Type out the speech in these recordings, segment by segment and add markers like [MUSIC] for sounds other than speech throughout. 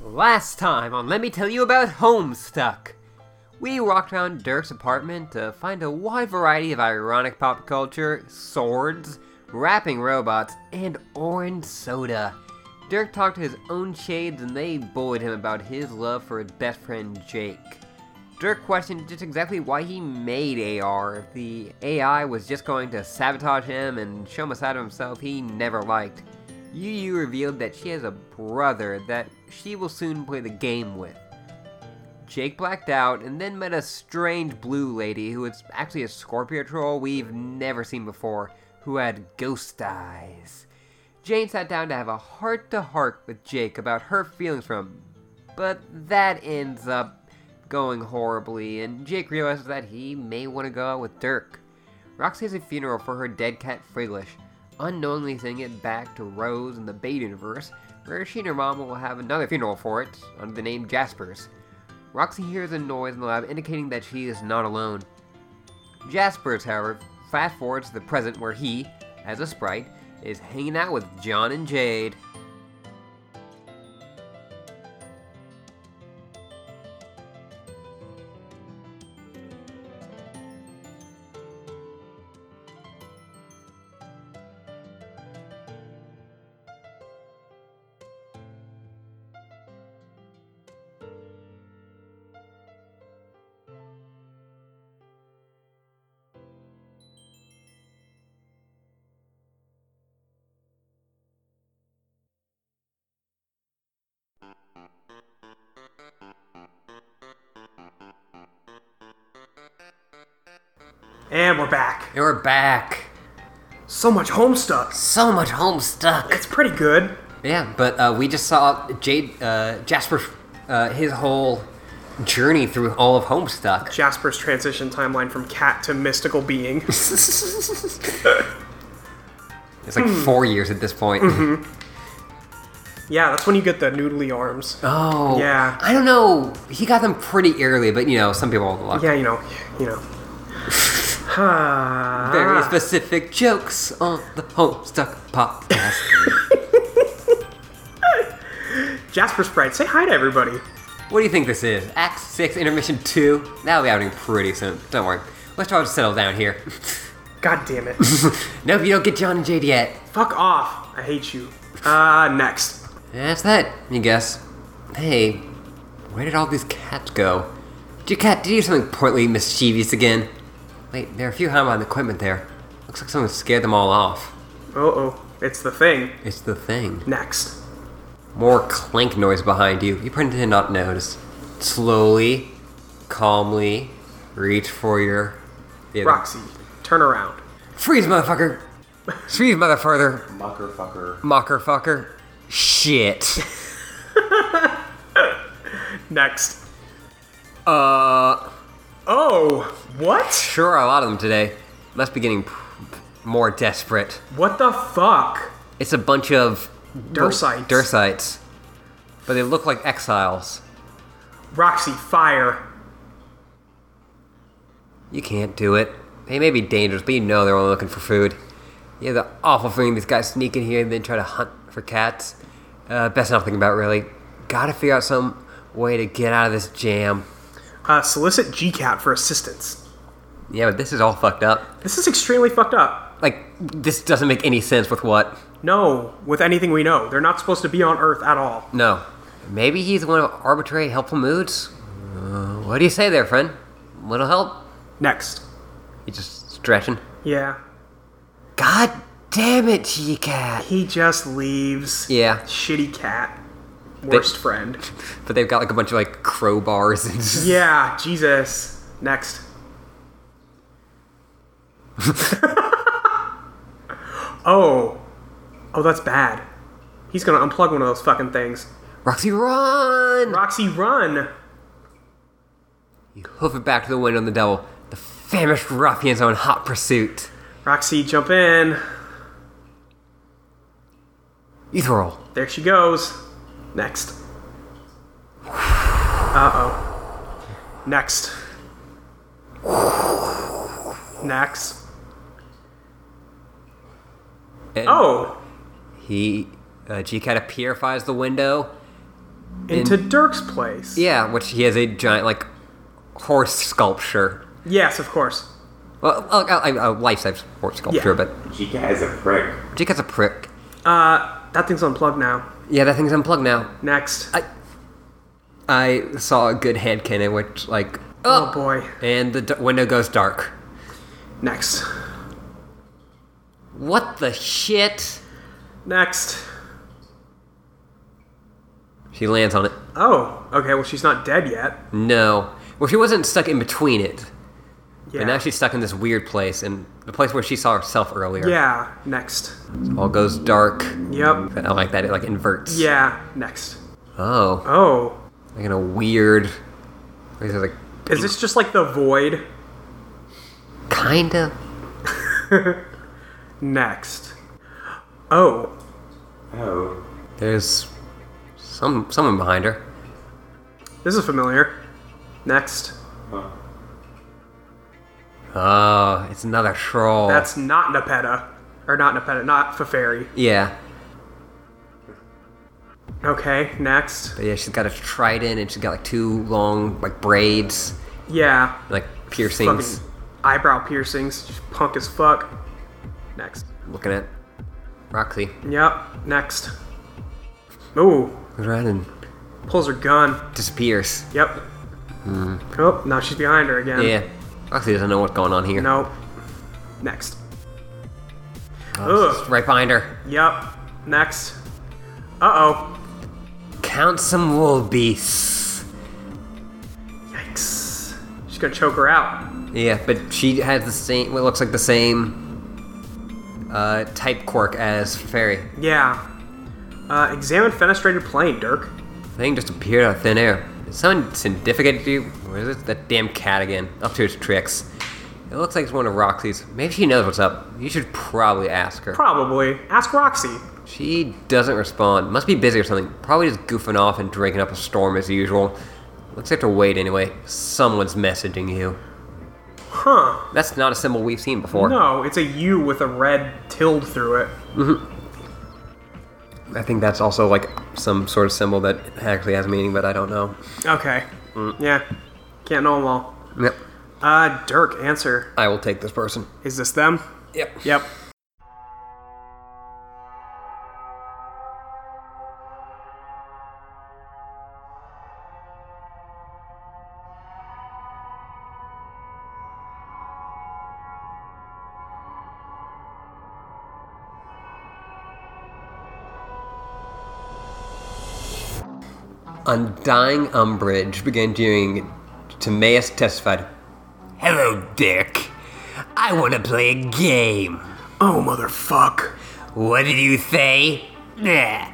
Last time on Let Me Tell You About Homestuck, we walked around Dirk's apartment to find a wide variety of ironic pop culture, swords, rapping robots, and orange soda. Dirk talked to his own shades and they bullied him about his love for his best friend Jake. Dirk questioned just exactly why he made AR. if The AI was just going to sabotage him and show him a side of himself he never liked. Yu Yu revealed that she has a brother that she will soon play the game with. Jake blacked out and then met a strange blue lady who was actually a Scorpio troll we've never seen before, who had ghost eyes. Jane sat down to have a heart to heart with Jake about her feelings for him, but that ends up going horribly, and Jake realizes that he may want to go out with Dirk. Roxy has a funeral for her dead cat Freelish, unknowingly sending it back to Rose in the Bait universe, where she and her mom will have another funeral for it under the name Jasper's. Roxy hears a noise in the lab indicating that she is not alone. Jaspers, however, fast forwards to the present where he, as a sprite, is hanging out with John and Jade. And we're back. And we're back. So much home stuff. So much homestuck. It's pretty good. Yeah, but uh, we just saw Jade, uh, Jasper, uh, his whole journey through all of [LAUGHS] homestuck. Jasper's transition timeline from cat to mystical being. It's like Hmm. four years at this point. Mm-hmm. yeah, that's when you get the noodly arms. Oh, Yeah. I don't know. He got them pretty early, but you know, some people have luck. Yeah, you know, you know. Ah. Very specific jokes on the Homestuck [LAUGHS] podcast. Jasper Sprite, say hi to everybody. what do you think this is? Act six, intermission two. That'll be happening pretty soon. Don't worry. Let's try to settle down here. [LAUGHS] God damn it. nope, you don't get John and Jade yet. Fuck off. I hate you. Ah, next. That's that. You guess. Hey, where did all these cats go? Did your cat did you do something portly mischievous again? Wait, there are a few hound on the equipment there. Looks like someone scared them all off. Uh oh. It's the thing. It's the thing. Next. More clank noise behind you. You pretend to not notice. Slowly, calmly, reach for your. the other- Roxy, turn around. Freeze, motherfucker! Freeze, motherfucker! Mucker fucker. Mocker fucker! Shit! [LAUGHS] Next. Uh, Oh, what? sure are a lot of them today. Must be getting p- p- more desperate. What the fuck? It's a bunch of. Dursites. Dursites. But they look like exiles. Roxy, fire. You can't do it. They may be dangerous, but you know they're only looking for food. Yeah, the awful thing these guys sneak in here and then try to hunt for cats. Uh, best not think about really. Gotta figure out some way to get out of this jam. Uh, solicit GCAT for assistance. Yeah, but this is all fucked up. This is extremely fucked up. Like, this doesn't make any sense with what. No, with anything we know, they're not supposed to be on Earth at all. No. Maybe he's one of arbitrary helpful moods? Uh, what do you say there, friend? Little help? Next. You just stretching. Yeah. God damn it, G Cat! He just leaves. Yeah. Shitty cat. Worst friend. But they've got like a bunch of like crowbars and just. [LAUGHS] Yeah, Jesus. Next. oh. Oh, that's bad. He's gonna unplug one of those fucking things. Roxy, run! Roxy, run! You hoof it back to the window on the double. The famished ruffians are in hot pursuit. Roxy, jump in. You roll. There she goes. Next. Uh oh. Next. Next. And Oh! He, uh, G-Cat purifies the window, into Dirk's place. Yeah, which he has a giant like horse sculpture. Yes, of course. Well, a, a, a life-size horse sculpture, Yeah. but Jika is a prick. Jake has a prick. Uh, that thing's unplugged now. Yeah, that thing's unplugged now. Next. I I saw a good headcanon, which like oh boy. and the d- window goes dark. Next. What the shit? Next. She lands on it. Oh, okay. Well, she's not dead yet. No. Well, she wasn't stuck in between it, Yeah. but now she's stuck in this weird place, and the place where she saw herself earlier. yeah. Next. All goes dark. Yep. I like that. It like inverts. Yeah. Next. Oh, Oh, like in a weird. These are like is this just like the void? kind of. Next. Oh, Oh. There's some someone behind her. this is familiar. Next. Huh. Oh, it's another troll. That's not Nepeta. Or not Nepeta, not Feferi. yeah. Okay, next. But yeah, she's got a trident and she's got like two long like braids, Yeah. like piercings. Fucking eyebrow piercings. She's punk as fuck. Next. Looking at Roxy. Yep, next. Ooh, Goes around and pulls her gun. disappears. Yep. Oh, now she's behind her again. Hmm. Yeah. Roxy doesn't know what's going on here. Nope. Next. Oh, she's Ugh. right behind her. Yep. Next. Uh oh. Count some wool beasts. Yikes. She's gonna choke her out. Yeah, but she has the same what looks like the same uh, type quirk as Fairy. Yeah. Uh, examine fenestrated plane, Dirk. thing just appeared out of thin air. Is someone significant to you? What is it? That damn cat again. Up to its tricks. It looks like it's one of Roxy's. Maybe she knows what's up. You should probably ask her. Probably. Ask Roxy. She doesn't respond. Must be busy or something. Probably just goofing off and drinking up a storm as usual. Let's have to wait anyway. Someone's messaging you. Huh. That's not a symbol we've seen before. No, it's a U with a red tilde through it. I think that's also like some sort of symbol that actually has meaning, but I don't know. Okay. Mm. Yeah. Can't know them all. Yep. Uh, Dirk, answer. I will take this person. Is this them? Yep. Yep. Undying umbrage began doing Timaeus testified. Hello, Dick. I want to play a game. Oh, motherfuck. What did you say? Nah.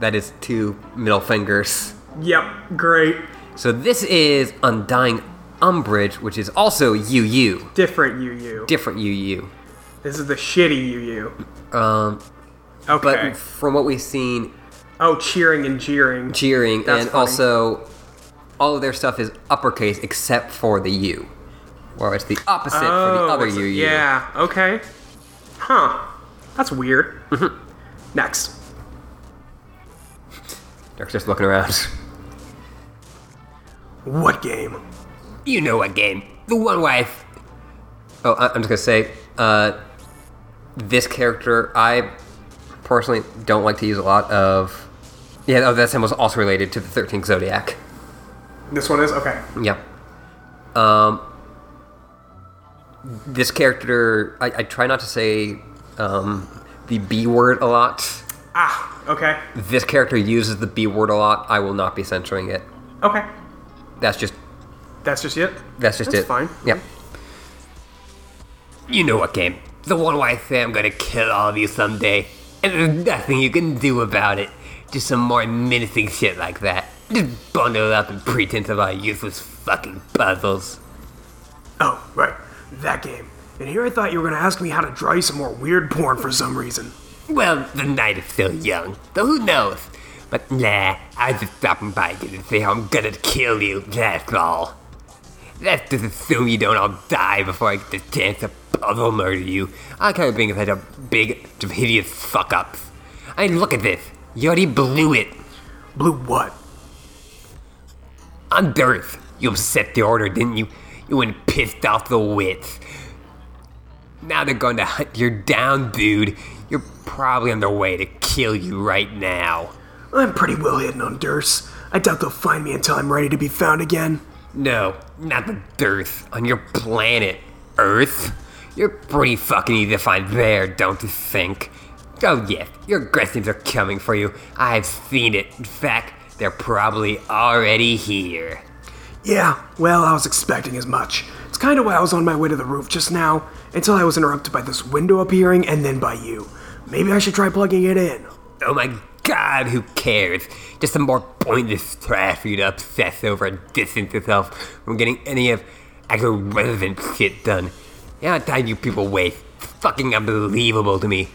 That is two middle fingers. Yep. Great. So this is Undying Umbrage, which is also UU. Different UU. Different UU. this is the shitty UU. Um, Okay. but from what we've seen, oh, cheering and jeering. cheering That's and funny. also all of their stuff is uppercase except for the U. Or it's the opposite for the other Oh, it's- UU. Yeah. Okay. Huh. That's weird. Mm-hmm. Next. Dirk's just looking around. [LAUGHS] What game? You know what game? The one wife. Oh, I- I'm just gonna say, uh, this character I personally don't like to use a lot of. Yeah, oh, that symbol's also related to the 13th zodiac. This one is okay. Yep. Um, this character, I, I try not to say um, the B word a lot. Ah. Okay. This character uses the B word a lot. I will not be censoring it. Okay. That's just That's just it. That's just That's it. fine. Yep. You know what game? The one where I say I'm gonna kill all of you someday, and there's nothing you can do about it. Just some more menacing shit like that. Just bundle up and pretense of our useless fucking puzzles. Oh, right. That game. And here I thought you were gonna ask me how to draw you some more weird porn for some reason. Well, the night is still young, so who knows? But nah, I was just stopping by to say how I'm gonna kill you, that's all. Let's just assume you don't all die before I get the chance to puzzle murder you. I kind of being such a big, hideous fuck up. I mean, look at this. You already blew it. Blue what? On Dearth, you upset the order, didn't you? You went pissed off the wits. Now they're going to hunt you down, dude. You're probably on their way to kill you right now. I'm pretty well hidden on Durst. I doubt they'll find me until I'm ready to be found again. No, not the Dearth. On your planet, Earth. You're pretty fucking easy to find there, don't you think? Oh yes, your aggressives are coming for you. I've seen it. In fact, they're probably already here. Yeah, well, I was expecting as much. It's kind of why I was on my way to the roof just now, until I was interrupted by this window appearing and then by you. Maybe I should try plugging it in. Oh my god, who cares? Just some more pointless trash for you to obsess over and distance yourself from getting any of actual relevant shit done. The amount of time you people waste is fucking unbelievable to me.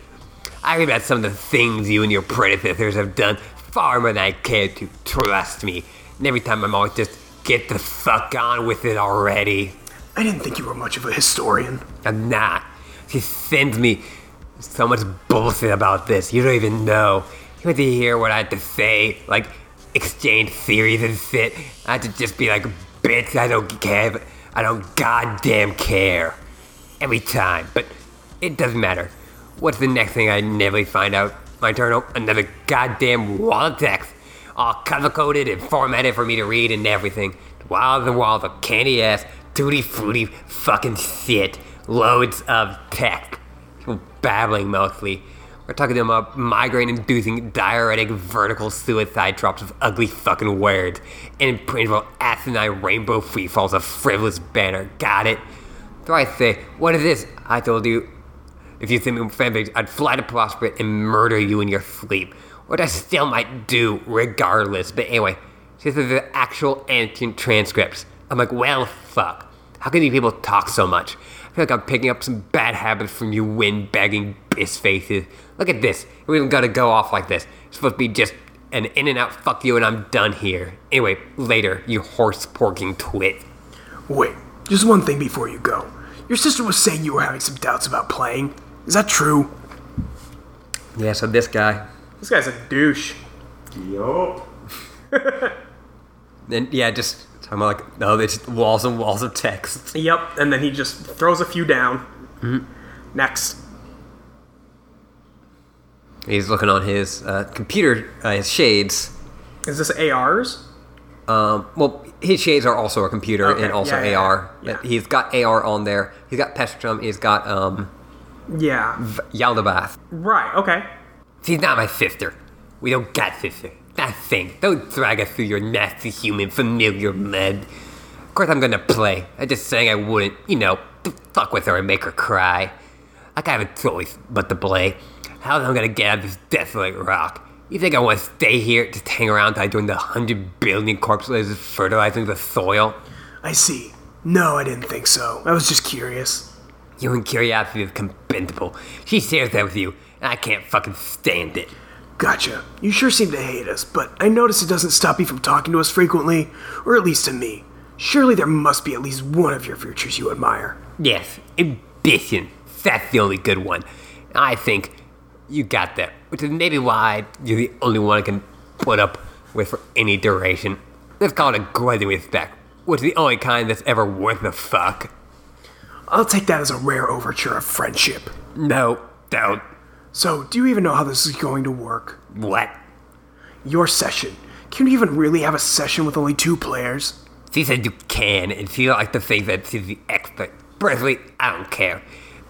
I read about some of the things you and your predecessors have done far more than I care to, trust me. And every time I'm always just, get the fuck on with it already. I didn't think you were much of a historian. I'm not. She sends me so much bullshit about this. You don't even know. You have to hear what I had to say, like exchange theories and shit. I had to just be like, bitch, I don't care. but I don't goddamn care. Every time. But it doesn't matter. What's the next thing I never find out? My turn up another goddamn wall of text. All color coded and formatted for me to read and everything. Wild and wild of candy ass, tutti fruity fucking shit. Loads of text. People babbling mostly. We're talking about migraine inducing diuretic vertical suicide drops of ugly fucking words. And imprintable asinine rainbow freefalls of frivolous banner. Got it? So I say, what is this? I told you if you sent me fanfic, I'd fly to Prosper and murder you in your sleep, which I still might do regardless. But anyway, this is the actual ancient transcripts. I'm like, well, fuck. How can these people talk so much? I feel like I'm picking up some bad habits from you windbagging piss faces. Look at this. We even gotta go off like this. It's supposed to be just an in and out fuck you and I'm done here. Anyway, later, you horse porking twit. Wait, just one thing before you go. Your sister was saying you were having some doubts about playing. Is that true? Yeah, so this guy, This guy's a douche. Yup. Then yeah, just talking about like no, there's walls and walls of text. Yep, and then he just throws a few down. Next. He's looking on his uh, computer, uh, his shades. Is this ARs? Um, well, his shades are also a computer Okay, and also yeah, yeah, AR. yeah. But he's got AR on there. He's got Pestrum. He's got um, Yeah. V- Yaldabaoth. Right, okay. She's not my sister. We don't got sister. Nothing. Don't drag us through your nasty human familiar mud. Of course I'm gonna play. I just saying I wouldn't, you know, to fuck with her and make her cry. Like I have a choice but to play. How am I gonna get out of this desolate rock? You think I wanna stay here, just hang around till I join the hundred billion corpse layers fertilizing the soil? I see. No, I didn't think so. I was just curious. Human curiosity is commendable. She shares that with you, and I can't fucking stand it. Gotcha. You sure seem to hate us, but I notice it doesn't stop you from talking to us frequently, or at least to me. Surely there must be at least one of your features you admire. Yes, ambition. That's the only good one. And I think you got that, which is maybe why you're the only one I can put up with for any duration. Let's call it a grudging respect, which is the only kind that's ever worth the fuck. I'll take that as a rare overture of friendship. No, don't. So, do you even know how this is going to work? What? Your session. Can you even really have a session with only two players? She said you can, and she likes to think that she's the expert. Personally, I don't care.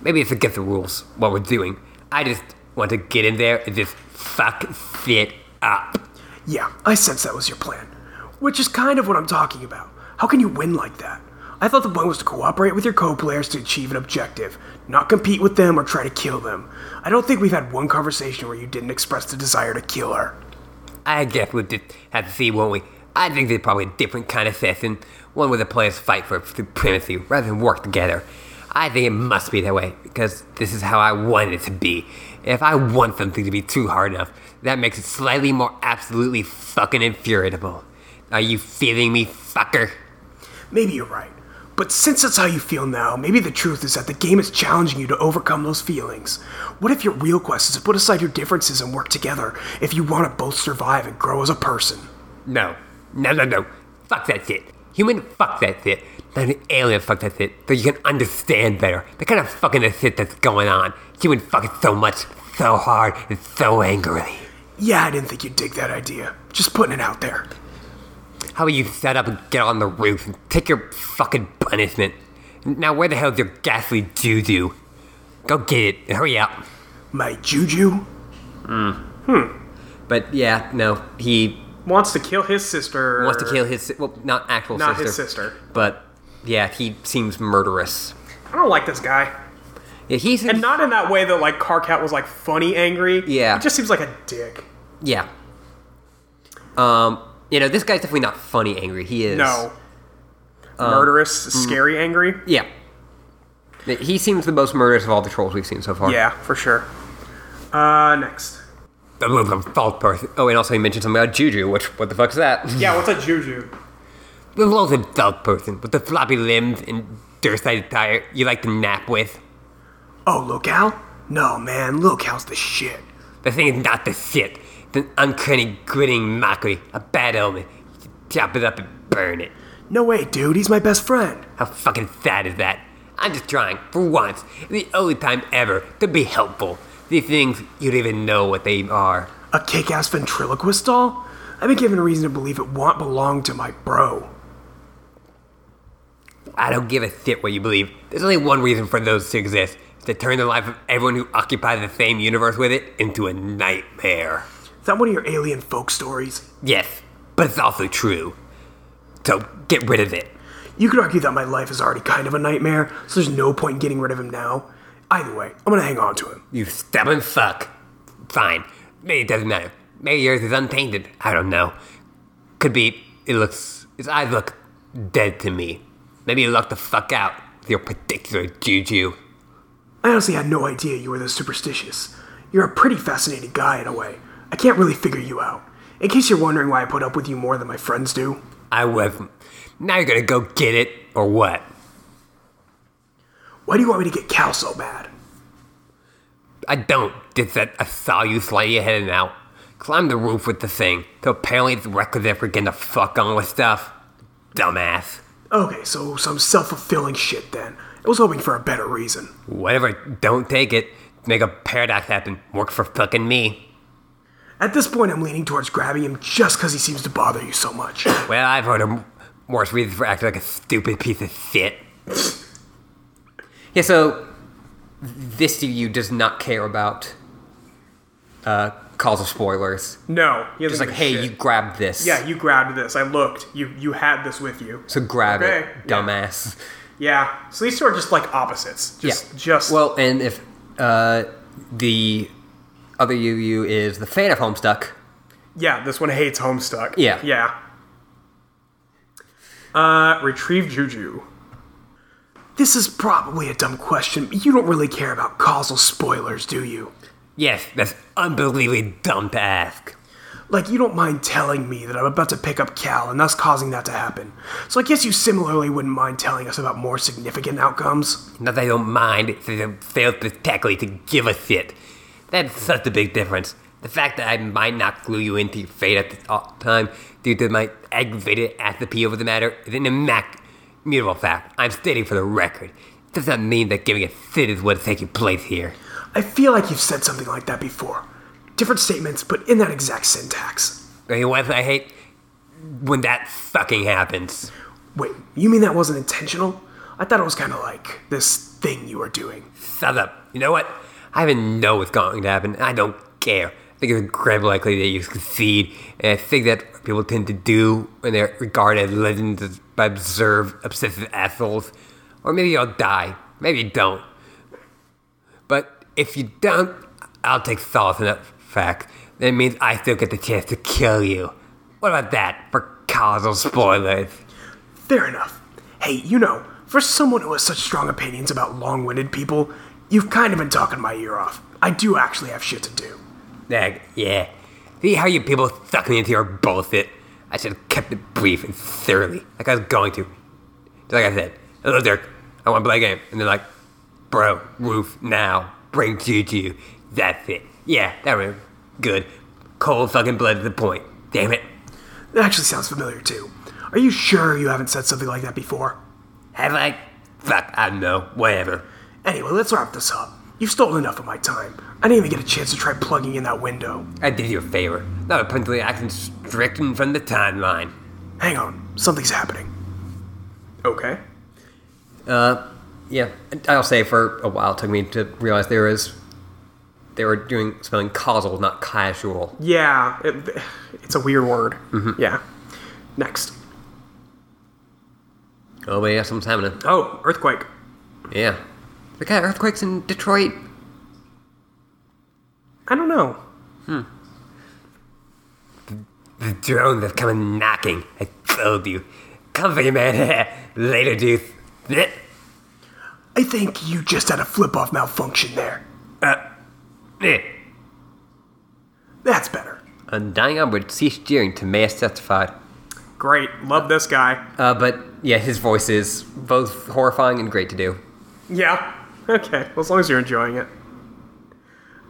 Maybe it's against the rules, what we're doing. I just want to get in there and just fuck shit up. Yeah, I sense that was your plan. Which is kind of what I'm talking about. How can you win like that? I thought the point was to cooperate with your co players to achieve an objective, not compete with them or try to kill them. I don't think we've had one conversation where you didn't express the desire to kill her. I guess we'll just have to see, won't we? I think there's probably a different kind of session, one where the players fight for supremacy rather than work together. I think it must be that way, because this is how I want it to be. If I want something to be too hard enough, that makes it slightly more absolutely fucking infuriable. Are you feeling me, fucker? Maybe you're right. But since that's how you feel now, maybe the truth is that the game is challenging you to overcome those feelings. What if your real quest is to put aside your differences and work together if you want to both survive and grow as a person? No. No, no, no. Fuck that shit. Human, fuck that shit. Not an alien, fuck that shit. So you can understand better. The kind of fucking the shit that's going on. Human, fuck it so much, so hard, and so angrily. Yeah, I didn't think you'd dig that idea. Just putting it out there. How about you set up and get on the roof and take your fucking punishment? Now, where the hell's your ghastly juju? Go get it. Hurry up. My juju? But yeah, no, he Wants to kill his sister. wants to kill his si- well, not actual Not sister, his sister. but yeah, he seems murderous. I don't like this guy. Yeah, he's And not in that way that like Carcat was like funny angry. Yeah. He just seems like a dick. yeah. Um, you know, this guy's definitely not funny angry. He is Um, mm. No. Murderous, scary angry. yeah. He seems the most murderous of all the trolls we've seen so far. Yeah, for sure. Uh next. The little false person. Oh, and also he mentioned something about Juju, which, what the fuck's that? [LAUGHS] Yeah, what's a juju? The loathsome false person with the floppy limbs and dirt-sided tire you like to nap with. Oh, locale? No, man, locale's the shit. The thing is not the shit. It's an uncanny, grinning mockery. A bad omen. You should chop it up and burn it. No way, dude, he's my best friend. How fucking sad is that? I'm just trying, for once, the only time ever, to be helpful. These things, you don't even know what they are. A kick ass ventriloquist doll? I've been given a reason to believe it won't belong to my bro. I don't give a shit what you believe. There's only one reason for those to exist. It's to turn the life of everyone who occupies the same universe with it into a nightmare. Is that one of your alien folk stories? Yes, but it's also true. So get rid of it. You could argue that my life is already kind of a nightmare, so there's no point in getting rid of him now. Either way, I'm gonna hang on to him. You stubborn fuck. Fine. Maybe it doesn't matter. Maybe yours is untainted. I don't know. Could be. It looks. His eyes look dead to me. Maybe you lucked the fuck out with your particular juju. I honestly had no idea you were this superstitious. You're a pretty fascinating guy in a way. I can't really figure you out. In case you're wondering why I put up with you more than my friends do, I wasn't. Now you're gonna go get it, or what? why do you want me to get Cal so bad? I don't. Just that I saw you slide your head in and out. Climb the roof with the thing. So apparently it's requisite for getting the fuck on with stuff. Dumbass. Okay, so some self fulfilling shit then. I was hoping for a better reason. Whatever, don't take it. Make a paradox happen. Work for fucking me. At this point, I'm leaning towards grabbing him just because he seems to bother you so much. Well, I've heard of worse reasons for acting like a stupid piece of shit. yeah, so this to you does not care about uh, causal spoilers. [COUGHS] No. He It's doesn't like, give a hey, shit. you grabbed this. Yeah, you grabbed this. I looked. You you had this with you. So grab Okay, it, yeah. dumbass. Yeah. So these two are just like opposites. Just yeah. just Well, and if uh, the other UU is the fan of Homestuck, Yeah, this one hates Homestuck. Yeah. Yeah. Uh retrieve Juju. this is probably a dumb question, but you don't really care about causal spoilers, do you? yes, that's unbelievably dumb to ask. Like, you don't mind telling me that I'm about to pick up Cal and thus causing that to happen. So I guess you similarly wouldn't mind telling us about more significant outcomes. Not that I don't mind, it's that it fails spectacularly to give a shit. That's such a big difference. The fact that I might not glue you into your fate at the all- time due to my aggravated apathy over the matter is an immutable fact. I'm stating for the record. It does not mean that giving a shit is what is taking place here. I feel like you've said something like that before. Different statements, but in that exact syntax. I mean, what if I hate when that fucking happens? Wait, you mean that wasn't intentional? I thought it was kind of like this thing you were doing. Shut up. You know what? I even know what's going to happen. and I don't care. I think it's incredibly likely that you succeed, and I think that what people tend to do when they're regarded as legends is by observed obsessive assholes. Or maybe you'll die. Maybe you don't. But if you don't, I'll take solace in that fact. That means I still get the chance to kill you. What about that for causal spoilers? Fair enough. Hey, you know, for someone who has such strong opinions about long winded people, you've kind of been talking my ear off. I do actually have shit to do. Like, yeah. See how you people suck me into your bullshit? I should have kept it brief and thoroughly, like I was going to. Just like I said, hello Dirk, I want to play a game. And they're like, bro, roof now, bring Juju. That's it. Yeah, that was good. Cold fucking blood to the point. Damn it. That actually sounds familiar too. Are you sure you haven't said something like that before? Have I? Fuck, I don't know. Whatever. Anyway, let's wrap this up. You've stolen enough of my time. I didn't even get a chance to try plugging in that window. I did you a favor. Not apparently I can stricken from the timeline. Hang on, something's happening. Okay. Uh, yeah. I'll say for a while it took me to realize there is. They were doing spelling causal, not casual. Yeah, it, [SIGHS] it's a weird word. Yeah. Next. Oh, but yeah, something's happening. Oh, earthquake. Yeah. We got earthquakes in Detroit. I don't know. The drones have come knocking. I told you. Cover man. [LAUGHS] Later, dude. I think you just had a flip off malfunction there. Uh, eh. That's better. Undying Onward ceased jeering to Mayas testified. Great. Love this guy. Uh, but yeah, his voice is both horrifying and great to do. Yeah. Okay. Well, as long as you're enjoying it.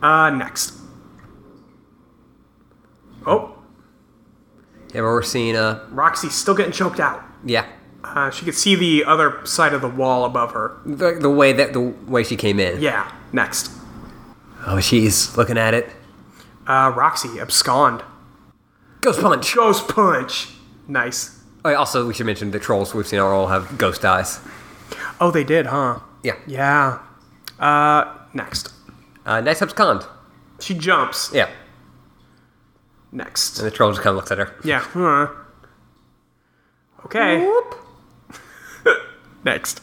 Uh, next. Oh, Yeah, we're seeing, uh, Roxy's still getting choked out. yeah. Uh, she could see the other side of the wall above her. The, the way that the way she came in. Yeah. Next. Oh, she's looking at it. Uh, Roxy abscond. Ghost punch. Ghost punch. Nice. Oh, also, we should mention the trolls we've seen are all have ghost eyes. Oh, they did, huh? Yeah. Yeah. Uh, next. Uh, nice abscond. She jumps. Yeah. Next. And the troll just kind of looks at her. Yeah. Huh. Okay. next.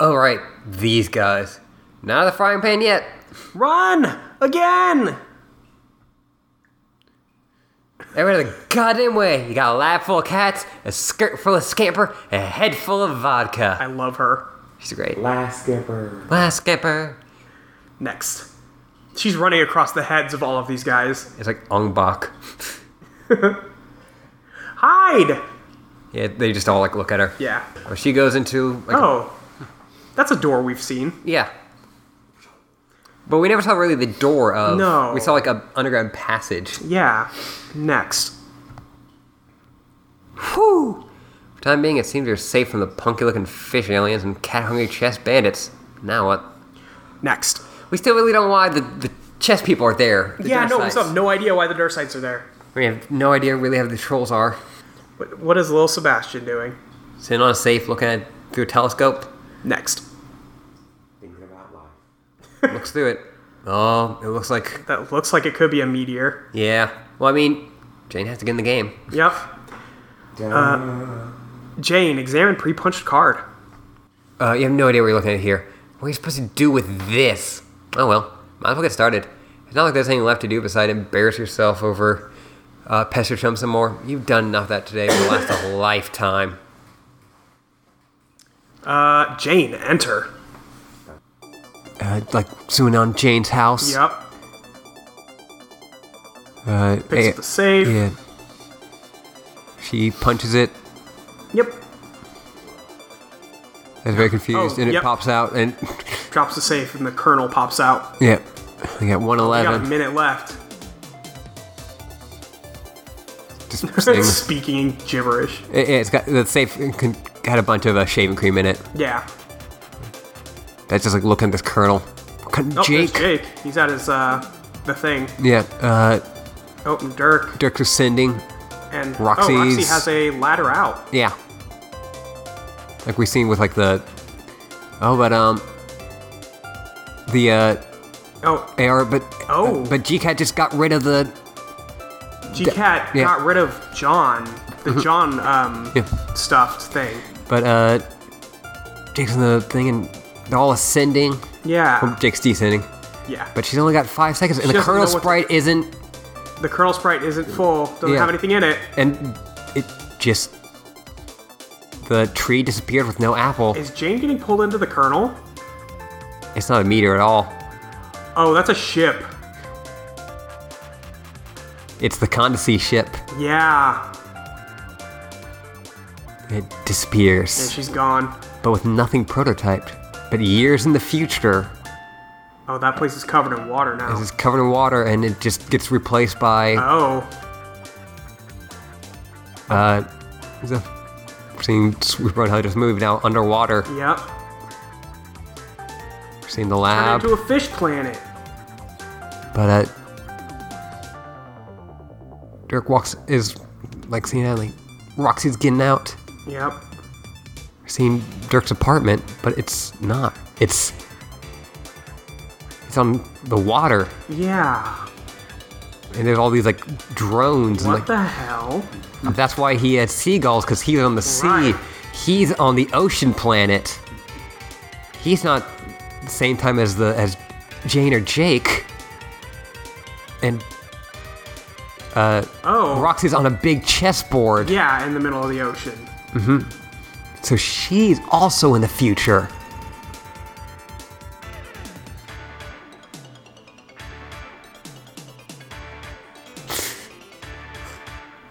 All right, these guys. Not out of the frying pan yet. Run again. They're out of the goddamn way. You got a lap full of cats, a skirt full of scamper, and a head full of I vodka. love her. She's great. Last skipper. Last skipper. Next. She's running across the heads of all of these guys. It's like Ong Bak. Hide. Yeah, they just all like look at her. Yeah. Oh, She goes into like a- Oh. That's a door we've seen. yeah. But we never saw really the door of. No. We saw like a underground passage. Yeah. Next. Whew. For time being, it seems you're safe from the punky-looking fish aliens and cat-hungry chess bandits. Now what? Next. We still really don't know why the, the chess people are there. The yeah, no, we Dursites. still have no idea why the Dursites are there. We have no idea really how the trolls are. What, what is little Sebastian doing? Sitting on a safe, looking at through a telescope, Next. Thinking about life. looks through it. Oh, it looks like That looks like it could be a meteor. yeah. Well, I mean, Jane has to get in the game. Yep. Uh, Dun. Jane, examine pre-punched card. Uh, you have no idea what you're looking at here. What are you supposed to do with this? Oh well, might as well get started. It's not like there's anything left to do besides embarrass yourself over uh, pester chum some more. You've done enough of that today. It'll last a lifetime. Uh, Jane, enter. Uh, like zooming on Jane's house. Yep. Uh, Picks eh, up the safe. yeah. She punches it. Yep. Is very confused, Oh, and it yep. pops out, and Drops the safe and the colonel pops out. yeah, we got one We got a eleven. minute left. Just saying. [LAUGHS] Speaking gibberish. It- it's got the safe con- had a bunch of uh, shaving cream in it. Yeah. Oh, That's just like looking at this kernel. Fucking Oh, there's Jake. Jake. He's at his uh the thing. Yeah, uh, Oh, and Dirk Dirk sending. and Oh, Roxy Roxy's- has a ladder out. Yeah. Like we seen with like the. Oh, but um. The uh, Oh, AR, but uh, Oh. but G Cat just got rid of the. G Cat yeah. Mm-hmm. got rid of John, the John um Yeah. stuffed thing. But uh, Jake's in the thing, and they're all ascending. Yeah. Well, Jake's descending, yeah. but she's only got five seconds, and She the doesn't kernel know what to- sprite isn't the curl sprite isn't full. Doesn't Yeah. have anything in it. and it just the tree disappeared with no apple. Is Jane getting pulled into the kernel? It's not a meteor at all. Oh, that's a ship. It's the Condesi ship. Yeah. It And disappears, she's gone. but with nothing prototyped. But years in the future, Oh, that place is covered in water now. it's just covered in water, and it just gets replaced by Oh. Uh, it's a seeing Swoop Run Hunter's movie now underwater. Yep. We're seeing the Turn lab, into a fish planet. but uh, Dirk walks is like seeing how like Roxy's getting out. Yep. We're seeing Dirk's apartment, but it's not. It's it's on the water, Yeah. and there's all these like drones and What like the hell? That's why he had seagulls, because he's on the sea. Right. He's on the ocean planet. He's not the same time as the as Jane or Jake. And Oh. Roxy's on a big chessboard, Yeah, in the middle of the ocean. so she's also in the future.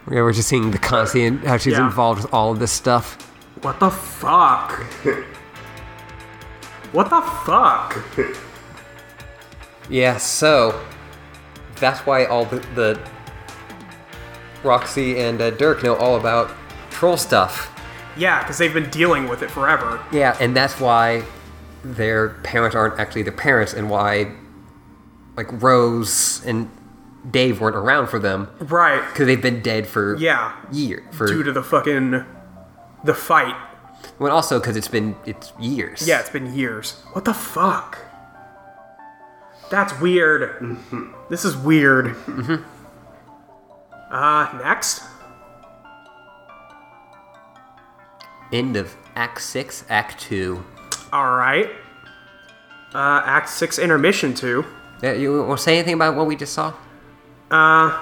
Yeah, we're just seeing the constant how she's Yeah. involved with all of this stuff. What the fuck? what the fuck? Yeah, so that's why all the, the Roxy and uh, Dirk know all about troll stuff. Yeah, because they've been dealing with it forever. Yeah, and that's why their parents aren't actually their parents, and why like Rose and Dave weren't around for them Right. because they've been dead for Yeah. year for Due to the fucking the fight. well also because it's been it's years. Yeah, it's been years. What the fuck? That's weird. Mm-hmm. This is weird. Uh, next? End of Act Six, Act Two. Alright. Uh, Act 6 Intermission 2. Uh, You want to say anything about what we just saw? Uh.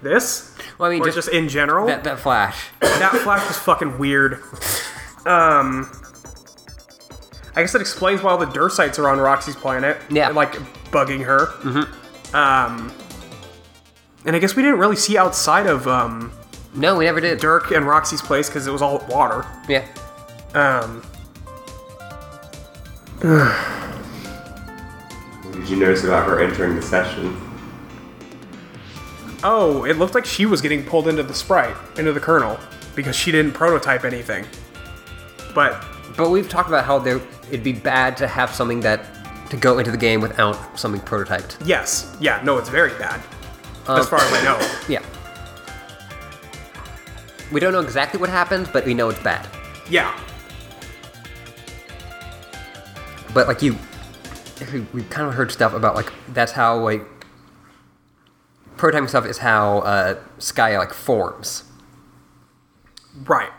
This? Well, I mean, Or just, just, in general? that, that flash. that flash was fucking weird. Um, I guess it explains why all the Dursites are on Roxy's planet. Yeah. and, like bugging her. Mm-hmm. Um, and I guess we didn't really see outside of um, No, we never did. Dirk and Roxy's place because it was all water. Yeah. Um, What did you notice about her entering the session? oh, it looked like she was getting pulled into the sprite, into the kernel, because she didn't prototype anything. But But we've talked about how there it'd be bad to have something that to go into the game without something prototyped. yes, yeah, no, it's very bad. Um, as far as I know. [LAUGHS] Yeah. We don't know exactly what happens, but we know it's bad. Yeah. But like you, we- we've kind of heard stuff about like that's how like prototyping stuff is how uh, Sky like forms. Right.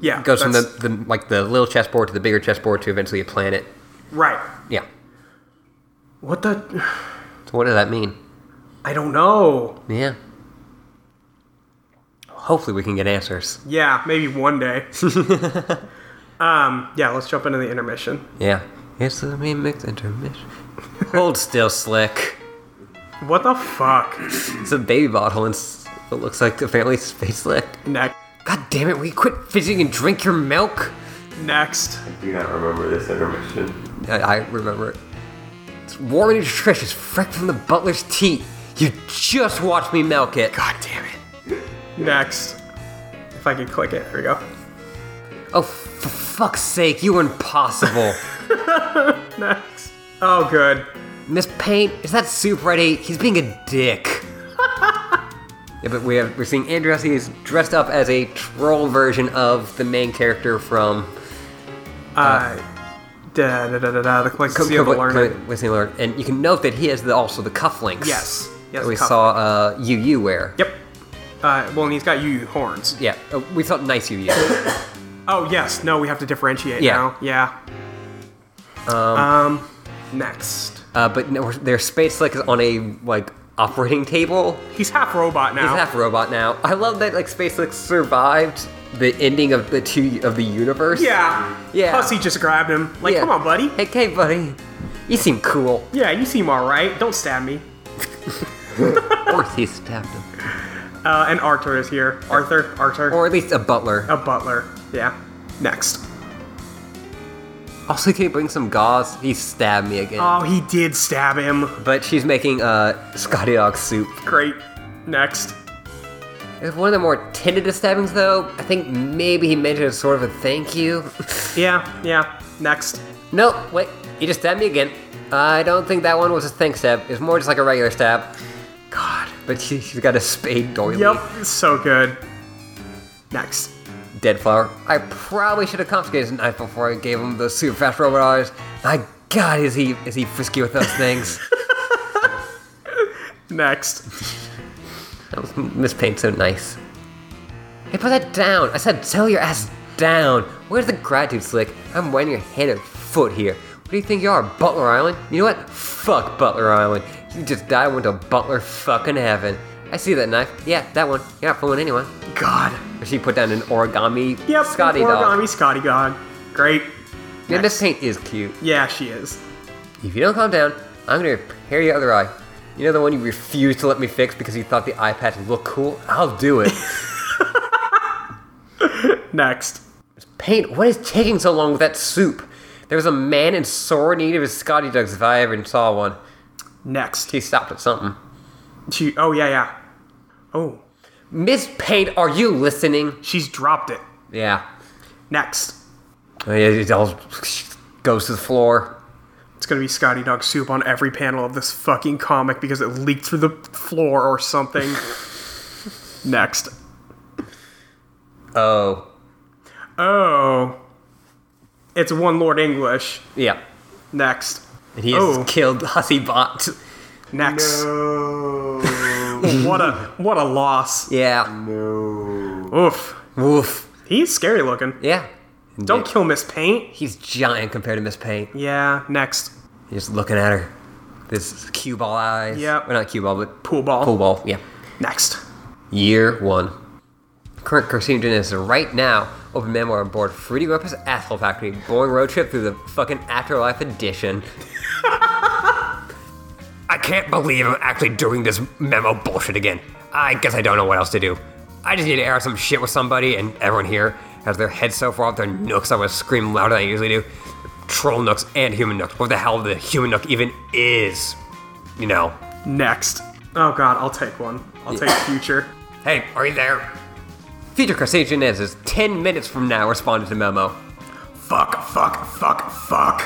Yeah. Goes from the, that's- the like the little chessboard to the bigger chessboard to eventually a planet. right. Yeah. What the? [SIGHS] So what does that mean? I don't know. Yeah. Hopefully we can get answers. Yeah, maybe one [LAUGHS] day. um, yeah, let's jump into the intermission. Yeah. It's the main mix intermission. Hold still, Slick. What the fuck? It's a baby bottle and s- it looks like the family space slick. Next. God damn it, will you quit fidgeting and drink your milk? Next. I do not remember this intermission. I, I remember it. It's warm and nutritious, fresh from the butler's teat. You just watched me milk it. God damn it. Next. If I could click it, there we go. Oh, for fuck's sake, you were impossible. Next. Oh, good. Miss Paint, is that Soup ready? He's being a dick. [LAUGHS] yeah, but we have we're seeing Androssi is dressed up as a troll version of the main character from Uh, da da da da da. The click Co- seal Co- to learn it. Co- Wesley Learn. and you can note that he has the, also the cufflinks. Yes. Yes, that we cufflinks. saw uh, Yu Yu wear. Yep. Uh, well, and he's got you horns. Yeah, uh, we saw nice [LAUGHS] Yu Yu. Oh yes. No, we have to differentiate Yeah. now. Yeah. um. Next. uh, but no, we're- their space slick is on a like operating table. He's half robot now. He's half robot now. I love that like space slick survived the ending of the two of the universe. Yeah. Yeah. Hussey just grabbed him. Like, Yeah. come on, buddy. Hey, hey, buddy, you seem cool. Yeah, you seem alright. Don't stab me. Of course he stabbed him. Uh, and Arthur is here. Arthur, Arthur, Or at least a butler. a butler. Yeah. Next. Also, can you bring some gauze? He stabbed me again. Oh, he did stab him. but she's making uh, Scotty Dog soup. Great. Next. If one of the more tentative stabbings, though, I think maybe he meant it as sort of a thank you. [LAUGHS] Yeah, yeah. Next. nope, wait, he just stabbed me again. I don't think that one was a thank stab. It was more just like a regular stab. God. But she, she's got a spade doily. Yep. It's so good. Next. Dead flower. I probably should have confiscated his knife before I gave him those super fast robot eyes. My God, is he is he frisky with those things? Next. That was Miss Payne's so nice. Hey, put that down. I said, sell your ass down. Where's the gratitude slick? I'm wearing your hand and foot here. What do you think you are, Butler Island? You know what? Fuck Butler Island. You just died went to Butler fucking heaven. I see that knife. Yeah, that one. You're not fooling anyone. God. She put down an origami Yep. Scotty origami doll. Scotty God. Great. Yeah, Miss Paint is cute. Yeah, she is. If you don't calm down, I'm gonna repair your other eye. You know the one you refused to let me fix because you thought the eye patch looked cool? I'll do it. Next. Paint, what is taking so long with that soup? There was a man in sore need of his Scotty Ducks if I ever saw one. Next. He stopped at something. She, oh yeah, yeah. Oh, Miss Paint, are you listening? she's dropped it. Yeah. Next. Oh, yeah, It all goes to the floor. It's gonna be Scotty Dog Soup on every panel of this fucking comic because it leaked through the floor or something. Next. Oh. Oh. It's one Lord English. Yeah. Next. And he Oh. has killed Hussy Bot. Next. No. What a what [LAUGHS] a loss. Yeah. no. Oof. Woof. He's scary looking. Yeah. Don't kill Miss Paint. He's giant compared to Miss Paint. Yeah. Next. He's just looking at her. This cue ball eyes. Yeah. Well, not cue ball, but Pool ball. pool ball. Yeah. Next. Year one. Current carcinogen is right now. Open memoir on board Fruity Rumpus Asshole Factory. Boring road trip through the fucking Afterlife Edition. [LAUGHS] I can't believe I'm actually doing this memo bullshit again. I guess I don't know what else to do. I just need to air some shit with somebody, and everyone here has their heads so far up their nooks I want to scream louder than I usually do. Troll nooks and human nooks. What the hell the human nook even is? You know. Next. Oh god, I'll take one. I'll take future. Hey, are you there? Future Crusade Inez is 10 minutes from now responded to memo. Fuck, fuck, fuck, fuck.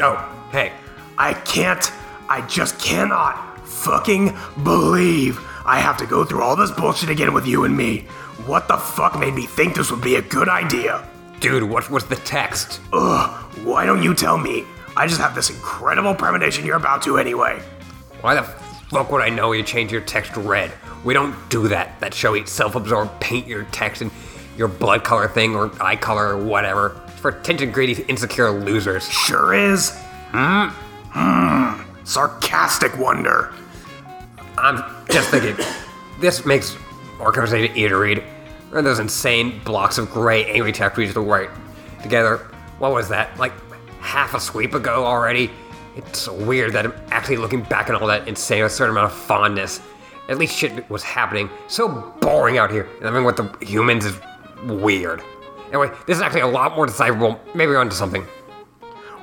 Oh, hey. I can't, I just cannot fucking believe I have to go through all this bullshit again with you and me. What the fuck made me think this would be a good idea? Dude, what was the text? Ugh, why don't you tell me? I just have this incredible premonition you're about to anyway. Why the fuck would I know you change your text to red? We don't do that. That show eats self absorbed paint your text and your blood color thing or eye color or whatever. It's for attention greedy, insecure losers. Sure is. Hmm? Hmm. Sarcastic wonder. I'm just thinking, this makes organization easier to read. And those insane blocks of gray, angry text we used to write together. What was that? Like half a sweep ago already? It's weird that I'm actually looking back on all that and saying a certain amount of fondness. At least shit was happening. So boring out here. And Living with the humans is weird. Anyway, this is actually a lot more decipherable. Maybe we're onto something.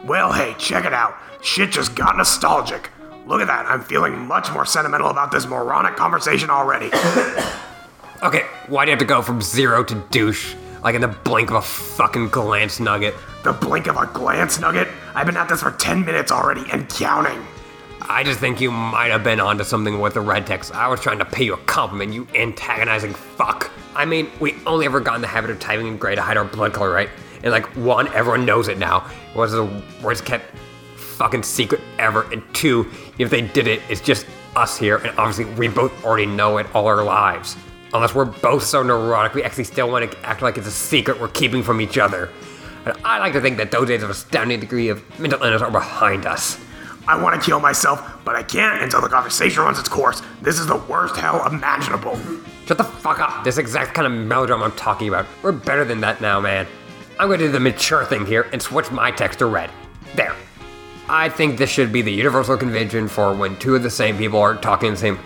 Well, hey, check it out. Shit just got nostalgic. Look at that. I'm feeling much more sentimental about this moronic conversation already. [COUGHS] Okay, why do you have to go from zero to douche? Like in the blink of a fucking glance nugget. the blink of a glance, Nugget. I've been at this for 10 minutes already and counting. I just think you might have been onto something with the red text. I was trying to pay you a compliment, you antagonizing fuck. I mean, we only ever got in the habit of typing in gray to hide our blood color, right? And like one, everyone knows it now. It was the worst kept fucking secret ever. And two, if they did it, it's just us here, and obviously we both already know it all our lives. Unless we're both so neurotic, we actually still want to act like it's a secret we're keeping from each other. And I like to think that those days of astounding degree of mental illness are behind us. I want to kill myself, but I can't until the conversation runs its course. This is the worst hell imaginable. Shut the fuck up. This exact kind of melodrama I'm talking about. We're better than that now, man. I'm gonna do the mature thing here and switch my text to red. There. I think this should be the universal convention for when two of the same people are talking the same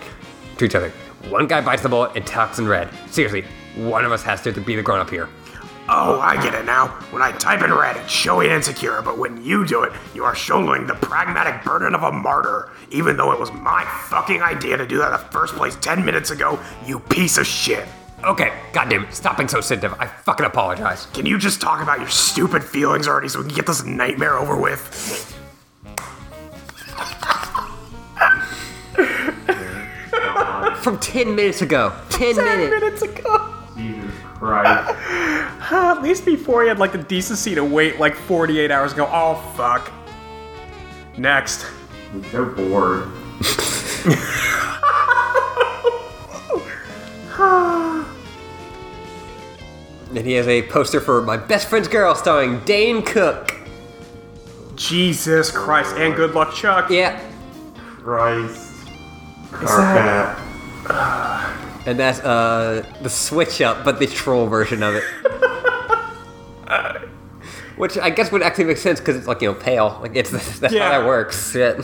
to each other. One guy bites the bullet and talks in red. Seriously, one of us has to be the grown up here. Oh, I get it now. When I type in red, it's showy and insecure, but when you do it, you are shouldering the pragmatic burden of a martyr, even though it was my fucking idea to do that in the first place 10 minutes ago, you piece of shit. Okay, goddamn it. Stop being so sensitive. I fucking apologize. Can you just talk about your stupid feelings already so we can get this nightmare over with? From 10 minutes ago. 10 minutes. minutes ago. [LAUGHS] Jesus Christ. At least before he had like the decency to wait like 48 hours and go, oh fuck. Next. I'm so bored. And he has a poster for My Best Friend's Girl starring Dane Cook. Jesus Christ, and good luck, Chuck. Yeah. Christ. Carpet. And that's uh the switch up, but the troll version [LAUGHS] of it. Which I guess would actually make sense because it's like you know pale, like it's that's Yeah. how that works. Shit.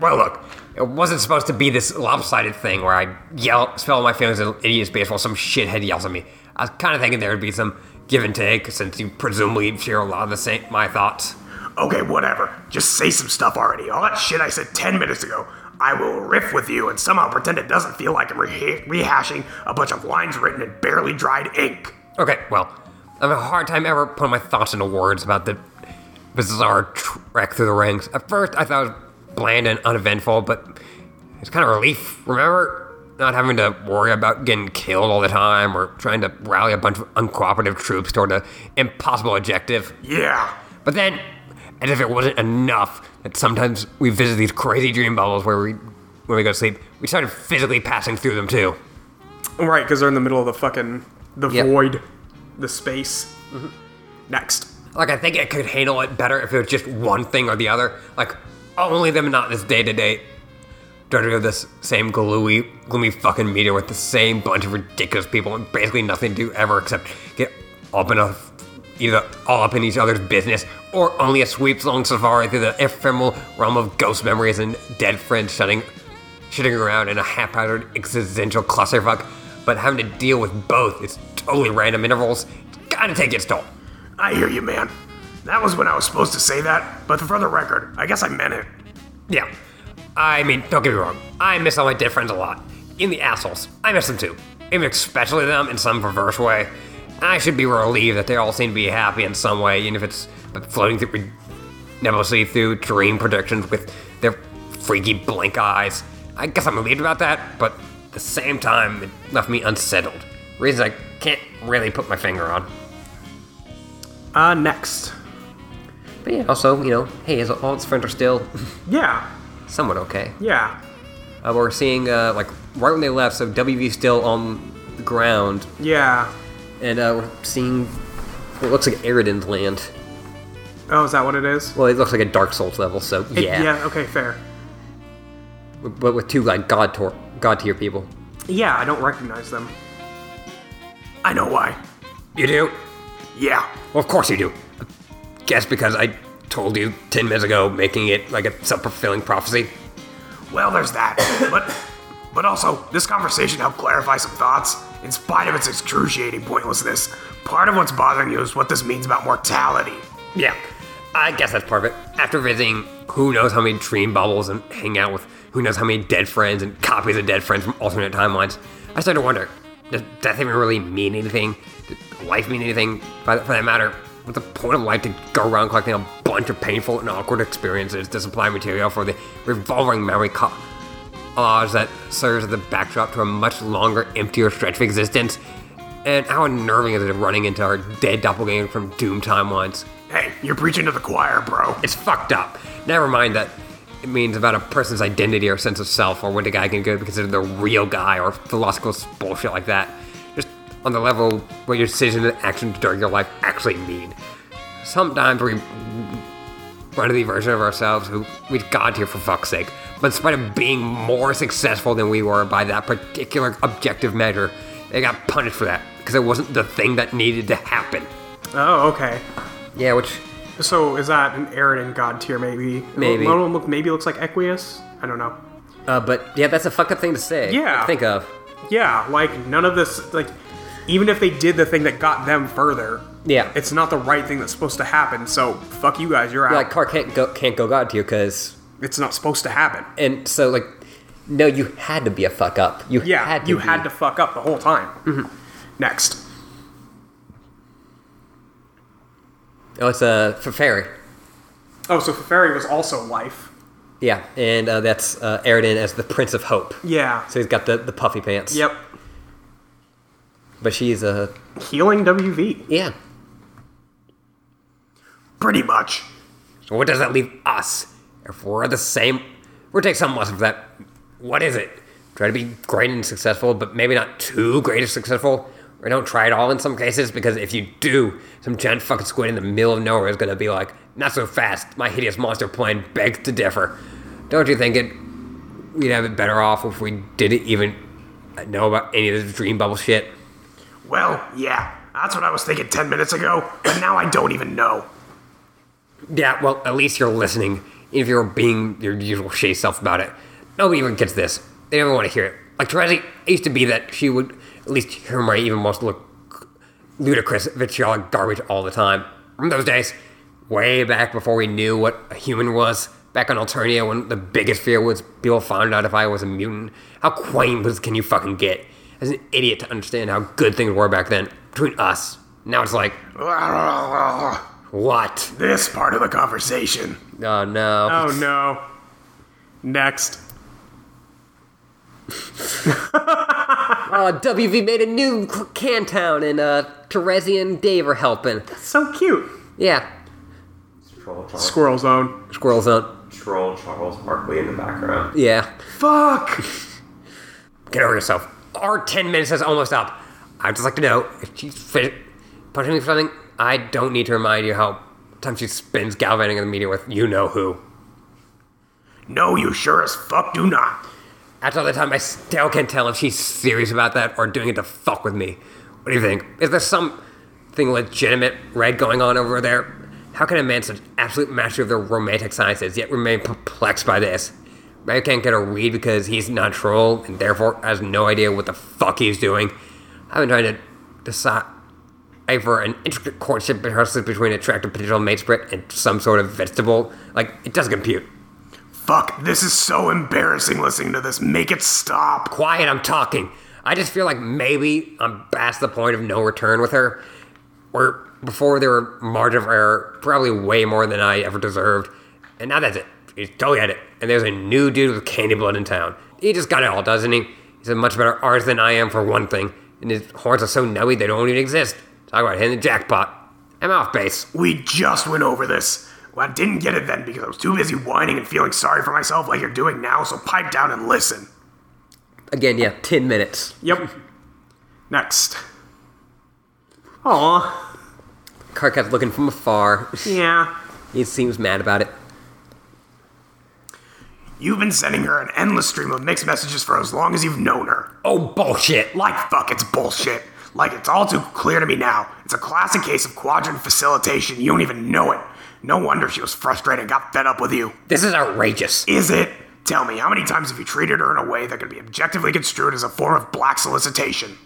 well, look, it wasn't supposed to be this lopsided thing where I yell, spell my feelings in idiots based while some shithead yells at me. I was kind of thinking there would be some give and take since you presumably share a lot of the same my thoughts. Okay, whatever. Just say some stuff already. All that shit I said 10 minutes ago. I will riff with you and somehow pretend it doesn't feel like I'm reha- rehashing a bunch of lines written in barely dried ink. Okay, well, I have a hard time ever putting my thoughts into words about the bizarre trek through the rings. At first, I thought it was bland and uneventful, but it's kind of relief, remember? Not having to worry about getting killed all the time or trying to rally a bunch of uncooperative troops toward an impossible objective. Yeah. But then, as if it wasn't enough, that sometimes we visit these crazy dream bubbles where we, when we go to sleep, we started physically passing through them too. Right, because they're in the middle of the fucking the Yep. void, the space. Next. Like, I think it could handle it better if it was just one thing or the other. Like, only them, not this day to day. Dirty of this same gloomy, gloomy fucking meter with the same bunch of ridiculous people and basically nothing to do ever except get up in a, either all up in each other's business or only a sweeps long safari through the ephemeral realm of ghost memories and dead friends shutting, shitting around in a haphazard existential clusterfuck. But having to deal with both, it's totally random intervals. It's gotta take its toll. I hear you, man. That was when I was supposed to say that, but for the record, I guess I meant it. Yeah. I mean, don't get me wrong. I miss all my dead friends a lot. In the assholes. I miss them too. Even especially them in some perverse way. I should be relieved that they all seem to be happy in some way, even if it's floating through nebulously through dream predictions with their freaky blink eyes. I guess I'm relieved about that, but at the same time, it left me unsettled. Reasons I can't really put my finger on. Uh, next. But yeah, also, you know, hey, as all its friends are still [LAUGHS] Yeah, somewhat okay. yeah, Uh, we're seeing uh, like right when they left, so WV's still on the ground, yeah. and uh, we're seeing what looks like Eridan's land. Oh, is that what it is? Well, it looks like a Dark Souls level, so It- yeah, yeah, okay, fair. but with two like god tor- god tier people. Yeah, I don't recognize them. I know why. You do? Yeah. Well, of course you do. Guess because I told you ten minutes ago, making it like a self fulfilling prophecy. Well, there's [COUGHS] that. but but also, this conversation helped clarify some thoughts. In spite of its excruciating pointlessness, part of what's bothering you is what this means about mortality. Yeah, I guess that's part of it. After visiting who knows how many dream bubbles and hang out with who knows how many dead friends and copies of dead friends from alternate timelines, I started to wonder, does death even really mean anything? Does life mean anything by for that matter? What's the point of life to go around collecting a bunch of painful and awkward experiences to supply material for the revolving memory co- collage that serves as the backdrop to a much longer, emptier stretch of existence? And how unnerving is it running into our dead doppelganger from Doom timelines? Hey, you're preaching to the choir, bro. It's fucked up. Never mind that it means about a person's identity or sense of self or what a guy can go because they're the real guy or philosophical bullshit like that. Just on the level where your decisions and actions during your life actually mean. Sometimes we run to the version of ourselves who we got here for fuck's sake. But in spite of being more successful than we were by that particular objective measure, they got punished for that because it wasn't the thing that needed to happen. Oh, okay. Yeah, which So is that an Aridin god tier? Maybe. Maybe. One of them look, maybe looks like Equius. I don't know. Uh, but yeah, that's a fucked up thing to say. Yeah. Like, think of. Yeah, like none of this. Like, even if they did the thing that got them further, Yeah. it's not the right thing that's supposed to happen. So fuck you guys. You're out. like car can't go can't go god tier because it's not supposed to happen. and so like No, you had to be a fuck up. You Yeah, had to you be. had to fuck up the whole time. Next. Oh, it's uh, for Ferry. Oh, so Ferry was also life. Yeah, and uh, that's uh, aired in as the Prince of Hope. Yeah. So he's got the, the puffy pants. Yep. But she's uh, Healing WV. yeah. Pretty much. So what does that leave us? If we're the same, we'll take some lesson from that. What is it? Try to be great and successful, but maybe not too great or successful. Or don't try at all in some cases, because if you do, some giant fucking squid in the middle of nowhere is gonna be like, not so fast, my hideous monster plan begs to differ. Don't you think it we'd have it better off if we didn't even know about any of this dream bubble shit? Well, yeah. That's what I was thinking 10 minutes ago, but now I don't even know. [LAUGHS] Yeah, well, at least you're listening. If you're being your usual shitty self about it, nobody even gets this. They never want to hear it. Like Therese, it used to be that she would at least hear my even most look ludicrous vitriolic garbage all the time. From those days, way back before we knew what a human was, back on Alternia when the biggest fear was people found out if I was a mutant. How quaint was can you fucking get? As an idiot to understand how good things were back then between us. Now it's like, what? This part of the conversation. Oh no. Oh no. Next. Uh, WV made a new c- Cantown, and uh, Terezi and Dave are helping. So cute. Yeah, Troll Charles, Squirrel Zone. [LAUGHS] Squirrel's on. troll Charles Barkley in the background. Yeah. Fuck! Get over yourself. Our 10 minutes is almost up. I'd just like to know if she's fi- punching me for something, I don't need to remind you how time she spends gallivanting in the media with you know who. No, you sure as fuck do not. That's all the time I still can't tell if she's serious about that or doing it to fuck with me. What do you think? Is there something legitimate red going on over there? How can a man such absolute mastery of the romantic sciences yet remain perplexed by this? Man can't get a read because he's not troll and therefore has no idea what the fuck he's doing. I've been trying to decipher an intricate courtship rehearsal between attractive potential matesprit and some sort of vegetable. Like, it doesn't compute. Fuck, this is so embarrassing listening to this. Make it stop. quiet, I'm talking. I just feel like maybe I'm past the point of no return with her. Or before there were margin of error, probably way more than I ever deserved. And now that's it. He's totally at it. And there's a new dude with candy blood in town. He just got it all, doesn't he? He's a much better artist than I am, for one thing. And his horns are so nubby they don't even exist. Talk about hitting the jackpot. I'm off base. We just went over this. Well, I didn't get it then because I was too busy whining and feeling sorry for myself like you're doing now, so pipe down and listen. Again, yeah, 10 minutes. Yep. Next. Aw. Karkat's looking from afar. [LAUGHS] Yeah. he seems mad about it. You've been sending her an endless stream of mixed messages for as long as you've known her. Oh, bullshit. Like fuck, it's bullshit. Like it's all too clear to me now. It's a classic case of quadrant facilitation. You don't even know it. No wonder she was frustrated and got fed up with you. This is outrageous. Is it? Tell me, how many times have you treated her in a way that could be objectively construed as a form of black solicitation?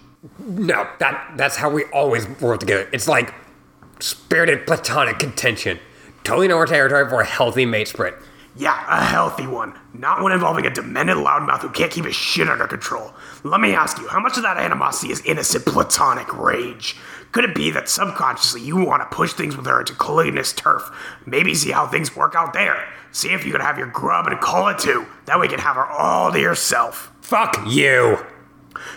No, that that's how we always work together. It's like spirited platonic contention. Totally know our territory for a healthy mate sprint. Yeah, a healthy one. Not one involving a demented loudmouth who can't keep his shit under control. Let me ask you, how much of that animosity is innocent platonic rage? Could it be that subconsciously you want to push things with her into collisionist turf? Maybe see how things work out there. See if you can have your grub and call it too. That way you can have her all to yourself. Fuck you.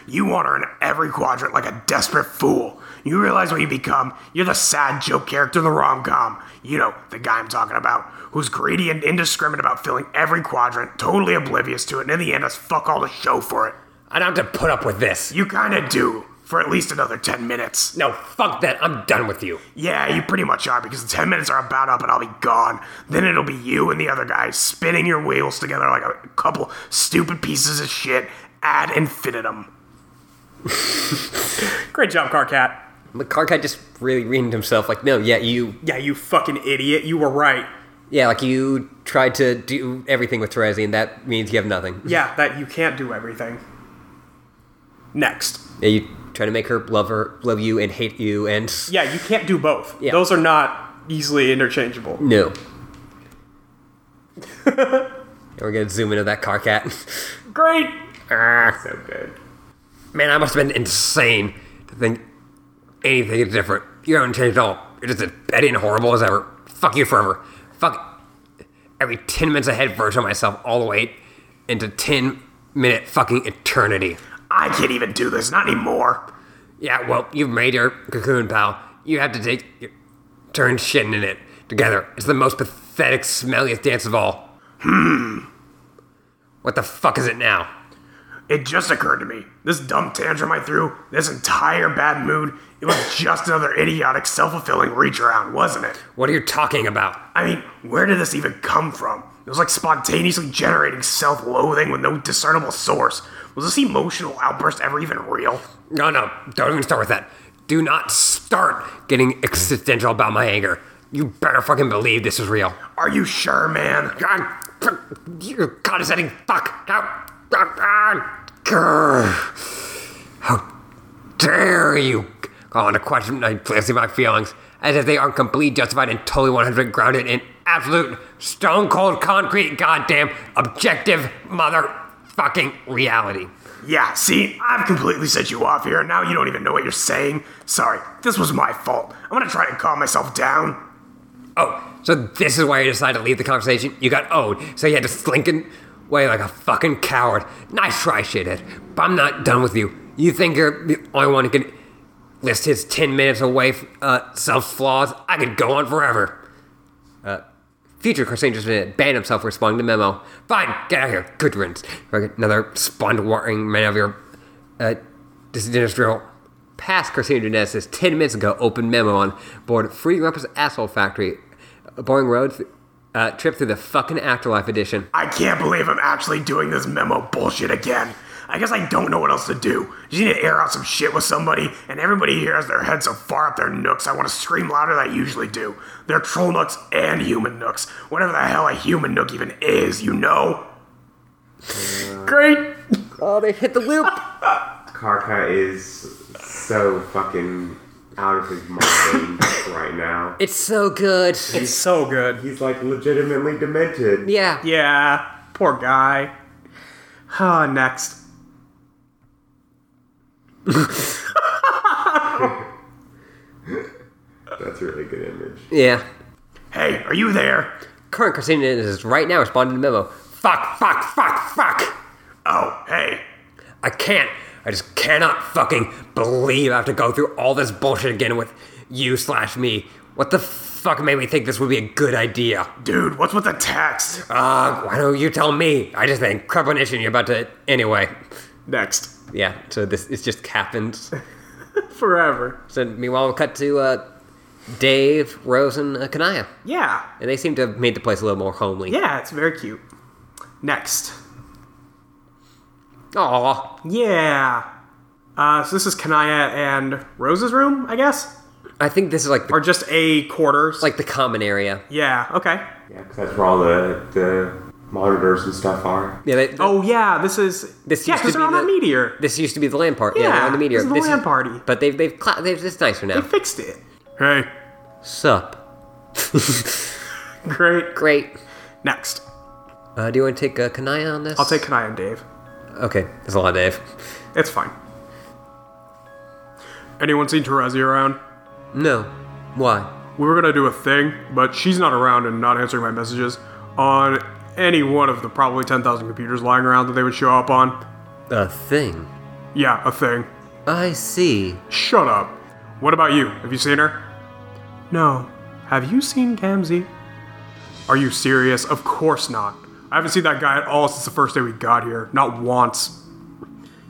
You want her in every quadrant like a desperate fool. You realize what you become. You're the sad joke character in the rom com. You know, the guy I'm talking about, who's greedy and indiscriminate about filling every quadrant, totally oblivious to it, and in the end has fuck all to show for it. I don't have to put up with this. You kinda do, for at least another 10 minutes. No, fuck that. I'm done with you. Yeah, you pretty much are, because the 10 minutes are about up and I'll be gone. Then it'll be you and the other guy spinning your wheels together like a couple stupid pieces of shit ad infinitum. Great job, Carcat. But Karkai just really reamed himself. Like, no, yeah, you, Yeah, you fucking idiot. You were right. yeah, like you tried to do everything with Terezi, and that means you have nothing. Yeah, that you can't do everything. Next. Yeah, you try to make her love her, love you, and hate you, and Yeah, you can't do both. Yeah. Those are not easily interchangeable. no. and we're gonna zoom into that Karkat. Great. So good. Man, I must have been insane to think anything is different. You haven't changed at all. You're just as petty and horrible as ever. Fuck you forever. Fuck every 10 minutes ahead version of myself all the way into 10 minute fucking eternity. I can't even do this. Not anymore. Yeah, well, you've made your cocoon, pal. You have to take your turn shitting in it together. It's the most pathetic, smelliest dance of all. Hmm. What the fuck is it now? It just occurred to me. This dumb tantrum I threw, this entire bad mood, it was [LAUGHS] just another idiotic, self fulfilling reach around, wasn't it? What are you talking about? I mean, where did this even come from? It was like spontaneously generating self loathing with no discernible source. Was this emotional outburst ever even real? No, no, don't even start with that. Do not start getting existential about my anger. You better fucking believe this is real. Are you sure, man? God, fuck, you condescending fuck. How, ah, ah, grr. how dare you call into question my place my feelings as if they aren't completely justified and totally 100 grounded in absolute stone cold concrete goddamn objective motherfucking reality. Yeah, see, I've completely set you off here, and now you don't even know what you're saying. Sorry, this was my fault. I'm gonna try and calm myself down. Oh, so this is why you decided to leave the conversation? You got owed, so you had to slink in away like a fucking coward. Nice try, shithead. But I'm not done with you. You think you're the only one who can list his 10 minutes away uh, self flaws? I could go on forever. Uh, future Crusaders banned himself for spawning the memo. Fine, get out of here. Good riddance. Like Another spawned warring man of your uh, disindustrial past Crusader Genesis 10 minutes ago open memo on board Free Rumpus Asshole Factory, a Boring Road, th- uh, trip through the fucking Afterlife Edition. I can't believe I'm actually doing this memo bullshit again. I guess I don't know what else to do. Just need to air out some shit with somebody, and everybody here has their head so far up their nooks I want to scream louder than I usually do. They're troll nooks and human nooks. Whatever the hell a human nook even is, you know? Great! Oh, they hit the loop! Karka is so fucking out of his mind right now. It's so good. It's so good. He's like legitimately demented. Yeah. Yeah, poor guy. Ah, next. That's a really good image. Yeah. Hey, are you there? Current Christina is right now responding to the memo. Fuck, fuck, fuck, fuck! Oh, hey. I can't. I just cannot fucking believe I have to go through all this bullshit again with you slash me. What the fuck made me think this would be a good idea? Dude, what's with the text? Uh, why don't you tell me? I just think premonition you're about to anyway. Next. Yeah, so this it just happens. Forever. So meanwhile we'll cut to uh Dave, Rose, and uh, Kanaya. Yeah. And they seem to have made the place a little more homely. Yeah, it's very cute. Next. Aw. Yeah. Uh, so this is Kanaya and Rose's room, I guess? I think this is like the, Or just a quarters. like the common area. yeah, okay. Yeah, 'cause that's where all the, the monitors and stuff are. Yeah, they, Oh, yeah, this is. This yeah, used to because they're be on the- that meteor. This used to be the land part. Yeah, they're on the meteor. this is the land party. But they've they've, cla- they've it's nicer They now. fixed it. Hey. Sup? [LAUGHS] Great. Great. Next. Uh, do you want to take uh, Kanaya on this? I'll take Kanaya and Dave. Okay, there's a lot, Dave. It's fine. Anyone seen Terezi around? No. Why? We were gonna do a thing, but she's not around and not answering my messages on any one of the probably 10,000 computers lying around that they would show up on. A thing. Yeah, a thing. I see. Shut up. What about you? Have you seen her? No. Have you seen Gamzee? Are you serious? Of course not. I haven't seen that guy at all since the first day we got here. Not once.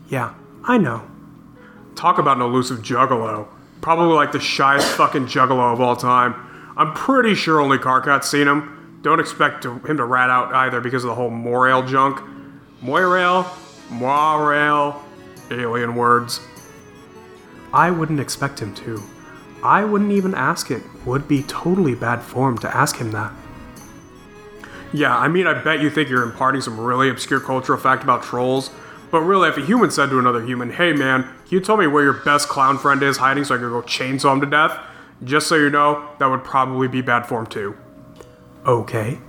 Yeah, I know. Talk about an elusive juggalo. Probably like the shyest fucking juggalo of all time. I'm pretty sure only Karkat's seen him. Don't expect to, him to rat out either because of the whole Morail junk. Moirail, Moirail, alien words. I wouldn't expect him to. I wouldn't even ask it. Would be totally bad form to ask him that. Yeah, I mean, I bet you think you're imparting some really obscure cultural fact about trolls, but really, if a human said to another human, hey man, can you tell me where your best clown friend is hiding so I can go chainsaw him to death? Just so you know, that would probably be bad form too. Okay.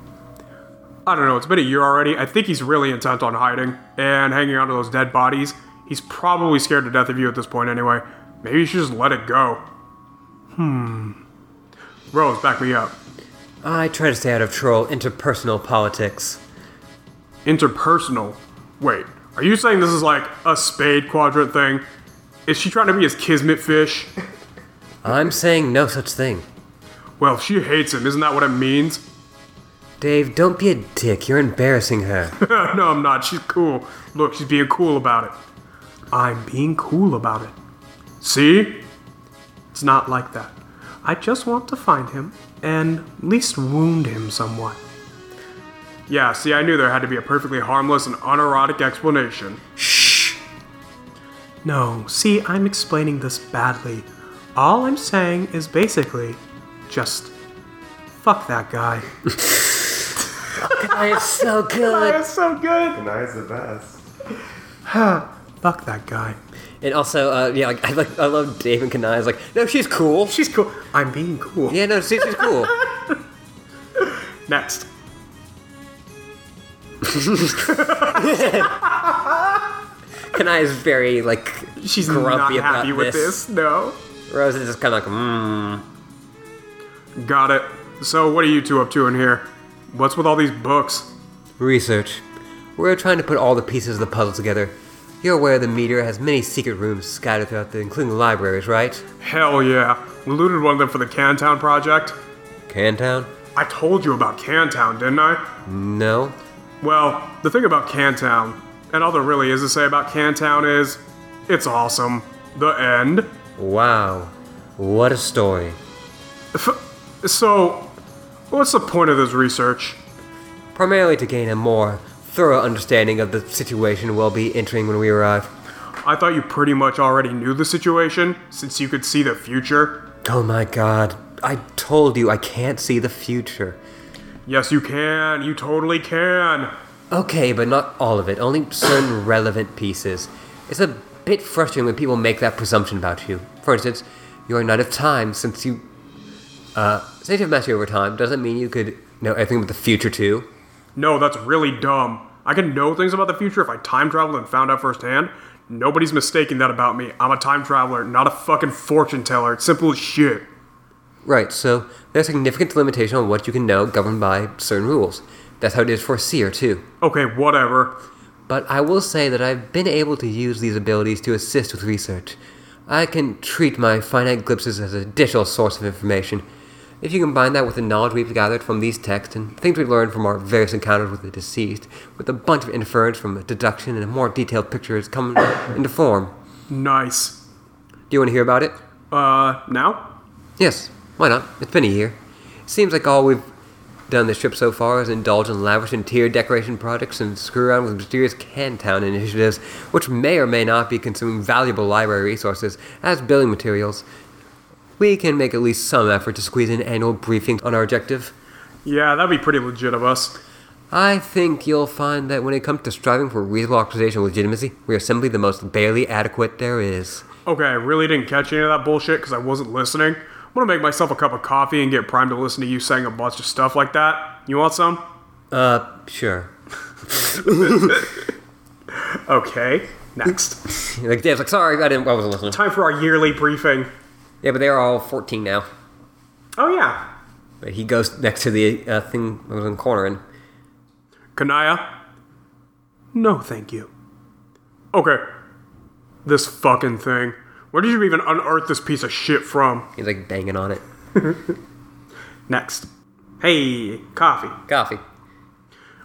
I don't know, it's been a year already. I think he's really intent on hiding and hanging onto those dead bodies. He's probably scared to death of you at this point anyway. Maybe you should just let it go. Hmm. Rose, back me up. I try to stay out of troll interpersonal politics. Interpersonal. Wait, are you saying this is like a spade quadrant thing? Is she trying to be his kismet fish? I'm saying no such thing. Well, if she hates him, isn't that what it means? Dave, don't be a dick. You're embarrassing [LAUGHS] her. no, I'm not. She's cool. Look, she's being cool about it. I'm being cool about it. See? It's not like that. I just want to find him and at least wound him somewhat. Yeah, see, I knew there had to be a perfectly harmless and unerotic explanation. No, see, I'm explaining this badly. All I'm saying is basically just fuck that guy. I am so good. [LAUGHS] That's so good. And I is the best. Fuck that guy. And also, uh, yeah, like I like I love Dave and Kanai. It's like, no, she's cool. She's cool. I'm being cool. Yeah, no, she, she's [LAUGHS] cool. Next. Kanai is very like She's grumpy not happy about with this. this. No. Rose is just kind of like, mmm. Got it. So, what are you two up to in here? What's with all these books? Research. We're trying to put all the pieces of the puzzle together. You're aware the meteor has many secret rooms scattered throughout the, including the libraries, right? Hell yeah. We looted one of them for the Cantown project. Cantown? I told you about Cantown, didn't I? No. Well, the thing about Cantown, and all there really is to say about Cantown is it's awesome. The end. Wow. What a story. F- so, what's the point of this research? Primarily to gain a more thorough understanding of the situation we'll be entering when we arrive. I thought you pretty much already knew the situation, since you could see the future. Oh my god. I told you I can't see the future. Yes, you can. You totally can. Okay, but not all of it, only certain [COUGHS] relevant pieces. It's a bit frustrating when people make that presumption about you. For instance, you're not of time since you. Uh, since you've mastery over time doesn't mean you could know everything about the future too. No, that's really dumb. I can know things about the future if I time traveled and found out firsthand. Nobody's mistaking that about me. I'm a time traveler, not a fucking fortune teller. It's simple as shit. Right, so there's significant limitation on what you can know governed by certain rules. That's how it is for Seer too. Okay, whatever. But I will say that I've been able to use these abilities to assist with research. I can treat my finite glimpses as an additional source of information. If you combine that with the knowledge we've gathered from these texts and things we've learned from our various encounters with the deceased, with a bunch of inference from deduction and a more detailed picture is coming [COUGHS] into form. Nice. Do you want to hear about it? Uh, now? Yes, why not? It's been a year. Seems like all we've done this trip so far is indulge in lavish interior decoration projects and screw around with mysterious Cantown initiatives, which may or may not be consuming valuable library resources as building materials. We can make at least some effort to squeeze in annual briefings on our objective. Yeah, that'd be pretty legit of us. I think you'll find that when it comes to striving for reasonable organizational legitimacy, we are simply the most barely adequate there is. Okay, I really didn't catch any of that bullshit because I wasn't listening. I'm gonna make myself a cup of coffee and get primed to listen to you saying a bunch of stuff like that. You want some? Uh, sure. [LAUGHS] Okay, next. Like Dave's like, sorry, I didn't, I wasn't listening. Time for our yearly briefing. Yeah, but they're all 14 now. Oh, yeah. But he goes next to the uh, thing that was in the corner and Kanaya? No, thank you. Okay. This fucking thing. Where did you even unearth this piece of shit from? he's like banging on it. Next. Hey, coffee. Coffee.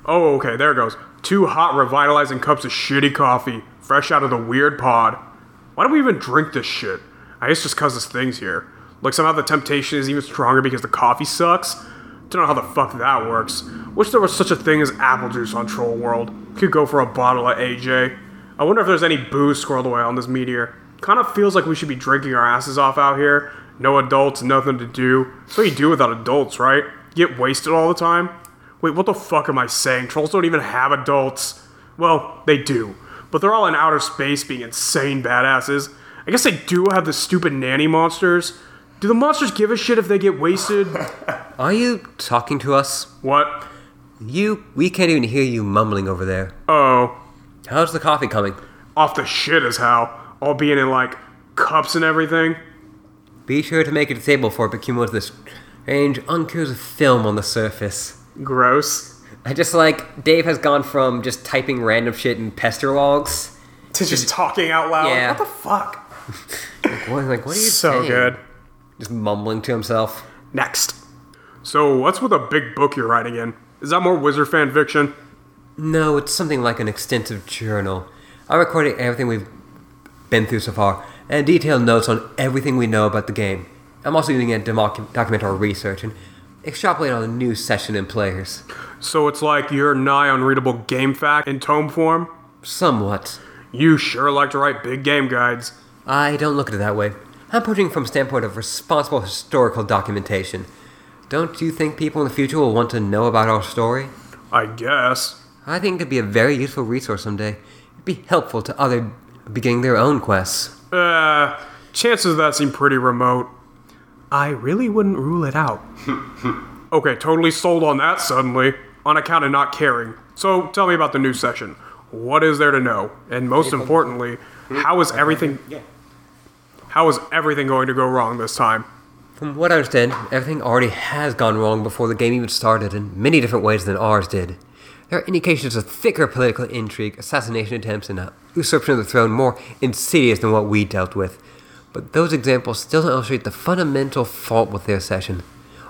Oh, okay, there it goes. Two hot, revitalizing cups of shitty coffee, fresh out of the weird pod. Why do we even drink this shit? I guess just cause this thing's here. Like, somehow the temptation is even stronger because the coffee sucks? Don't know how the fuck that works. Wish there was such a thing as apple juice on Troll World. Could go for a bottle of AJ. I wonder if there's any booze squirreled away on this meteor. Kind of feels like we should be drinking our asses off out here. No adults, nothing to do. That's what you do without adults, right? Get wasted all the time? Wait, what the fuck am I saying? Trolls don't even have adults. Well, they do, but they're all in outer space being insane badasses. I guess they do have the stupid nanny monsters. Do [LAUGHS] the monsters give a shit if they get wasted? Are you talking to us? what? You, we can't even hear you mumbling over there. Oh, How's the coffee coming? off the shit is how. All being in like cups and everything. Be sure to make it a table for it but accumulates this strange, uncures film on the surface. Gross. I just like, Dave has gone from just typing random shit in pester logs. To just talking out loud. Yeah. What the fuck? What, like, what are you So saying? good. Just mumbling to himself. Next. So, what's with a big book you're writing in? Is that more wizard fan fiction? No, it's something like an extensive journal. I recorded everything we've been through so far, and detailed notes on everything we know about the game. I'm also using it to docu- document our research and extrapolate on a new session and players. So it's like your nigh unreadable game fact in tome form? Somewhat. You sure like to write big game guides. I don't look at it that way. I'm approaching from a standpoint of responsible historical documentation. Don't you think people in the future will want to know about our story? I guess. I think it could be a very useful resource someday. It'd be helpful to others beginning their own quests. Uh, chances of that seem pretty remote. I really wouldn't rule it out. [LAUGHS] okay, totally sold on that suddenly, on account of not caring. So tell me about the new session. What is there to know? And most importantly, how is everything how is everything going to go wrong this time? From what I understand, everything already has gone wrong before the game even started in many different ways than ours did. There are indications of thicker political intrigue, assassination attempts, and uh, usurpation of the throne more insidious than what we dealt with. But those examples still don't illustrate the fundamental fault with their session.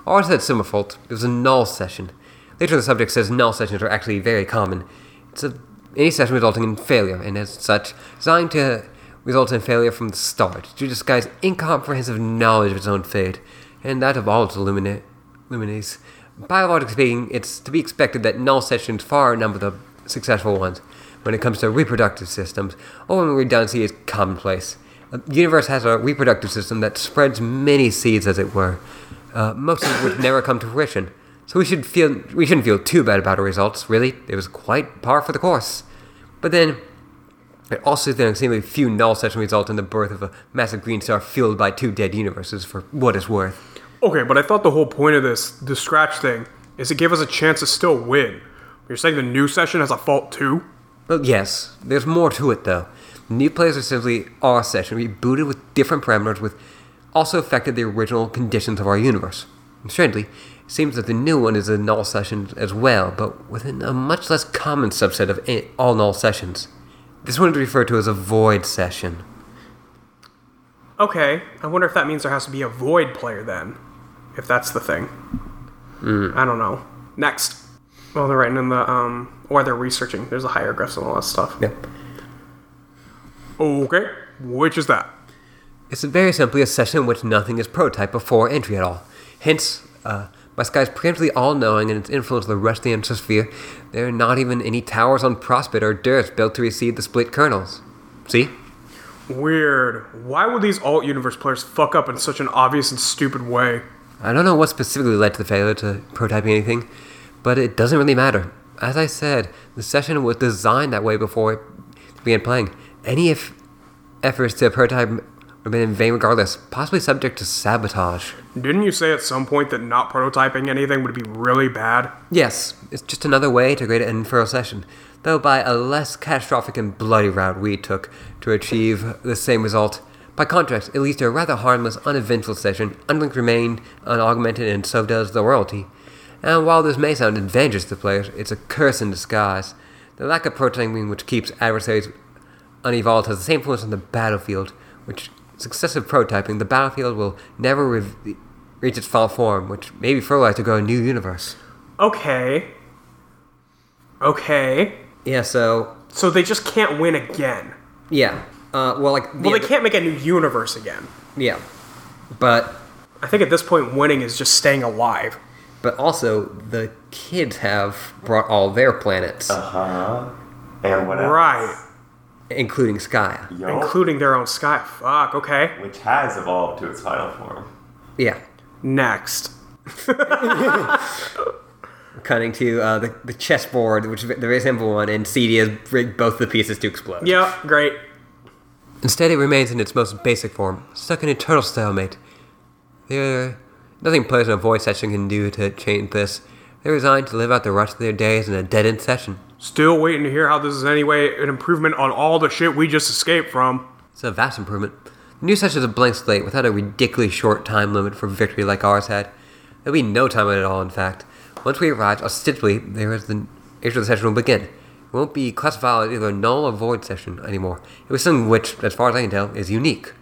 Ours had similar fault. It was a null session. Later, the subject says null sessions are actually very common. It's a, any session resulting in failure, and as such, designed to results in failure from the start to disguise incomprehensible knowledge of its own fate, and that of all its illumina- luminaries. Biologically speaking, it's to be expected that null sessions far outnumber the successful ones. When it comes to reproductive systems, overwhelming redundancy is commonplace. Uh, The universe has a reproductive system that spreads many seeds, as it were, uh, most of which never come to fruition. So we should feel we shouldn't feel too bad about our results. Really, it was quite par for the course. But then, it also then extremely few null sessions result in the birth of a massive green star fueled by two dead universes, for what it's worth. Okay, but I thought the whole point of this, the scratch thing, is it gave us a chance to still win. You're saying the new session has a fault too? But yes, there's more to it though. New players are simply our session rebooted with different parameters, which also affected the original conditions of our universe. And Strangely, it seems that the new one is a null session as well, but within a much less common subset of a- all null sessions. This one is referred to as a void session. Okay, I wonder if that means there has to be a void player then, if that's the thing. I don't know. Next. Well, they're writing in the, um, or they're researching. There's the hieroglyphs and all that stuff. Yep. Okay, which is that? It's very simply a session in which nothing is prototyped before entry at all. Hence, uh, my sky is preemptively all knowing and its influence on the rest of the introsphere. There are not even any towers on Prospect or Durst built to receive the split kernels. See? Weird. Why would these alt universe players fuck up in such an obvious and stupid way? I don't know what specifically led to the failure to prototyping anything, but it doesn't really matter. As I said, the session was designed that way before it began playing. Any if efforts to prototype would have been in vain regardless, possibly subject to sabotage. Didn't you say at some point that not prototyping anything would be really bad? Yes, it's just another way to create an infernal session, though by a less catastrophic and bloody route we took to achieve the same result. By contrast, it leads to a rather harmless, uneventful session, unlinked remained unaugmented, and so does the royalty. And while this may sound advantageous to players, it's a curse in disguise. The lack of prototyping which keeps adversaries unevolved has the same influence on the battlefield, which successive prototyping, the battlefield will never re- reach its final form, which may be fertilized to grow a new universe. Okay. Okay. Yeah, so So they just can't win again. yeah. Uh, well, like Well, yeah, they can't make a new universe again. yeah, but I think at this point, winning is just staying alive. but also the kids have brought all their planets, Uh-huh. And what else? Right. including Skye. Yo, Including their own sky. Fuck, okay. which has evolved to its final form. Yeah, Next. cutting to uh, the the chessboard, which is the very simple one, and CD has rigged both the pieces to explode. Yep, great. Instead, it remains in its most basic form, stuck in eternal stalemate. There, nothing players in a void session can do to change this. They resigned to live out the rest of their days in a dead end session. Still waiting to hear how this is anyway an improvement on all the shit we just escaped from. It's a vast improvement. The new session is a blank slate without a ridiculously short time limit for victory like ours had. There'll be no time at all, in fact. Once we arrive, ostensibly, there is the issue of the session will begin. It won't be classified as either a null or void session anymore. It was something which, as far as I can tell, is unique.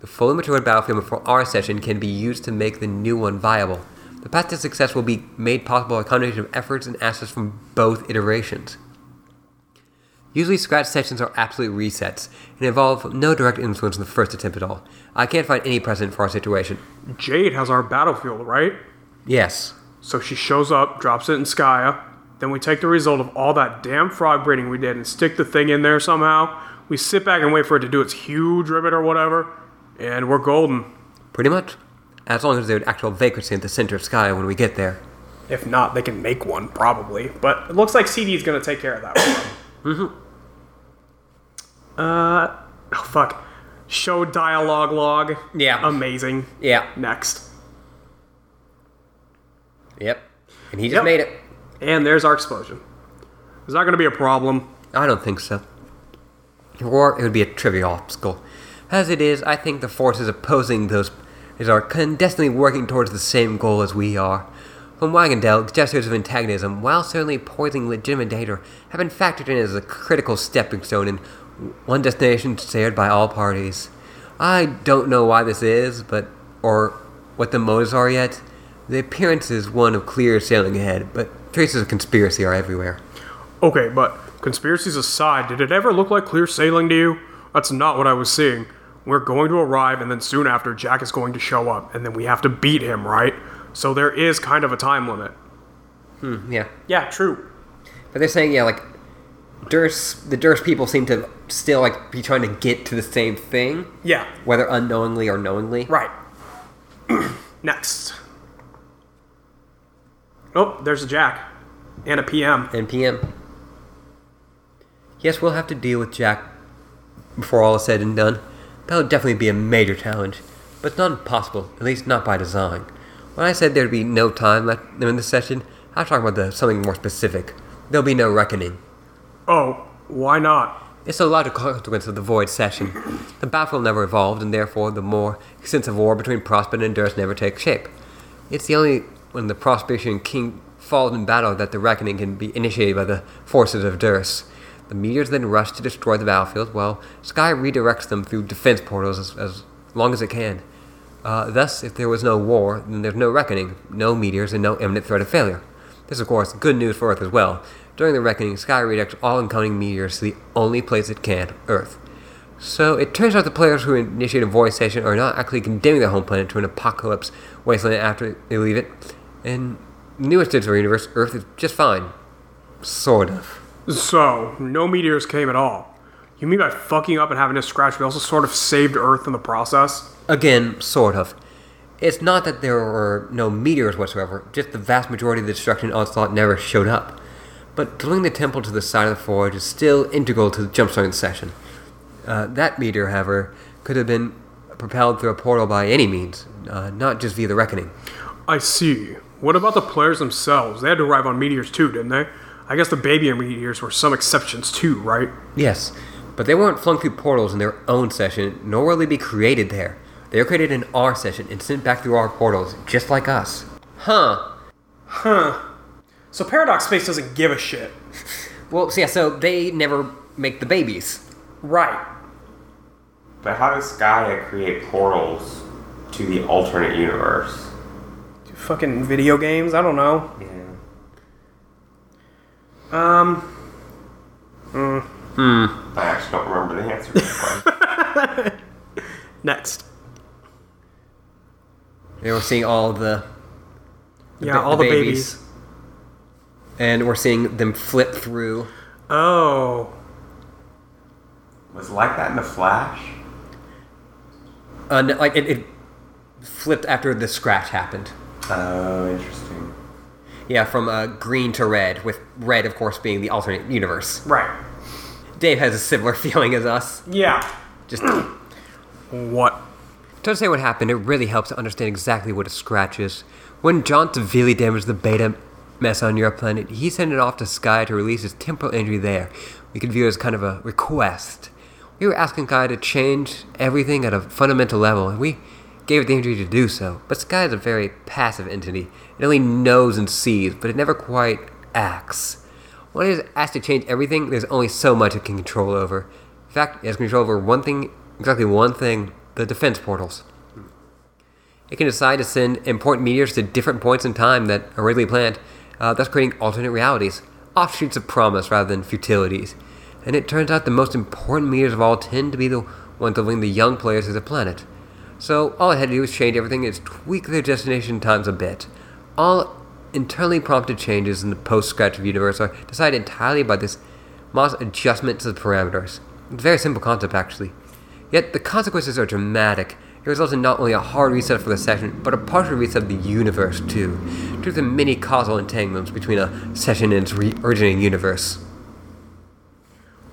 The fully matured battlefield for our session can be used to make the new one viable. The path to success will be made possible by a combination of efforts and assets from both iterations. Usually, scratch sessions are absolute resets and involve no direct influence in the first attempt at all. I can't find any precedent for our situation. Jade has our battlefield, right? Yes. So she shows up, drops it in Skya. Then we take the result of all that damn frog breeding we did and stick the thing in there somehow. We sit back and wait for it to do its huge ribbit or whatever, and we're golden. Pretty much. As long as there's actual vacancy at the center of Sky when we get there. If not, they can make one probably. But it looks like CD is going to take care of that one. [CLEARS THROAT] mm-hmm. Uh, oh, fuck. Show dialogue log. Yeah. Amazing. Um, Yeah. Next. Yep. And he just Yep. made it. And there's our explosion. It's not going to be a problem. I don't think so. Or it would be a trivial obstacle. As it is, I think the forces opposing those is are clandestinely working towards the same goal as we are. From what I can tell, gestures of antagonism, while certainly poisoning legitimate data, have been factored in as a critical stepping stone in one destination shared by all parties. I don't know why this is, but or what the motives are yet. The appearance is one of clear sailing ahead, but traces of conspiracy are everywhere. Okay, but conspiracies aside, did it ever look like clear sailing to you? That's not what I was seeing. We're going to arrive, and then soon after, Jack is going to show up, and then we have to beat him, right? So there is kind of a time limit. Yeah. Yeah, true. But they're saying, yeah, like Durs, the Durs people seem to still like be trying to get to the same thing, Yeah, whether unknowingly or knowingly. right. [CLEARS THROAT] Next. Oh, there's a Jack. And a PM. And PM. Yes, we'll have to deal with Jack before all is said and done. That'll definitely be a major challenge, but it's not impossible, at least not by design. When I said there'd be no time left in this session, I was talking about the, something more specific. There'll be no reckoning. Oh, why not? It's a logical consequence of the void session. The battlefield never evolved, and therefore the more extensive war between Prospect and Durst never takes shape. It's the only when the Prospician King falls in battle that the reckoning can be initiated by the forces of Durst. The meteors then rush to destroy the battlefield, while Sky redirects them through defense portals as, as long as it can. Uh, thus, if there was no war, then there's no reckoning, no meteors, and no imminent threat of failure. This, of course, good news for Earth as well. During the reckoning, Sky redirects all incoming meteors to the only place it can, Earth. So it turns out the players who initiate a voice station are not actually condemning their home planet to an apocalypse wasteland after they leave it. In the newest digital universe, Earth is just fine. Sort of. So, no meteors came at all. You mean by fucking up and having to scratch, we also sort of saved Earth in the process? Again, sort of. It's not that there were no meteors whatsoever, just the vast majority of the destruction onslaught never showed up. But drilling the temple to the side of the forge is still integral to the jumpstarting session. Uh, that meteor, however, could have been propelled through a portal by any means, uh, not just via the reckoning. I see. What about the players themselves? They had to arrive on meteors too, didn't they? I guess the baby meteors were some exceptions too, right? Yes, but they weren't flung through portals in their own session, nor will they be created there. They are created in our session and sent back through our portals, just like us. Huh. So Paradox Space doesn't give a shit. Well, so yeah, so they never make the babies. Right. But how does Gaia create portals to the alternate universe? Fucking video games, I don't know. Yeah. Um, I actually don't remember the answer to that one. next. They were seeing all the Yeah, ba- all the babies. and we're seeing them flip through. Oh. Was it like that in The Flash? Uh, no, like it, it flipped after the scratch happened. Oh, interesting. Yeah, from uh, green to red, with red, of course, being the alternate universe. Right. Dave has a similar [LAUGHS] feeling as us. Yeah. Just What? To understand what happened, it really helps to understand exactly what a scratch is. When John severely damaged the beta mess on your planet, he sent it off to Sky to release his temporal injury there. We could view it as kind of a request. We were asking Sky to change everything at a fundamental level, and we gave it the injury to do so. But Sky is a very passive entity. It only knows and sees, but it never quite acts. When it is asked to change everything, there's only so much it can control over. In fact, it has control over one thing, exactly one thing the defense portals. It can decide to send important meteors to different points in time that are originally planned, uh, thus creating alternate realities, offshoots of promise rather than futilities. And it turns out the most important meteors of all tend to be the ones that link the young players to the planet. So all it had to do was change everything and tweak their destination times a bit. All internally prompted changes in the post-scratch of universe are decided entirely by this model's adjustment to the parameters. It's a very simple concept, actually. Yet the consequences are dramatic. It results in not only a hard reset for the session, but a partial reset of the universe too, due to the many causal entanglements between a session and its re- originating universe.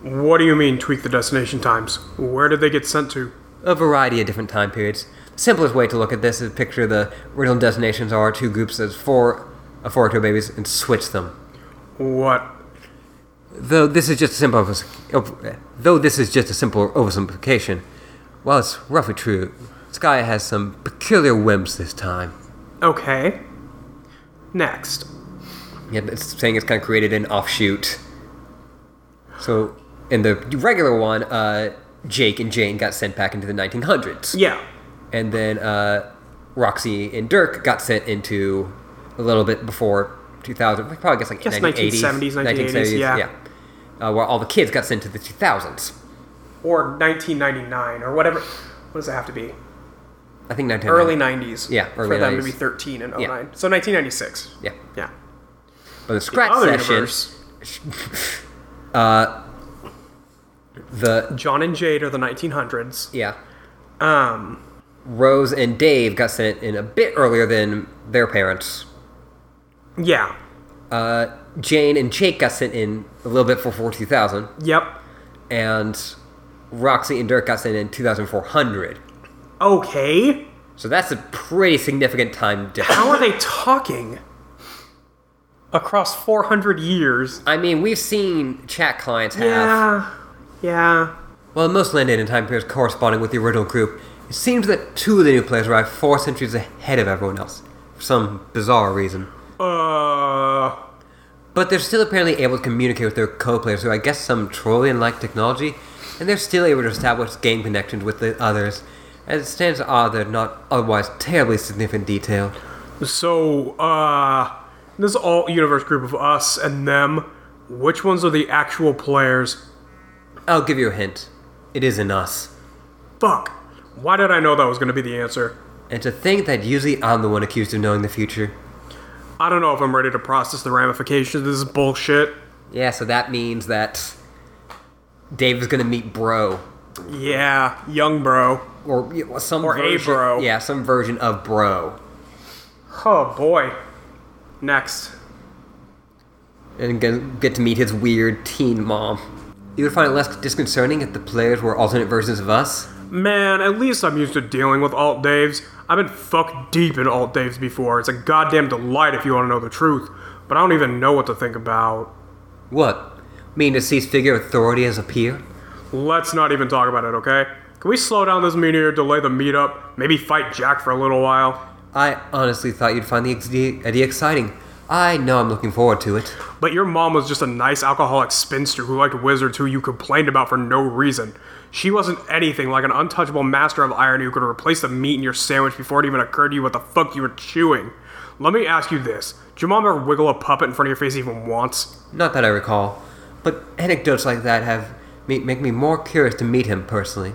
What do you mean tweak the destination times? Where did they get sent to? a variety of different time periods. The simplest way to look at this is picture the original destinations are two groups as four of four to babies and switch them. What? Though this is just a simple overs- ov- though this is just a simple oversimplification, while it's roughly true, Sky has some peculiar whims this time. Okay. Next. Yeah, but it's saying it's kind of created an offshoot. So in the regular one, uh, Jake and Jane got sent back into the 1900s. Yeah. and then uh, Roxy and Dirk got sent into a little bit before 2000. We probably guess like Guess 1980s, 1970s, 1980s, yeah. Uh, where all the kids got sent to the 2000s. Or 1999 or whatever. What does it have to be? I think 1990. Early 90s. Yeah, early For them 90s. to be 13 and 09. Yeah. So 1996. Yeah, Yeah. but the scratch Other session, universe. the John and Jade are the 1900s. yeah, Um, Rose and Dave got sent in a bit earlier than their parents. yeah. Uh, Jane and Jake got sent in a little bit before 2000, Yep. and Roxy and Dirk got sent in 2400. Okay. So that's a pretty significant time difference. How are they talking? Across 400 years. I mean, we've seen chat clients have. Yeah. Yeah. Well, most landed in time periods corresponding with the original group. It seems that two of the new players arrived four centuries ahead of everyone else, for some bizarre reason. Uh. But they're still apparently able to communicate with their co players through, I guess, some Trollian like technology, and they're still able to establish game connections with the others. As it stands to odd, they're not otherwise terribly significant detail. So, uh, this all universe group of us and them, which ones are the actual players? I'll give you a hint it is in us. Fuck. Why did I know that was going to be the answer? And to think that usually I'm the one accused of knowing the future. I don't know if I'm ready to process the ramifications of this bullshit. Yeah, so that means that Dave is going to meet Bro Yeah, young bro. or you know, some Or a version, bro. Yeah, some version of Bro. Oh boy. Next. And get get to meet his weird teen mom. You would find it less disconcerting if the players were alternate versions of us. Man, at least I'm used to dealing with alt Daves. I've been fucked deep in alt Daves before. It's a goddamn delight if you want to know the truth, but I don't even know what to think about. What? Mean deceased figure of authority has appeared? Let's not even talk about it, okay? Can we slow down this meteor, delay the meetup, maybe fight Jack for a little while? I honestly thought you'd find the ex- idea exciting. I know I'm looking forward to it. But your mom was just a nice alcoholic spinster who liked wizards who you complained about for no reason. She wasn't anything like an untouchable master of irony who could replace the meat in your sandwich before it even occurred to you what the fuck you were chewing. Let me ask you this. Did your mom ever wiggle a puppet in front of your face even once? Not that I recall, but anecdotes like that have me- make me more curious to meet him personally.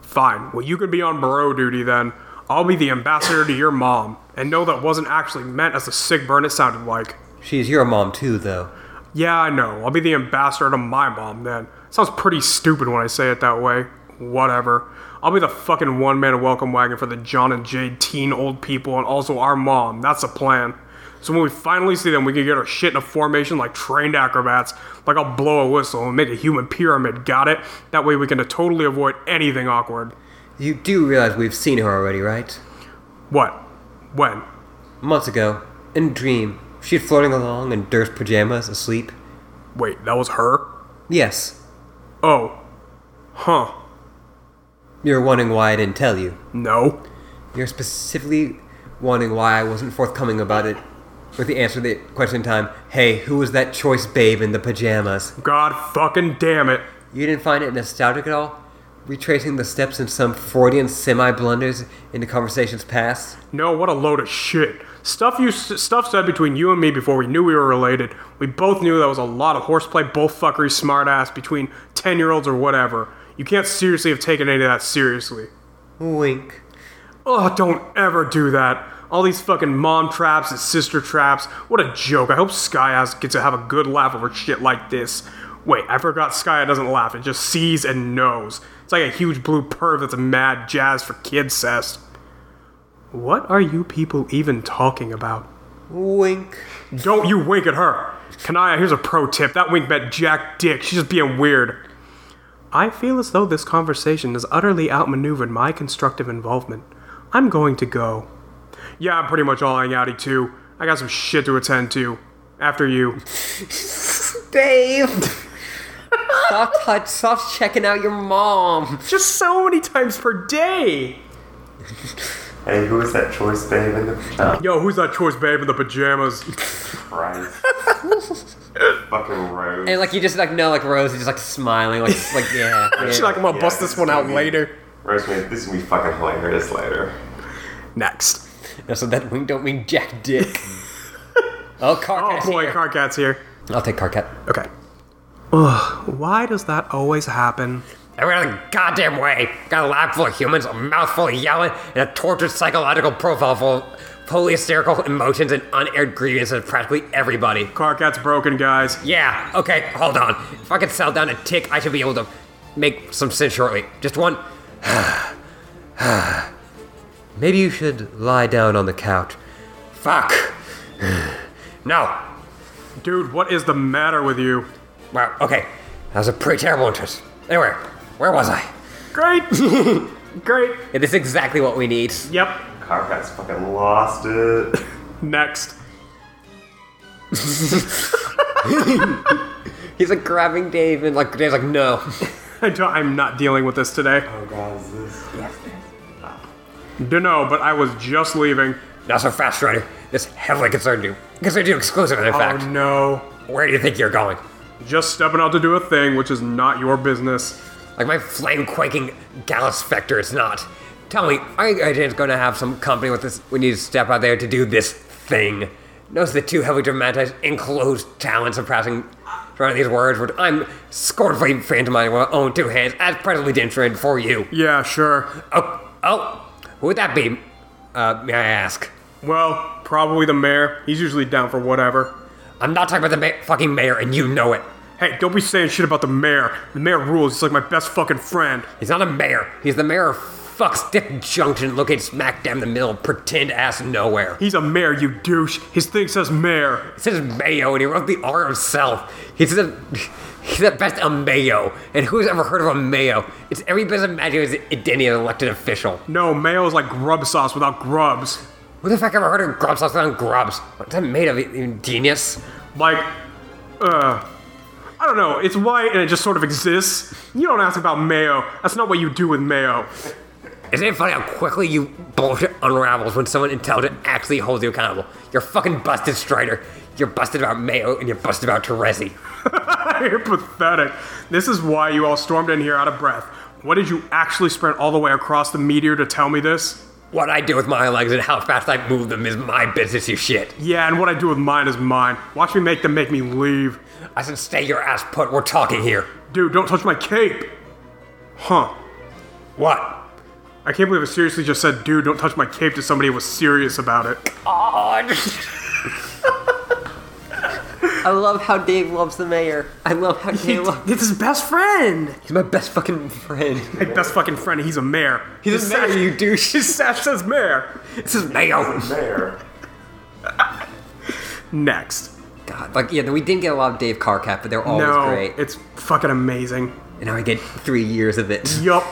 Fine. Well, you can be on bro duty then. I'll be the ambassador to your mom. And no, that wasn't actually meant as a sick burn it sounded like. She's your mom too, though. Yeah, I know. I'll be the ambassador to my mom then. Sounds pretty stupid when I say it that way. Whatever. I'll be the fucking one man welcome wagon for the John and Jade teen old people and also our mom. That's the plan. So when we finally see them, we can get our shit in a formation like trained acrobats. Like I'll blow a whistle and make a human pyramid, got it? That way we can totally avoid anything awkward. You do realize we've seen her already, right? What? When? Months ago, in a dream, She's floating along in Durst pajamas, asleep. Wait, that was her? Yes, Oh. Huh. you're wondering why I didn't tell you. No. You're specifically wondering why I wasn't forthcoming about it with the answer to the question in time. Hey, who was that choice babe in the pajamas? God fucking damn it. You didn't find it nostalgic at all? Retracing the steps in some Freudian semi blunders into conversations past? No, what a load of shit. Stuff you stuff said between you and me before we knew we were related. We both knew that was a lot of horseplay, bullfuckery, smartass between ten year olds or whatever. You can't seriously have taken any of that seriously. Wink. Oh, don't ever do that. All these fucking mom traps and sister traps. What a joke. I hope Skyass gets to have a good laugh over shit like this. Wait, I forgot Skya doesn't laugh. It just sees and knows. It's like a huge blue perv that's a mad jazz for kids cest. What are you people even talking about? Wink. Don't you wink at her. Kanaya, here's a pro tip. That wink meant jack dick. She's just being weird. I feel as though this conversation has utterly outmaneuvered my constructive involvement. I'm going to go. Yeah, I'm pretty much all hang outy too. I got some shit to attend to. After you. Dave! stop, touch, stop checking out your mom. Just so many times per day. Hey, who is that choice babe in the pajamas? Yo, who's that choice babe in the [LAUGHS] pajamas? Christ. Fucking Rose. And like you just like know like Rose is just like smiling like just, like yeah. yeah. [LAUGHS] She's like, I'm gonna Yeah, bust this one out later. Rosemary, this is gonna be fucking hilarious later. Next. No, so that wink don't mean jack [LAUGHS] dick. oh Oh Carcat's boy, here. Carcat's here. I'll take Carcat. Okay. Ugh, why does that always happen? Every other goddamn way. Got a lab full of humans, a mouthful of yelling, and a tortured psychological profile full of fully hysterical emotions and unaired grievances of practically everybody. Carcat's broken, guys. Yeah, okay, hold on. If I could settle down a tick, I should be able to make some sense shortly. Just one. [SIGHS] Maybe you should lie down on the couch. Fuck. [SIGHS] no. Dude, what is the matter with you? Wow, okay. That was a pretty terrible interest. Anyway, where was I? Great! Great! Yeah, this is exactly what we need. Yep. Carcat's fucking lost it. Next. [LAUGHS] He's like grabbing Dave and like Dave's like, [LAUGHS] no. I don't, I'm not dealing with this today. Oh god, is this? Dunno, but I was just leaving. Not so fast, Strider. This heavily concerned you. Concerned you exclusively, in fact. Oh no. Where do you think you're going? Just stepping out to do a thing, which is not your business. Like my flame quaking Gallus Spectre, it's not. Tell me, are you agents going to have some company with this? We need to step out there to do this thing. Notice the two heavily dramatized, enclosed talents of passing around these words, which I'm scornfully phantomizing with my own two hands as presently demonstrated for you. Yeah, sure. Oh, oh, who would that be? Uh, may I ask? Well, probably the mayor. He's usually down for whatever. I'm not talking about the ma- fucking mayor, and you know it. Hey, don't be saying shit about the mayor. The mayor rules. He's like my best fucking friend. He's not a mayor. He's the mayor of fuck stick junction, located smack dab in the middle, of pretend ass nowhere. He's a mayor, you douche. His thing says mayor. It says Mayo, and he wrote the R himself. He's the [LAUGHS] he's at best a Mayo, and who's ever heard of a Mayo? It's every bit of magic is identity of an elected official. No, mayo is like grub sauce without grubs. Who the fuck ever heard of grub sauce on grubs? What's that made of? you Genius. Like, uh, I don't know. It's white and it just sort of exists. You don't ask about mayo. That's not what you do with mayo. [LAUGHS] Isn't it funny how quickly you bullshit unravels when someone intelligent actually holds you accountable? You're fucking busted, Strider. You're busted about Mayo, and you're busted about Teresi. You're pathetic. This is why you all stormed in here out of breath. What did you actually sprint all the way across the meteor to tell me this? What I do with my legs and how fast I move them is my business, you shit. Yeah, and what I do with mine is mine. Watch me make them make me leave. I said, stay your ass put. We're talking here. Dude, don't touch my cape. Huh. What? I can't believe I seriously just said, dude, don't touch my cape to somebody who was serious about it. [LAUGHS] I love how Dave loves the mayor. I love how [LAUGHS] Dave loves. It's his best friend. He's my best fucking friend. Hey, best fucking friend, he's a mayor. [LAUGHS] He's a mayor, you douche. His sash says mayor. This is mayo. Mayor. Next. God, like yeah, we didn't get a lot of Dave Carcat, but they're always no, great. it's fucking amazing. And now I get three years of it. Yup.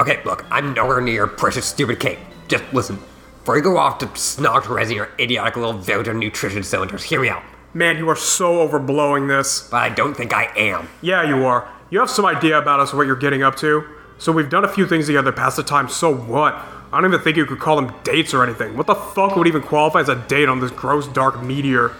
Okay, look, I'm nowhere near your precious stupid cape. Just listen. Before you go off to snark resin your idiotic little village of nutrition cylinders, hear me out. Man, you are so overblowing this. But I don't think I am. Yeah, you are. You have some idea about us and what you're getting up to. So we've done a few things together past the time, so what? I don't even think you could call them dates or anything. What the fuck would even qualify as a date on this gross dark meteor?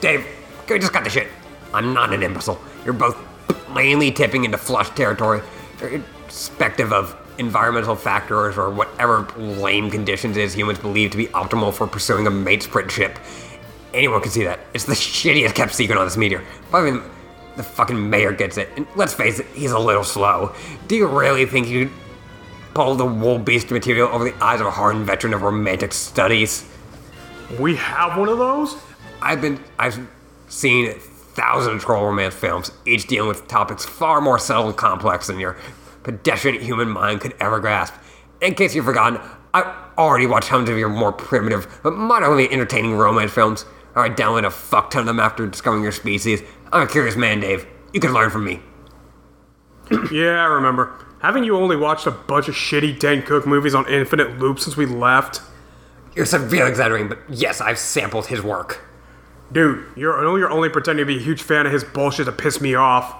Dave, can we just cut the shit? I'm not an imbecile. You're both plainly tipping into flush territory, irrespective of environmental factors or whatever lame conditions it is humans believe to be optimal for pursuing a mate's ship. Anyone can see that. It's the [LAUGHS] shittiest kept secret on this meteor. But even the fucking mayor gets it. And let's face it, he's a little slow. Do you really think you could pull the wool beast material over the eyes of a hardened veteran of romantic studies? We have one of those? [CLEARS THROAT] I've been I've seen thousands of troll romance films, each dealing with topics far more subtle and complex than your pedestrian human mind could ever grasp. In case you've forgotten, I've already watched hundreds of your more primitive but moderately entertaining romance films. Or I downloaded a fuck ton of them after discovering your species. I'm a curious man, Dave. You can learn from me. Yeah, I remember. Haven't you only watched a bunch of shitty Dan Cook movies on infinite loop since we left? You're severely exaggerating, but yes, I've sampled his work. Dude, you're, I know you're only pretending to be a huge fan of his bullshit to piss me off.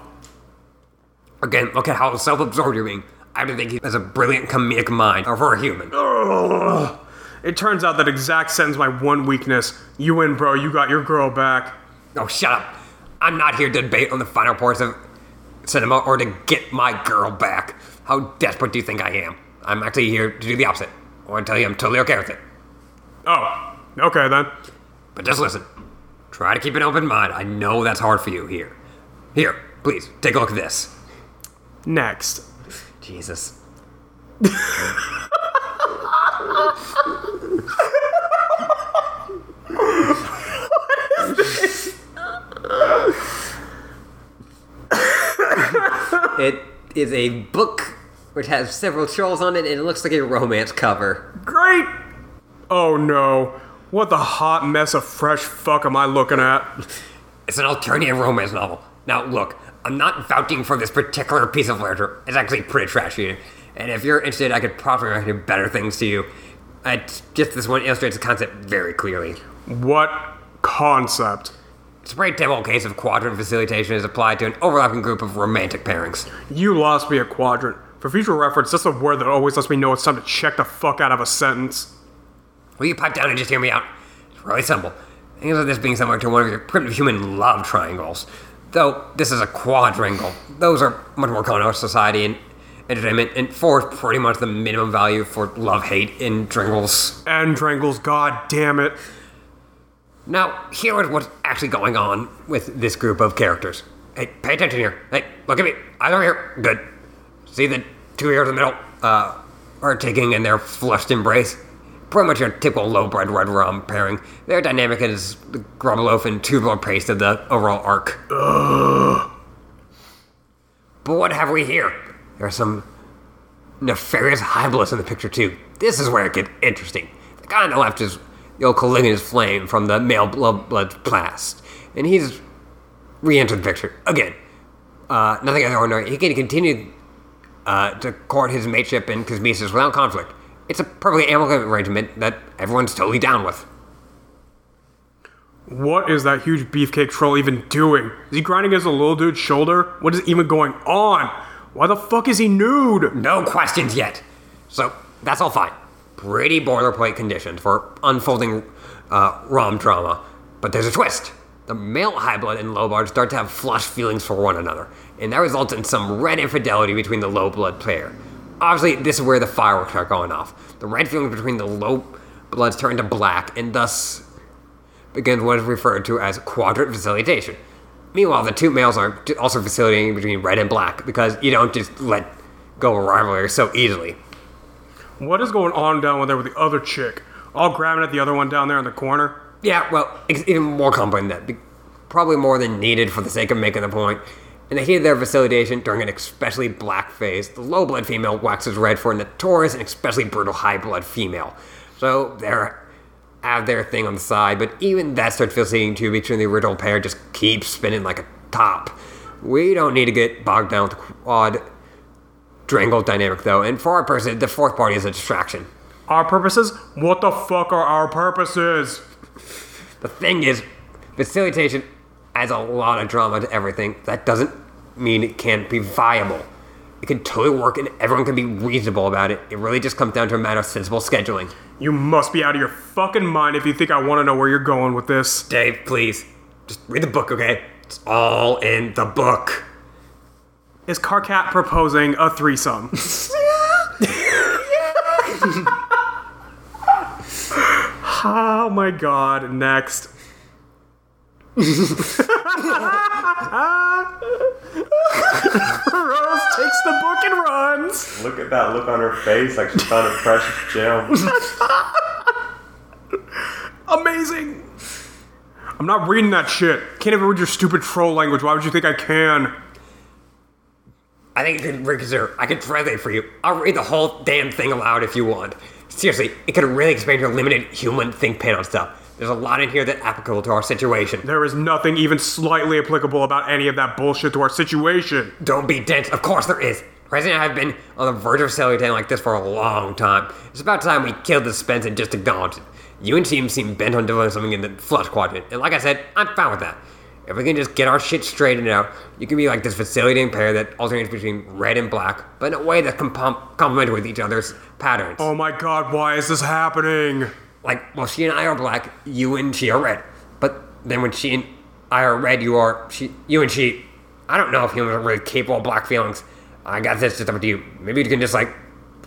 Again, look at how self-absorbed you're being. I don't think he has a brilliant comedic mind, or for a human. Ugh. It turns out that exact sentence my one weakness. You in, bro. You got your girl back. Oh, shut up. I'm not here to debate on the finer points of cinema or to get my girl back. How desperate do you think I am? I'm actually here to do the opposite. I want to tell you I'm totally okay with it. Oh, okay then. But just listen. Try to keep an open mind. I know that's hard for you here. Here, please, take a look at this. Next. Jesus. It is a book which has several trolls on it, and it looks like a romance cover. Great! Oh no. What the hot mess of fresh fuck am I looking at? It's an alternative romance novel. Now, look, I'm not vouching for this particular piece of literature. It's actually pretty trashy. And if you're interested, I could probably recommend better things to you. It's just this one illustrates the concept very clearly. What concept? It's a pretty typical case of quadrant facilitation is applied to an overlapping group of romantic pairings. You lost me a quadrant. For future reference, that's a word that always lets me know it's time to check the fuck out of a sentence. Will you pipe down and just hear me out? It's really simple. Think of this being similar to one of your primitive human love triangles. Though this is a quadrangle. Those are much more common in our society and entertainment, and four is pretty much the minimum value for love hate in triangles. And Drangles, god damn it. Now, here is what's actually going on with this group of characters. Hey, pay attention here. Hey, look at me. Eyes over here. Good. See the two here in the middle? Uh, are taking in their flushed embrace. Pretty much your typical low bread red rum pairing. Their dynamic is the grub loaf and tubular paste of the overall arc. But what have we here? There's some nefarious hybris in the picture too. This is where it gets interesting. The guy on the left is the old Caligula's flame from the male blood, blood plast, and he's re-entered the picture again. Uh, nothing out of the ordinary. He can continue uh, to court his mateship and Kismesis without conflict. It's a perfectly amicable arrangement that everyone's totally down with. What is that huge beefcake troll even doing? Is he grinding against a little dude's shoulder? What is even going on? Why the fuck is he nude? No questions yet. So that's all fine. Pretty boilerplate conditions for unfolding uh, rom drama. But there's a twist. The male high blood and low blood start to have flush feelings for one another, and that results in some red infidelity between the low blood pair. Obviously, this is where the fireworks are going off. The red feelings between the low bloods turn to black, and thus begins what is referred to as quadrant facilitation. Meanwhile, the two males are t- also facilitating between red and black because you don't just let go of rivalry so easily. What is going on down there with the other chick? All grabbing at the other one down there in the corner? Yeah, well, it's even more complex than that. Be- Probably more than needed for the sake of making the point. In the heat of their facilitation, during an especially black phase, the low blood female waxes red for a notorious and especially brutal high blood female. So they're have their thing on the side, but even that starts facilitating to between the original pair just keeps spinning like a top. We don't need to get bogged down with the quad drangle dynamic though, and for our person, the fourth party is a distraction. Our purposes? What the fuck are our purposes? The thing is, facilitation adds a lot of drama to everything. That doesn't mean it can't be viable. It can totally work and everyone can be reasonable about it. It really just comes down to a matter of sensible scheduling. You must be out of your fucking mind if you think I want to know where you're going with this. Dave, please, just read the book, okay? It's all in the book. Is Carcat proposing a threesome? oh my god, next. [LAUGHS] Rose takes the book and runs. Look at that look on her face, like she found a precious gem. Amazing. I'm not reading that shit. Can't even read your stupid troll language. Why would you think I can? I think you could reconsider. I could translate for you. I'll read the whole damn thing aloud if you want. Seriously, it could really expand your limited human think pan on stuff. There's a lot in here that's applicable to our situation. There is nothing even slightly applicable about any of that bullshit to our situation. Don't be dense. Of course there is. President and I have been on the verge of selling down like this for a long time. It's about time we killed the suspense and just acknowledged it. You and team seem bent on doing something in the flush quadrant, and like I said, I'm fine with that. If we can just get our shit straightened out, you can be like this facilitating pair that alternates between red and black, but in a way that's compom- complementary with each other's patterns. Oh my god, why is this happening? Like, well, she and I are black, you and she are red. But then when she and I are red, you are she, you and she. I don't know if humans are really capable of black feelings. I got this just up to you. Maybe you can just like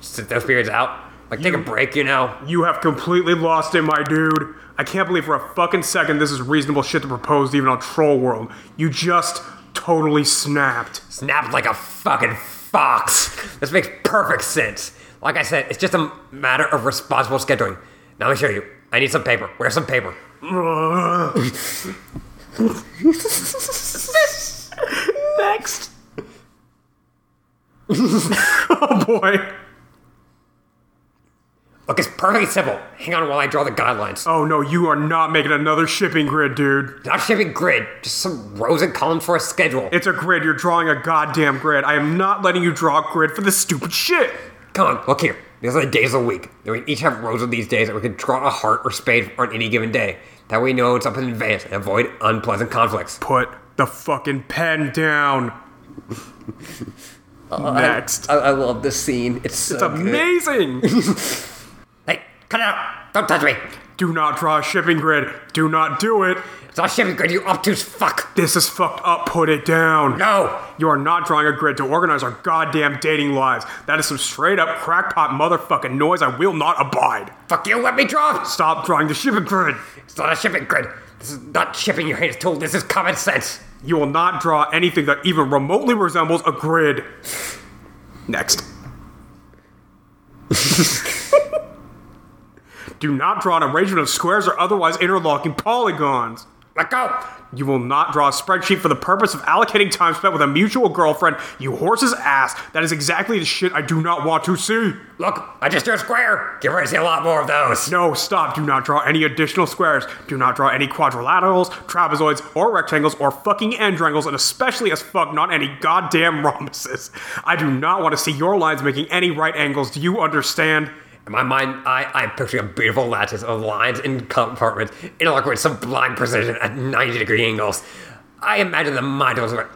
sit those periods out, like take a break, you know? You have completely lost it, my dude. I can't believe for a fucking second this is reasonable shit to propose even on Troll World. You just totally snapped. Snapped like a fucking fox. This makes perfect sense. Like I said, it's just a matter of responsible scheduling. Now let me show you. I need some paper. Where's some paper? Next. [LAUGHS] oh boy. Look, it's perfectly simple. Hang on while I draw the guidelines. Oh no, you are not making another shipping grid, dude. Not shipping grid, just some rows and columns for a schedule. It's a grid. You're drawing a goddamn grid. I am not letting you draw a grid for this stupid shit. Come on, look here. These are the days of the week. Then we each have rows of these days, and we can draw a heart or spade on any given day. That way, we know it's up in advance and avoid unpleasant conflicts. Put the fucking pen [LAUGHS] down. Next. Uh, I, I love this scene. It's so it's amazing. [LAUGHS] Hey, cut it out! Don't touch me! Do not draw a shipping grid. Do not do it. It's not shipping grid, you obtuse fuck! This is fucked up. Put it down. No! You are not drawing a grid to organize our goddamn dating lives. That is some straight up crackpot motherfucking noise I will not abide. Fuck you, let me draw! Stop drawing the shipping grid. It's not a shipping grid. This is not shipping your hands tool, this is common sense. You will not draw anything that even remotely resembles a grid. Next. [LAUGHS] Do not draw an arrangement of squares or otherwise interlocking polygons. Let go! You will not draw a spreadsheet for the purpose of allocating time spent with a mutual girlfriend, you horse's ass. That is exactly the shit I do not want to see. Look, I just drew a square! Get ready to see a lot more of those. No, stop. Do not draw any additional squares. Do not draw any quadrilaterals, trapezoids, or rectangles, or fucking andrangles, and especially as fuck, not any goddamn [LAUGHS] rhombuses. I do not want to see your lines making any right angles. Do you understand? In my mind, I, I'm picturing a beautiful lattice of lines and compartments interlocked with sublime precision at 90 degree angles. I imagine the modules of it.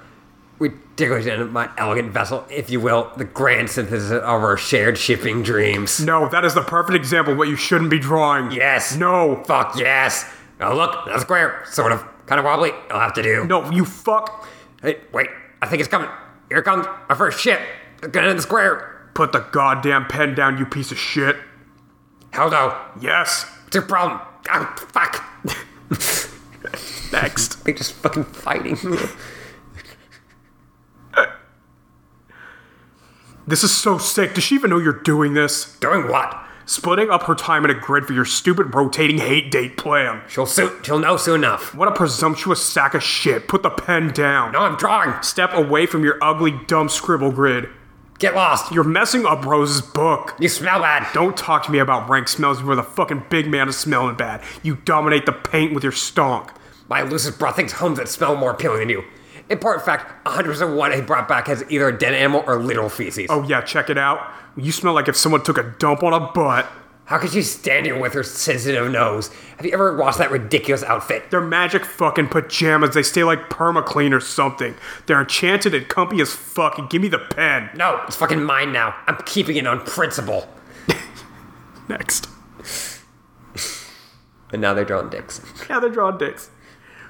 Ridiculous in my elegant vessel, if you will, the grand synthesis of our shared shipping dreams. No, that is the perfect example of what you shouldn't be drawing. Yes. No. Fuck yes. Oh, look, that's square. Sort of. Kind of wobbly. I'll have to do. No, you fuck. Hey, wait. I think it's coming. Here comes our first ship. It's going to the square. Put the goddamn pen down, you piece of shit. Hell no. Yes. It's a problem. Oh, fuck. Next. [LAUGHS] They're just fucking fighting. This is so sick. Does she even know you're doing this? Doing what? Splitting up her time in a grid for your stupid rotating hate date plan. She'll soon. She'll know soon enough. What a presumptuous sack of shit. Put the pen down. No, I'm drawing. Step away from your ugly, dumb scribble grid. Get lost. You, You're messing up Rose's book. you smell bad. Don't talk to me about rank smells where the fucking big man is smelling bad. You dominate the paint with your stonk. My Lucis brought things home that smell more appealing than you. In part fact, 100% of what he brought back has either a dead animal or literal feces. Oh yeah, check it out. You smell like if someone took a dump on a butt. How could she stand here with her sensitive nose? Have you ever watched that ridiculous outfit? They're magic fucking pajamas. They stay like perma clean or something. They're enchanted and comfy as fuck. And give me the pen. No, it's fucking mine now. I'm keeping it on principle. Next. And now they're drawing dicks. Yeah, they're drawing dicks.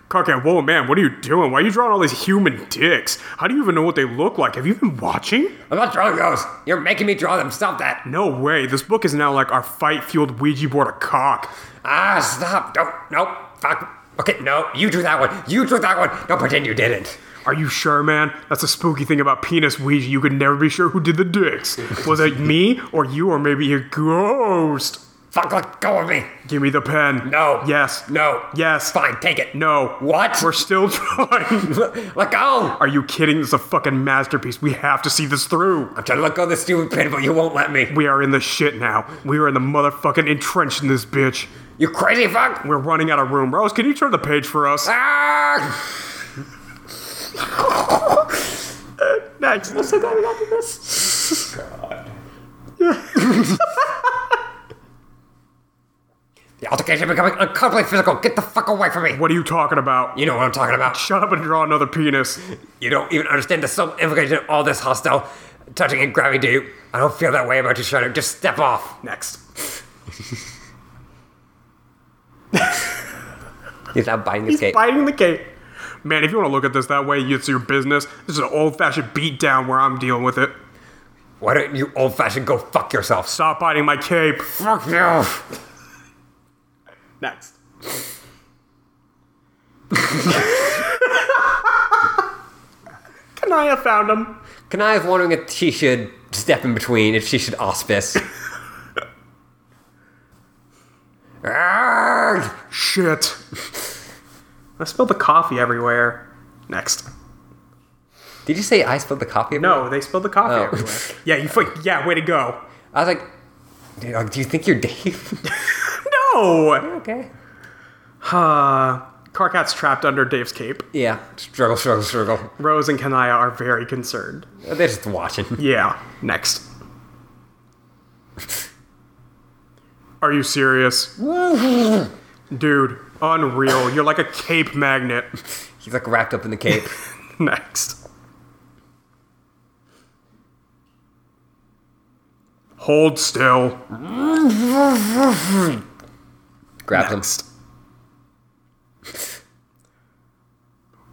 Carcat, whoa, man, what are you doing? Why are you drawing all these human dicks? How do you even know what they look like? Have you been watching? I'm not drawing those. You're making me draw them. Stop that. No way. This book is now like our fight fueled Ouija board of cock. Ah, stop. Don't. Nope. Fuck. Okay, no. You drew that one. You drew that one. Don't pretend you didn't. Are you sure, man? That's the spooky thing about penis Ouija. You could never be sure who did [LAUGHS] the dicks. Was it me, or you, or maybe a ghost? Fuck, let go of me. Give me the pen. No. Yes. No. Yes. Fine, take it. No. What? We're still [LAUGHS] trying. [LAUGHS] Let go. Are you kidding? This is a fucking masterpiece. We have to see this through. I'm trying to let go of this stupid pin, but you won't let me. We are in the shit now. We are in the motherfucking entrenched in this bitch. You crazy fuck. We're running out of room. Rose, can you turn the page for us? Ah! Next. I'm so glad we got to this. The altercation is becoming uncomfortably physical. Get the fuck away from me. What are you talking about? You know what I'm talking about. Shut up and draw another penis. You don't even understand the sub implication of all this hostile touching and grabbing to you. I don't feel that way about you, Shredder. Just step off. Next. He's not biting his cape. Biting the cape. Man, if you want to look at this that way, it's your business. This is an old fashioned beatdown where I'm dealing with it. Why don't you old fashioned go fuck yourself? Stop biting my cape. Fuck you. Next. [LAUGHS] Kanaya found him. Kanai is wondering if she should step in between, if she should auspice. Arrgh! Shit. I spilled the coffee everywhere. Next. Did you say I spilled the coffee? No, they spilled the coffee Oh. everywhere. Yeah, you fuck. Yeah, way to go. I was like, "Dude, like, do you think you're Dave? [LAUGHS] No. okay. Uh, Carcat's trapped under Dave's cape. Yeah. Struggle, struggle, struggle. Rose and Kanaya are very concerned. They're just watching. Yeah. Next. Are you serious? Dude, unreal. You're like a cape magnet. He's like wrapped up in the [LAUGHS] cape. Next. Hold still. Grabs him. Next.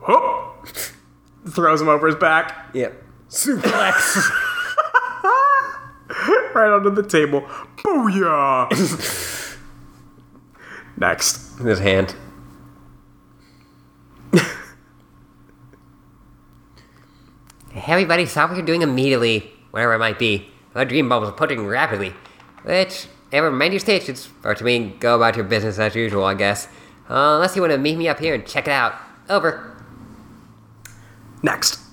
Whoop. Throws him over his back, [LAUGHS] Yep. Suplex. right onto the table. Booyah! Next. in his hand. [LAUGHS] hey, everybody, stop what you're doing immediately, whatever it might be. My dream bubbles are puttering rapidly, which, ever mind your stations, or to me, go about your business as usual, I guess. Uh, unless you want to meet me up here and check it out. Over. Next. [LAUGHS]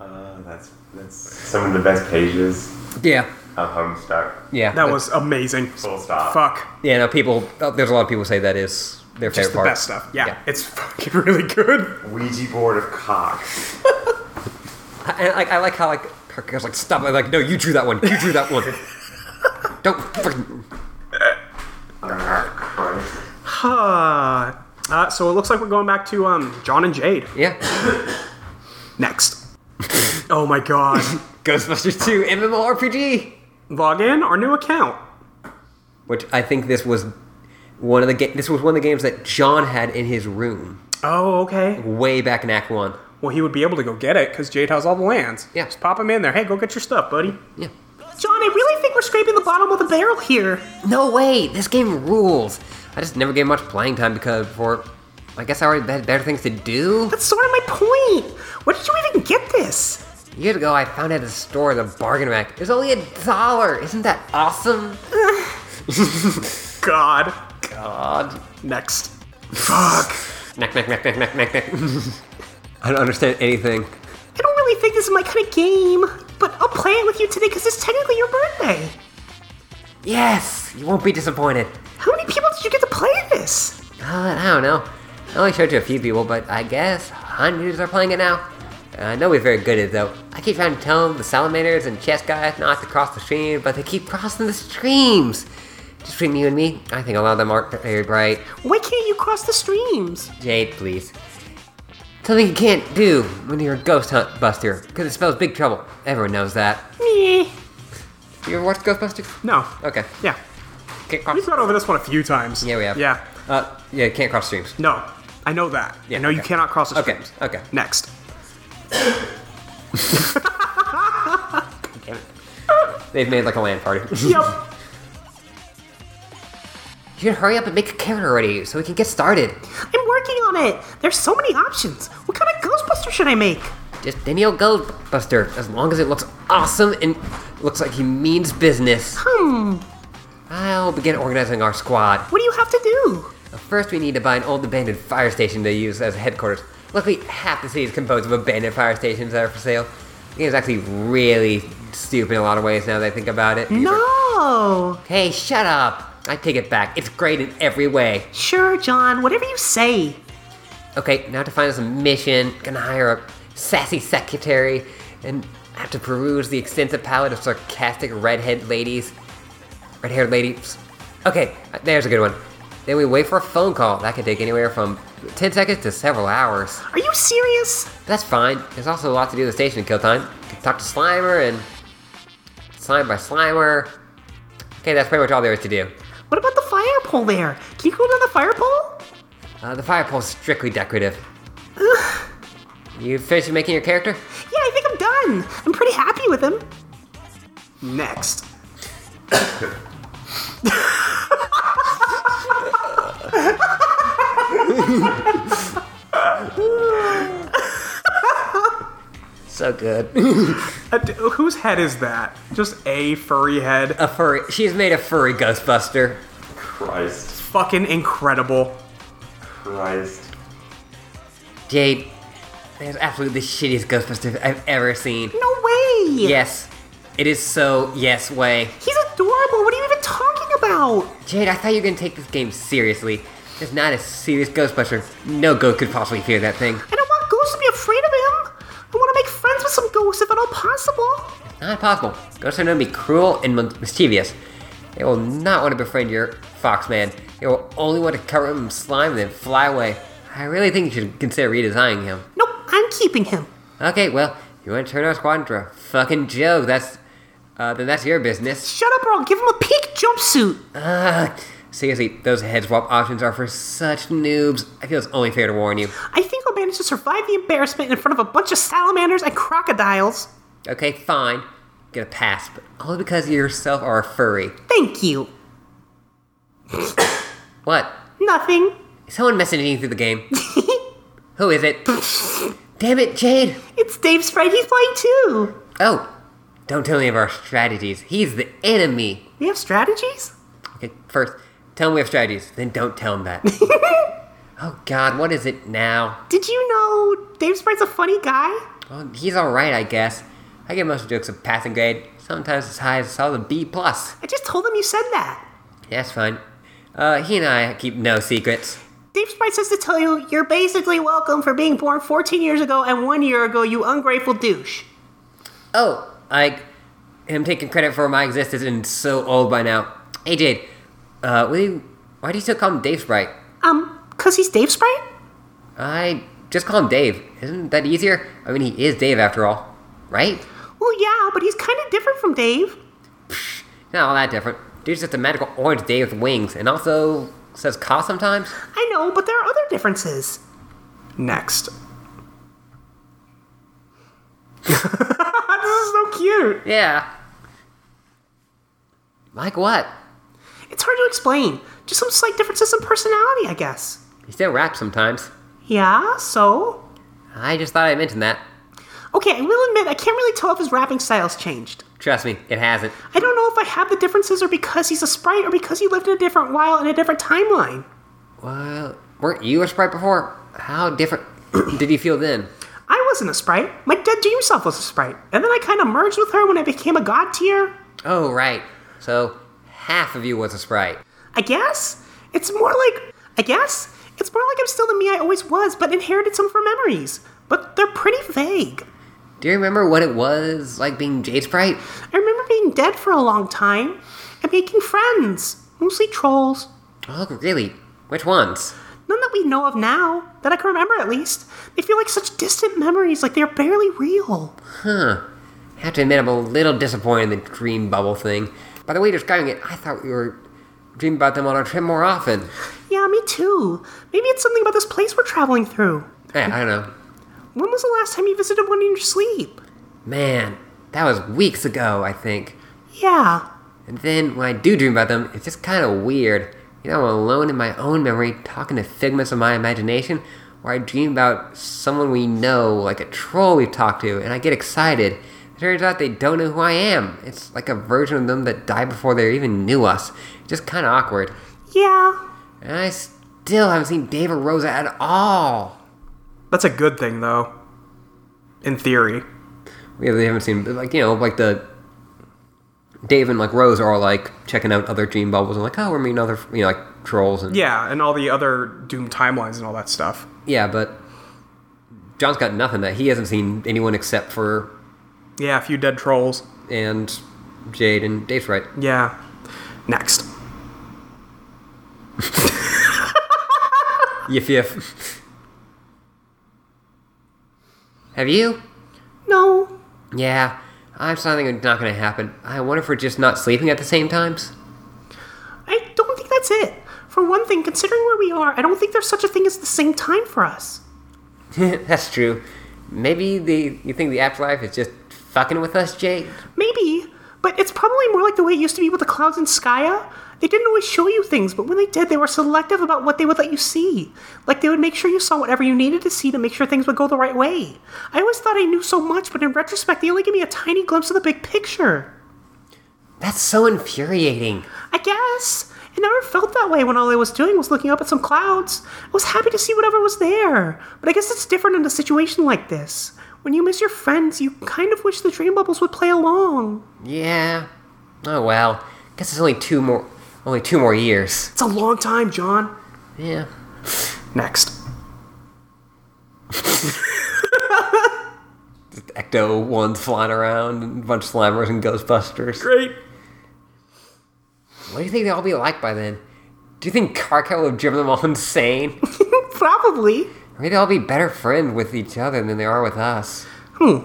Uh, that's that's some of the best pages Yeah. of Homestuck. Yeah. That was amazing. Full stop. Fuck. Yeah, no, people, oh, there's a lot of people say that is their It's favorite the part. best stuff. Yeah, Yeah. it's [LAUGHS] fucking really good. Ouija board of cocks. I, I, I like how, like, Kirk goes, like, stop. I'm like, no, you drew that one. You drew that [LAUGHS] one. Don't freaking. Huh. Uh, so it looks like we're going back to um, John and Jade. Yeah. Next. [LAUGHS] oh my god. Ghostbusters 2 MMORPG, Log in our new account. which I think this was one of the ga- this was one of the games that John had in his room Oh, okay. way back in Act One. Well, he would be able to go get it because Jade has all the lands. Yeah. Just pop him in there. Hey, go get your stuff, buddy. Yeah. John, I really think we're scraping the bottom of the barrel here. No way, this game rules. I just never gave much playing time because for I guess I already had better things to do. That's sort of my point. Where did you even get this? Years ago, I found at a store the bargain rack. It's only a dollar. Isn't that awesome? God. God. Next. Fuck. Knack knack knack knack knack knack knack. [LAUGHS] I don't understand anything. I don't really think this is my kind of game, but I'll play it with you today because it's technically your birthday. Yes, you won't be disappointed. How many people did you get to play this? Uh, I don't know. I only showed it to a few people, but I guess hundreds are playing it now. Uh, nobody's very good at it, though. I keep trying to tell them, the salamanders and chess guys not to cross the stream, but they keep crossing the streams. Between you and me, I think a lot of them aren't very bright. Why can't you cross the streams? Jade, please. Something you can't do when you're a ghost hunt buster, because it spells big trouble. Everyone knows that. Meh. You ever watched Ghostbusters? No. Okay. Yeah. Can't cross. We've gone over this one a few times. Yeah, we have. Yeah. Uh, yeah, can't cross streams. No. I know that. Yeah, I know you okay. cannot cross the Okay. streams. Okay. Next. They've made like a land [LAUGHS] party. you Yep. can hurry up and make a carrot already, so we can get started. I'm working on it. There's so many options. What kind of Ghostbuster should I make? Just any old Ghostbuster, as long as it looks awesome and looks like he means business. Hmm. I'll begin organizing our squad. What do you have to do? First, we need to buy an old abandoned fire station to use as headquarters. Luckily, half the city is composed of abandoned fire stations that are for sale. The game's actually really stupid in a lot of ways now that I think about it. These are- No. hey, shut up! I take it back. It's great in every way. Sure, John. Whatever you say. Okay, now to find us a mission, gonna hire a sassy secretary, and have to peruse the extensive palette of sarcastic redhead ladies. Red haired ladies. Okay, uh, there's a good one. Then we wait for a phone call. That could take anywhere from 10 seconds to several hours. Are you serious? That's fine. There's also a lot to do at the station in kill time. You can talk to Slimer and Slime by Slimer. Okay, that's pretty much all there is to do. What about the fire pole there? Can you go down the fire pole? Uh, the fire pole's strictly decorative. you finished making your character? Yeah, I think I'm done. I'm pretty happy with him. Next. So good. Uh, d- whose head is that? Just a furry head. a furry. She's made a furry Ghostbuster. Christ. Fucking incredible. Christ. Jade, there's absolutely the shittiest Ghostbuster I've ever seen. No way. Yes, it is so yes way. He's adorable. What are you even talking about? Jade, I thought you were gonna take this game seriously. There's not a serious Ghostbuster. No goat could possibly fear that thing. I don't want ghosts to be afraid of him. I want to make friends with some ghosts if at all possible. Not possible. Ghosts are known to be cruel and mis- mischievous. They will not want to befriend your fox man. They will only want to cover him in slime and then fly away. I really think you should consider redesigning him. Nope, I'm keeping him. Okay, well, you want to turn our squad into a fucking joke? That's uh, then that's your business. Shut up or I'll give him a pink jumpsuit. Ugh. Seriously, those head swap options are for such noobs. I feel it's only fair to warn you. I think I'll manage to survive the embarrassment in front of a bunch of salamanders and crocodiles. Okay, fine. Get a pass, but only because you yourself are a furry. Thank you. What? Nothing. Is someone messaging you through the game? Who is it? Damn it, Jade! It's Dave Sprite. He's playing too. Oh, don't tell me of our strategies. He's the enemy. We have strategies? Okay, first, tell him we have strategies, then don't tell him that. oh god, what is it now? Did you know Dave Sprite's a funny guy? Well, he's all right, I guess. I get most jokes of passing grade, sometimes as high as a solid B plus. I just told him you said that. That's fine. Uh, he and I keep no secrets. Dave Sprite says to tell you you're basically welcome for being born 14 years ago and one year ago, you ungrateful douche. Oh, I am taking credit for my existence and so old by now. Hey Jade, uh, will you, why do you still call him Dave Sprite? Um, cause he's Dave Sprite? I just call him Dave. Isn't that easier? I mean, he is Dave after all, right? Well, yeah, but he's kind of different from Dave. Not all that different. Dude's just a magical orange Dave with wings, and also says "ca" sometimes. I know, but there are other differences. [LAUGHS] Next. This is so cute. Yeah. Like what? It's hard to explain. Just some slight differences in personality, I guess. He still raps sometimes. Yeah, so? I just thought I mentioned that. Okay, I will admit I can't really tell if his rapping style's changed. Trust me, it hasn't. I don't know if I have the differences or because he's a sprite or because he lived in a different while in a different timeline. Well, weren't you a sprite before? How different [CLEARS THROAT] did you feel then? I wasn't a sprite. My dead dream self was a sprite. And then I kind of merged with her when I became a god tier. Oh, right. So half of you was a sprite. I guess? It's more like. I guess? It's more like I'm still the me I always was, but inherited some of her memories. But they're pretty vague. Do you remember what it was like being Jade Sprite? I remember being dead for a long time and making friends. Mostly trolls. Oh, really? Which ones? None that we know of now, that I can remember at least. They feel like such distant memories, like they're barely real. Have to admit, I'm a little disappointed in the dream bubble thing. By the way, you're describing it, I thought we were dreaming about them on our trip more often. Yeah, me too. Maybe it's something about this place we're traveling through. Yeah, I don't know. When was the last time you visited one in your sleep? Man, that was weeks ago, I think. Yeah. And then when I do dream about them, it's just kind of weird. You know, I'm alone in my own memory, talking to figments of my imagination, where I dream about someone we know, like a troll we've talked to, and I get excited. It turns out they don't know who I am. It's like a version of them that died before they even knew us. Just kind of awkward. Yeah. And I still haven't seen Dave or Rosa at all. That's a good thing, though. In theory. Yeah, they haven't seen, but, like, you know, like the. Dave and, like, Rose are all, like, checking out other dream bubbles and, like, oh, we're meeting other, you know, like, trolls and. Yeah, and all the other Doom timelines and all that stuff. Yeah, but John's got nothing that he hasn't seen anyone except for Yeah, a few dead trolls. and Jade and Dave's right. Yeah. Next. Yif yif. Have you? No. Yeah, I'm something that's not gonna happen. I wonder if we're just not sleeping at the same times. [LAUGHS] I don't think that's it. For one thing, considering where we are, I don't think there's such a thing as the same time for us. That's true. Maybe the you think the afterlife is just fucking with us, Jade? Maybe, but it's probably more like the way it used to be with the clouds in Skya. They didn't always show you things, but when they did, they were selective about what they would let you see. Like they would make sure you saw whatever you needed to see to make sure things would go the right way. I always thought I knew so much, but in retrospect, they only gave me a tiny glimpse of the big picture. That's so infuriating. I guess. It never felt that way when all I was doing was looking up at some clouds. I was happy to see whatever was there. But I guess it's different in a situation like this. When you miss your friends, you kind of wish the dream bubbles would play along. Yeah. Oh well. Guess it's only two more only two more years. It's a long time, John. Yeah. Next. Ecto ones flying around and a bunch of slimers and Ghostbusters. Great. What do you think they'll all be like by then? Do you think Carco will have driven them all [LAUGHS] insane? Probably. Maybe they'll all be better friends with each other than they are with us. Hmm.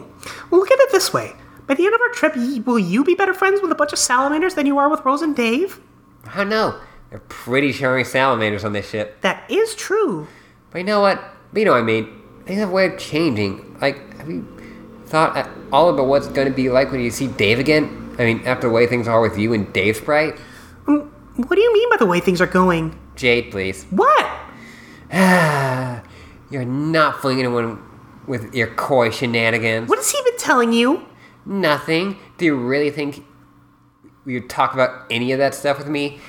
Well, look at it this way. By the end of our trip, y- will you be better friends with a bunch of salamanders than you are with Rose and Dave? I don't know. They're pretty sharing salamanders on this ship. That is true. But you know what? You know what I mean. Things have a way of changing. Like, have you thought at all about what's going to be like when you see Dave again? I mean, after the way things are with you and Dave Sprite? Um, what do you mean by the way things are going? Jade, please. What? You're not fooling anyone with your coy shenanigans. What has he been telling you? Nothing. Do you really think you talk about any of that stuff with me?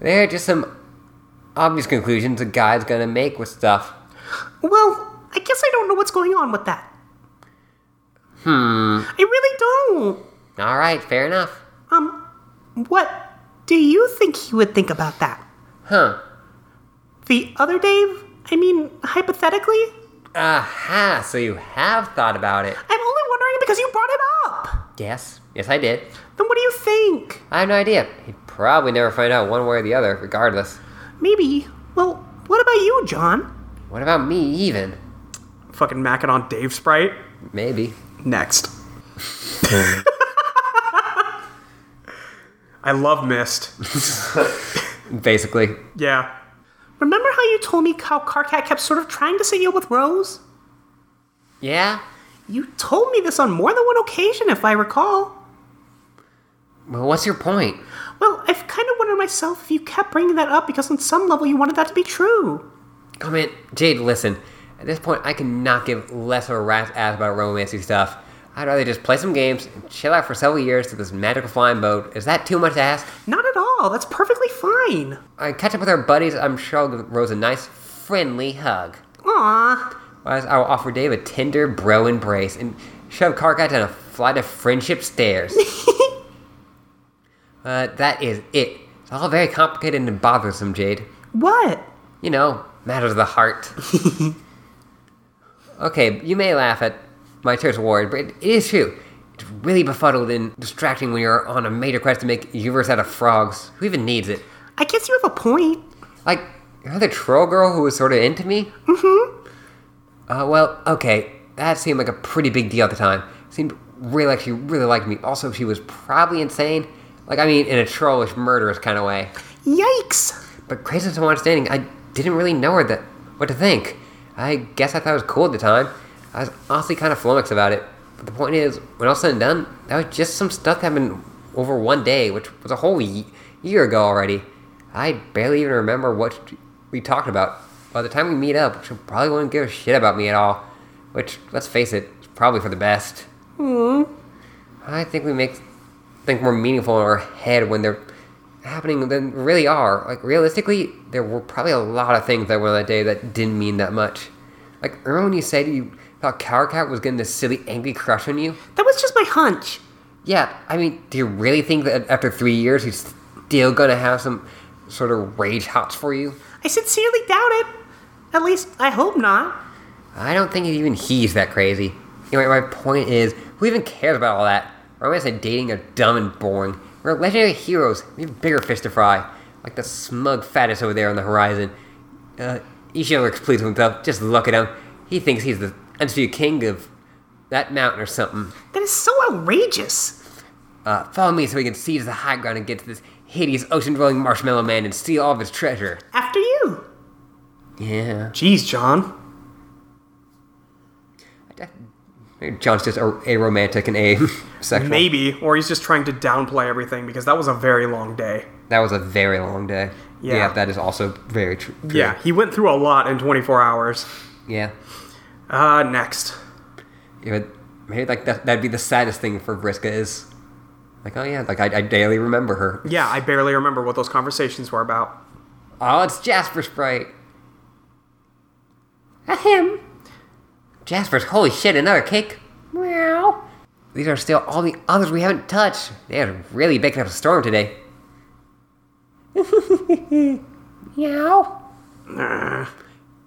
There are just some obvious conclusions a guy's gonna make with stuff. Well, I guess I don't know what's going on with that. Hmm. I really don't. Alright, fair enough. Um, what do you think he would think about that? Huh. The other Dave? I mean, hypothetically? Aha, so you have thought about it. I'm only wondering because you brought it up. Yes, yes, I did. Then what do you think? I have no idea. He'd probably never find out one way or the other, regardless. Maybe. Well, what about you, John? What about me, even? Fucking macking on Dave Sprite. Maybe. Next. [LAUGHS] I love Mist. Basically. Yeah. Remember how you told me how Carcat kept sort of trying to set you up with Rose? Yeah? You told me this on more than one occasion, if I recall. Well, what's your point? Well, I've kind of wondered myself if you kept bringing that up because on some level you wanted that to be true. I mean, Jade, listen. At this point, I cannot give less of a rat's ass about romancy stuff. I'd rather just play some games and chill out for several years to this magical flying boat. Is that too much to ask? Not at all. That's perfectly fine. I catch up with our buddies. I'm sure I'll give Rose a nice, friendly hug. Aw. Whereas I'll offer Dave a tender bro embrace and shove Karkat down a flight of friendship stairs. uh, that is it. It's all very complicated and bothersome, Jade. What? You know, matters of the heart. okay, you may laugh at my terse word, but it is true. It's really befuddled and distracting when you're on a major quest to make a universe out of frogs. Who even needs it? I guess you have a point. Like, you're the troll girl who was sort of into me? Mm hmm. Uh, well, okay. That seemed like a pretty big deal at the time. Seemed really like she really liked me. Also, she was probably insane. Like, I mean, in a trollish, murderous kind of way. Yikes! But crazy to my standing, I didn't really know her that what to think. I guess I thought it was cool at the time. I was honestly kind of flummoxed about it. But the point is, when all said and done, that was just some stuff that happened over one day, which was a whole ye- year ago already. I barely even remember what we talked about. By the time we meet up, she probably won't give a shit about me at all. Which, let's face it, is probably for the best. I think we make think more meaningful in our head when they're happening than really are. Like realistically, there were probably a lot of things that were on that day that didn't mean that much. Like earlier when you said you thought Cowcat was getting this silly angry crush on you. That was just my hunch. Yeah, I mean, do you really think that after three years he's still gonna have some sort of rage hots for you? I sincerely doubt it. At least, I hope not. I don't think even he's that crazy. Anyway, my point is, who even cares about all that? Romance and dating are dumb and boring. We're legendary heroes. We have bigger fish to fry. Like the smug fattest over there on the horizon. Uh, Ishio looks pleased with himself. Just look at him. He thinks he's the undisputed king of that mountain or something. That is so outrageous. Uh, follow me so we can seize the high ground and get to this hideous ocean-dwelling marshmallow man and steal all of his treasure. After you. Yeah. Jeez, John. John's just a, a romantic and a [LAUGHS] sexual. Maybe, or he's just trying to downplay everything because that was a very long day. That was a very long day. Yeah. that is also very tr- true. Yeah, he went through a lot in 24 hours. Yeah. Uh, next. Yeah, but maybe like that, that'd be the saddest thing for Briska is like, oh yeah, like I, I daily remember her. Yeah, I barely remember what those conversations were about. Oh, it's Jasper Sprite. That's him. Jasper's holy shit, another cake. Meow. These are still all the others we haven't touched. They are really baking up a storm today. [LAUGHS] meow.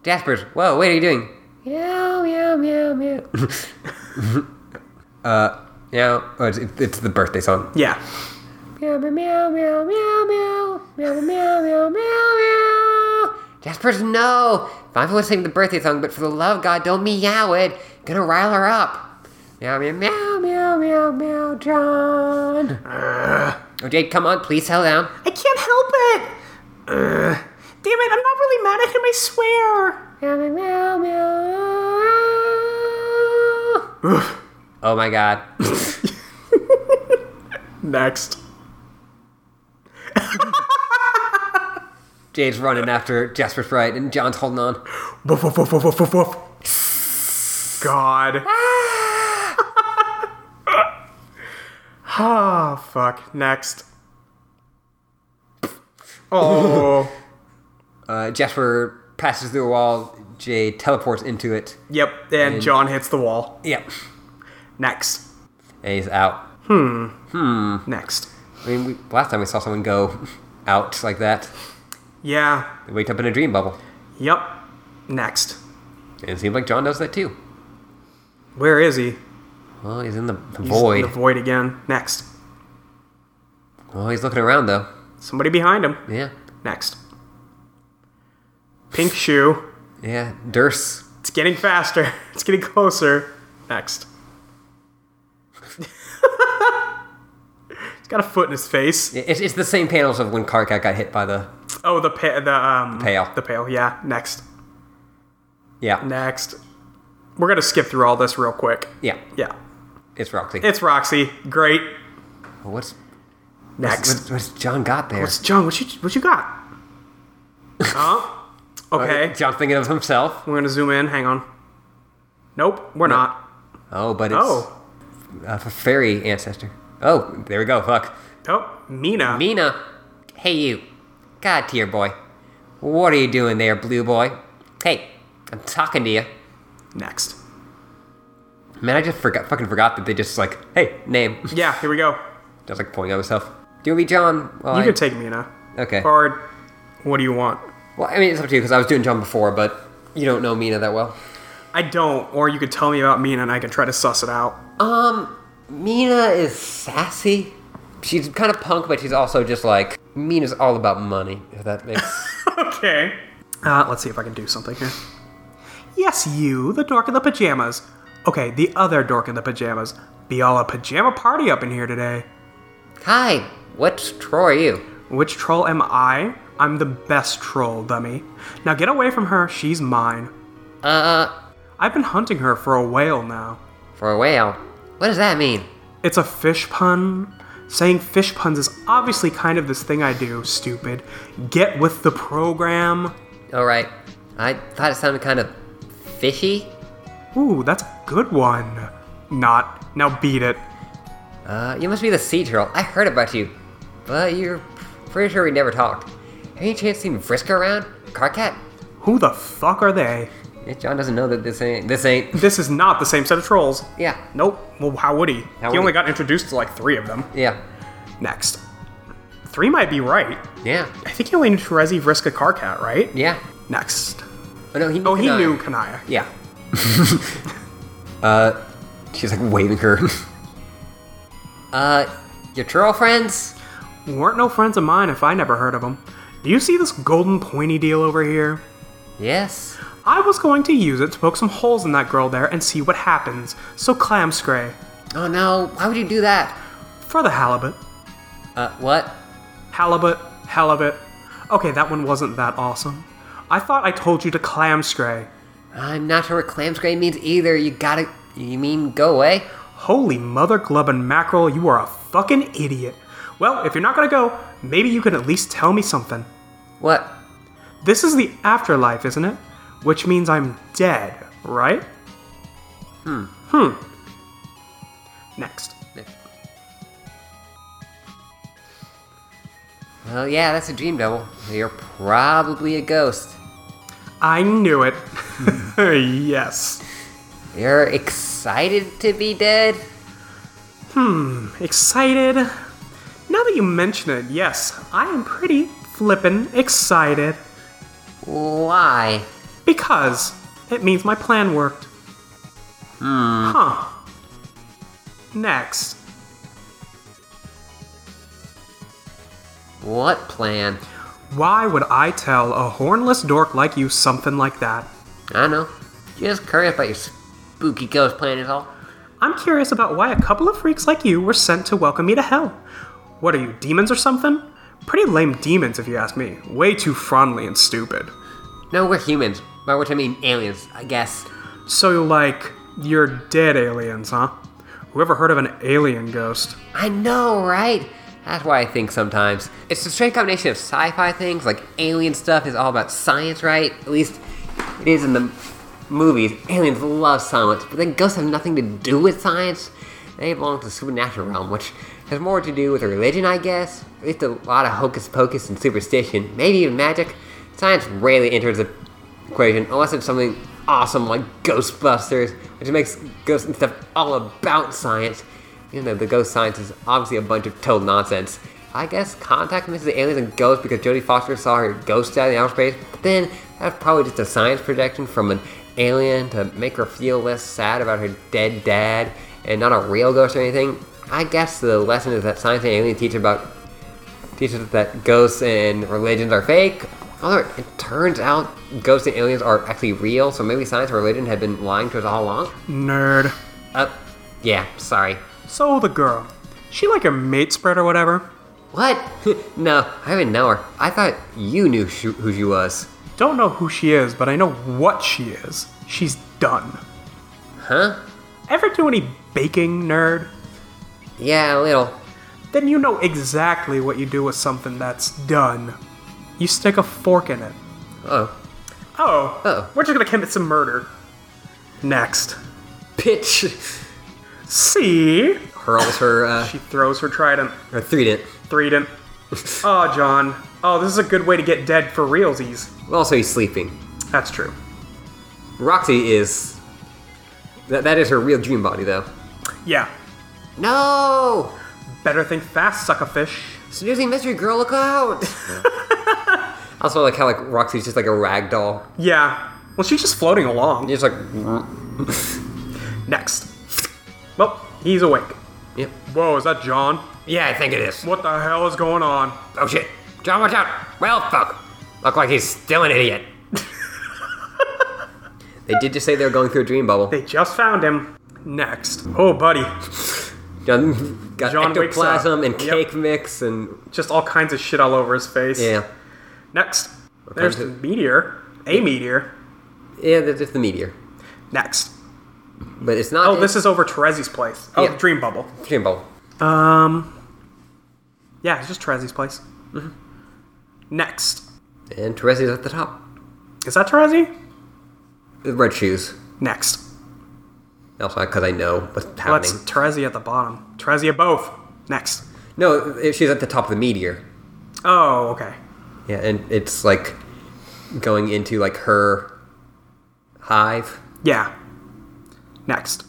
Jasper's, whoa, what are you doing? Meow, meow, meow, meow. [LAUGHS] uh, meow. Oh, it's, it's the birthday song. Yeah. Meow meow meow meow meow meow meow meow meow meow meow. Jasper's no. Five was sing the birthday song, but for the love of God, don't meow it. Gonna rile her up. Meow meow meow meow meow meow. John. Oh Jade, come on, please settle down. I can't help it. Damn it, I'm not really mad at him, I swear. Meow meow meow meow. Oh my God. Next. Jade's running after Jasper Sprite, and John's holding on. Woof, woof, woof, woof, woof, woof, woof. [LAUGHS] God. Ah, fuck. Next. Oh. Uh, Jasper passes through a wall. Jade teleports into it. yep, and John hits the wall. Yep. Next. And he's out. Next. I mean, we, last time we saw someone go [LAUGHS] out like that, Yeah. they waked up in a dream bubble. Yep. Next. And it seems like John does that too. Where is he? Well, he's in the, the He's in void. The void again. Next. well, he's looking around though. Somebody behind him. Yeah. Next. [LAUGHS] Pink shoe. Yeah. Durst. It's getting faster. [LAUGHS] It's getting closer. Next. [LAUGHS] He's got a foot in his face. It- It's, it's the same panels of when Karkat got hit by the. Oh, the pa- the um Pail. The pail. Yeah. Next. Yeah. Next. We're gonna skip through all this real quick. Yeah. Yeah. It's Roxy. It's Roxy. Great. Well, what's, Next. what's what's John got there? John, what you what you got? Huh? Okay. John's thinking of himself. We're gonna zoom in. Hang on. Nope, we're not. Oh, but it's Oh, a fairy ancestor. Oh, there we go. Fuck. oh, Mina. Mina, hey you. God tier boy. What are you doing there, blue boy? Hey, I'm talking to you. Next. Man, I just forgot, fucking forgot that they just like, hey, name. [LAUGHS] Yeah, here we go. just like pointing at myself. Do we, John? Well, You I- can take Mina. Okay. Or, what do you want? Well, I mean, it's up to you because I was doing John before, but you don't know Mina that well. I don't. Or you could tell me about Mina and I can try to suss it out. [LAUGHS] Um, Mina is sassy. She's kind of punk, but she's also just like mean is all about money, if that makes [LAUGHS] Okay. Uh, let's see if I can do something here. Yes, you, the dork in the pajamas. Okay, the other dork in the pajamas. Be all a pajama party up in here today. Hi, what troll are you? Which troll am I? I'm the best troll, dummy. Now get away from her, she's mine. Uh, I've been hunting her for a whale now. for a whale. What does that mean? It's a fish pun. Saying fish puns is obviously kind of this thing I do, stupid. Get with the program. Alright, I thought it sounded kind of fishy. Ooh, that's a good one. Not. Now beat it. Uh, you must be the sea turtle. I heard about you, but you're pretty sure we never talked. Have you chance seen Frisk around? Carcat? Who the fuck are they? Yeah, John doesn't know that this ain't. This ain't. This is not the same set of trolls. Yeah, Nope. Well, how would he? How he would only he? got introduced to like three of them. yeah, Next. Three might be right. yeah, I think he only knew Terezi Vriska Karkat, right? yeah. Next. Oh no, he. Oh, he Kanaya. knew Kanaya. Yeah. [LAUGHS] uh, she's like waving her. [LAUGHS] uh, your turtle friends? Weren't no friends of mine if I never heard of them. Do you see this golden pointy deal over here? Yes. I was going to use it to poke some holes in that girl there and see what happens. So clam scray. Oh no, why would you do that? For the halibut. Uh, what? Halibut, halibut. Okay, that one wasn't that awesome. I thought I told you to clam scray. I'm not sure what clams gray means either. You gotta. You mean go away? Holy mother glub and mackerel, you are a fucking idiot. Well, if you're not gonna go, maybe you can at least tell me something. What? This is the afterlife, isn't it? Which means I'm dead, right? Hmm. Hmm. Next. Well, yeah, that's a dream double. You're probably a ghost. I knew it. [LAUGHS] yes. You're excited to be dead? Excited. Now that you mention it, yes, I am pretty flippin' excited Why? because it means my plan worked. Hmm. Huh. Next. What plan? Why would I tell a hornless dork like you something like that? I don't know. Just curious about your spooky ghost plan is all. I'm curious about why a couple of freaks like you were sent to welcome me to hell. What are you, demons or something? Pretty lame demons, if you ask me. Way too fondly and stupid. No, we're humans. By which I mean aliens, I guess. So, like, you're dead aliens, huh? Whoever heard of an alien ghost? I know, right? That's why I think sometimes. It's a strange combination of sci fi things, like alien stuff is all about science, right? At least it is in the movies. Aliens love science, but then ghosts have nothing to do with science. They belong to the supernatural realm, which has more to do with a religion, I guess. At least a lot of hocus pocus and superstition, maybe even magic. Science rarely enters the equation unless it's something awesome like Ghostbusters, which makes ghosts and stuff all about science. You know, the ghost science is obviously a bunch of total nonsense. I guess Contact misses the aliens and ghosts because Jodie Foster saw her ghost out in outer space, but then that's probably just a science projection from an alien to make her feel less sad about her dead dad and not a real ghost or anything. I guess the lesson is that science and alien teach about teaches that ghosts and religions are fake. Although it turns out ghosts and aliens are actually real, so maybe science and religion have been lying to us all along. Nerd. Uh, yeah, sorry. So, the girl. She like your mate spread or whatever? What? [LAUGHS] no, I didn't know her. I thought you knew sh- who she was. Don't know who she is, but I know what she is. She's done. Huh? Ever do any baking, nerd? Yeah, a little. then you know exactly what you do with something that's done. You stick a fork in it. Oh. [LAUGHS] Oh, Oh. we're just gonna commit some murder. Next. Pitch See? hurls her, uh, She throws her trident. her trident. Trident. oh, John. Oh, this is a good way to get dead for realsies. Well, also, he's sleeping. That's true. Roxy is. That, that is her real dream body, though. Yeah. No! Better think fast, suckerfish. Snoozing mystery girl, look out! also, like how like Roxy's just like a rag doll, Yeah. Well, she's just floating along. just like Next. Well, he's awake. yep. Whoa, is that John? Yeah, I think it is. What the hell is going on? Oh shit! John, watch out! Well, fuck. Look like he's still an idiot. [LAUGHS] They did just say they were going through a dream bubble. They just found him. Next. Oh, buddy. John got John wakes ectoplasm up. and Yep. cake mix and Just all kinds of shit all over his face. yeah, Next. There's the kinds of- meteor. A meteor. yeah. That's just the meteor, Next. but it's not. Oh, this is over Terezi's place. Oh, Yeah. Dream Bubble. dream bubble. Um. Yeah, it's just Terezi's place. Mm-hmm. Next. And Teresa's at the top. Is that Terezi? The red shoes. Next. Also, because I know what's Well, that's happening. Terezi at the bottom. Terezi at both. Next. No, it- she's at the top of the meteor. Oh, okay. Yeah, and it's like going into like her hive. Yeah. Next.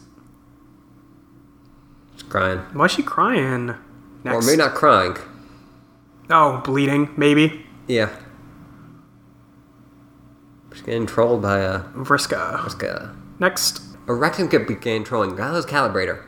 She's crying, Why's she crying? Next. or maybe not crying. Oh, bleeding, maybe. Yeah, she's getting trolled by a Vriska. like a Next. a rectum could begin trolling Gallows Calibrator.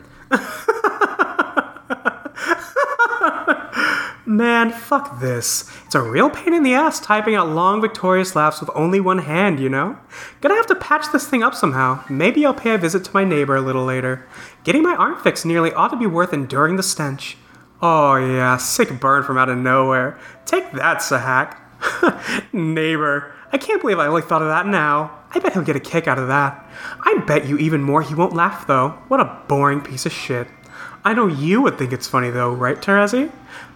Man, fuck this. It's a real pain in the ass typing out long, victorious laughs with only one hand, you know? Gonna have to patch this thing up somehow. Maybe I'll pay a visit to my neighbor a little later. Getting my arm fixed nearly ought to be worth enduring the stench. Oh, yeah, sick burn from out of nowhere. Take that, Sahak. [LAUGHS] neighbor. I can't believe I only thought of that now. I bet he'll get a kick out of that. I bet you even more he won't laugh, though. What a boring piece of shit. I know you would think it's funny though, right, Terezi?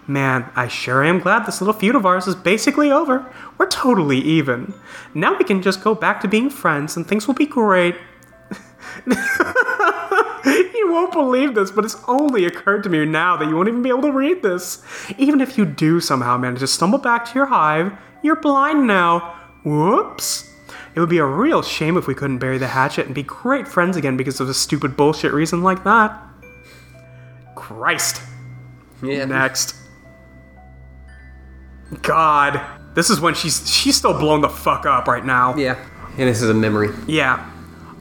Man, I sure am glad this little feud of ours is basically over. We're totally even. Now we can just go back to being friends and things will be great. [LAUGHS] you won't believe this, but it's only occurred to me now that you won't even be able to read this. Even if you do somehow manage to stumble back to your hive, you're blind now. Whoops. It would be a real shame if we couldn't bury the hatchet and be great friends again because of a stupid bullshit reason like that. Christ. Yeah, Next. God. This is when she's she's still blown the fuck up right now. yeah. And this is a memory. Yeah.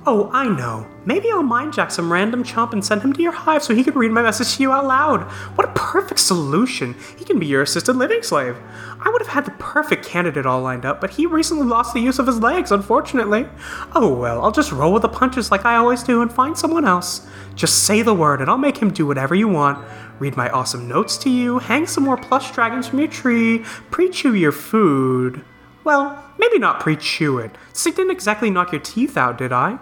Oh, I know. Maybe I'll mind jack some random chump and send him to your hive so he can read my message to you out loud. What a perfect solution. He can be your assisted living slave. I would have had the perfect candidate all lined up, but he recently lost the use of his legs, unfortunately. Oh well, I'll just roll with the punches like I always do and find someone else. Just say the word and I'll make him do whatever you want. Read my awesome notes to you, hang some more plush dragons from your tree, preach you your food. Well, maybe not pre chew it. So I didn't exactly knock your teeth out, did I?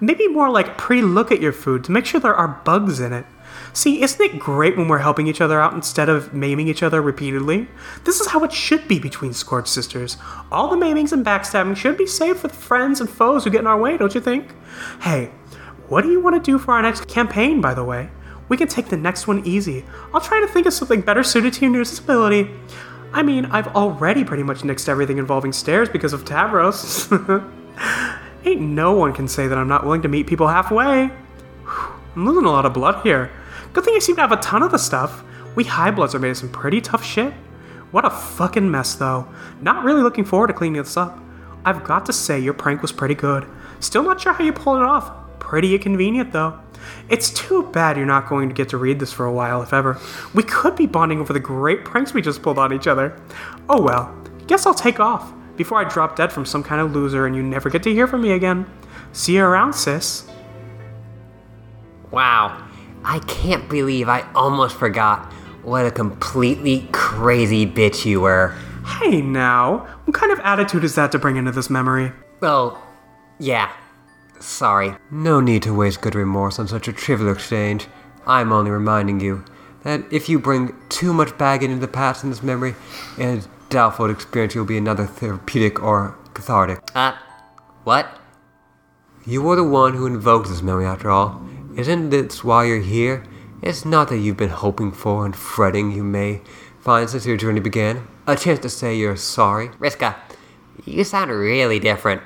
Maybe more like pre look at your food to make sure there are bugs in it. See, isn't it great when we're helping each other out instead of maiming each other repeatedly? This is how it should be between Scorch Sisters. All the maimings and backstabbing should be saved for the friends and foes who get in our way, don't you think? Hey, what do you want to do for our next campaign, by the way? We can take the next one easy. I'll try to think of something better suited to your new disability. I mean, I've already pretty much nixed everything involving stairs because of Tavros. [LAUGHS] Ain't no one can say that I'm not willing to meet people halfway. Whew, I'm losing a lot of blood here. Good thing I seem to have a ton of the stuff. We high bloods are made of some pretty tough shit. What a fucking mess, though. Not really looking forward to cleaning this up. I've got to say, your prank was pretty good. Still not sure how you pulled it off. Pretty inconvenient, though. It's too bad you're not going to get to read this for a while, if ever. We could be bonding over the great pranks we just pulled on each other. Oh well, guess I'll take off before I drop dead from some kind of loser and you never get to hear from me again. See you around, sis. Wow. I can't believe I almost forgot what a completely crazy bitch you were. Hey now, what kind of attitude is that to bring into this memory? Well, yeah. Sorry. No need to waste good remorse on such a trivial exchange. I'm only reminding you that if you bring too much baggage into the past in this memory, it is doubtful the experience will be another therapeutic or cathartic. Uh, what? You were the one who invoked this memory, after all. Isn't this why you're here? It's not that you've been hoping for and fretting you may find since your journey began. A chance to say you're sorry. Riska, you sound really different.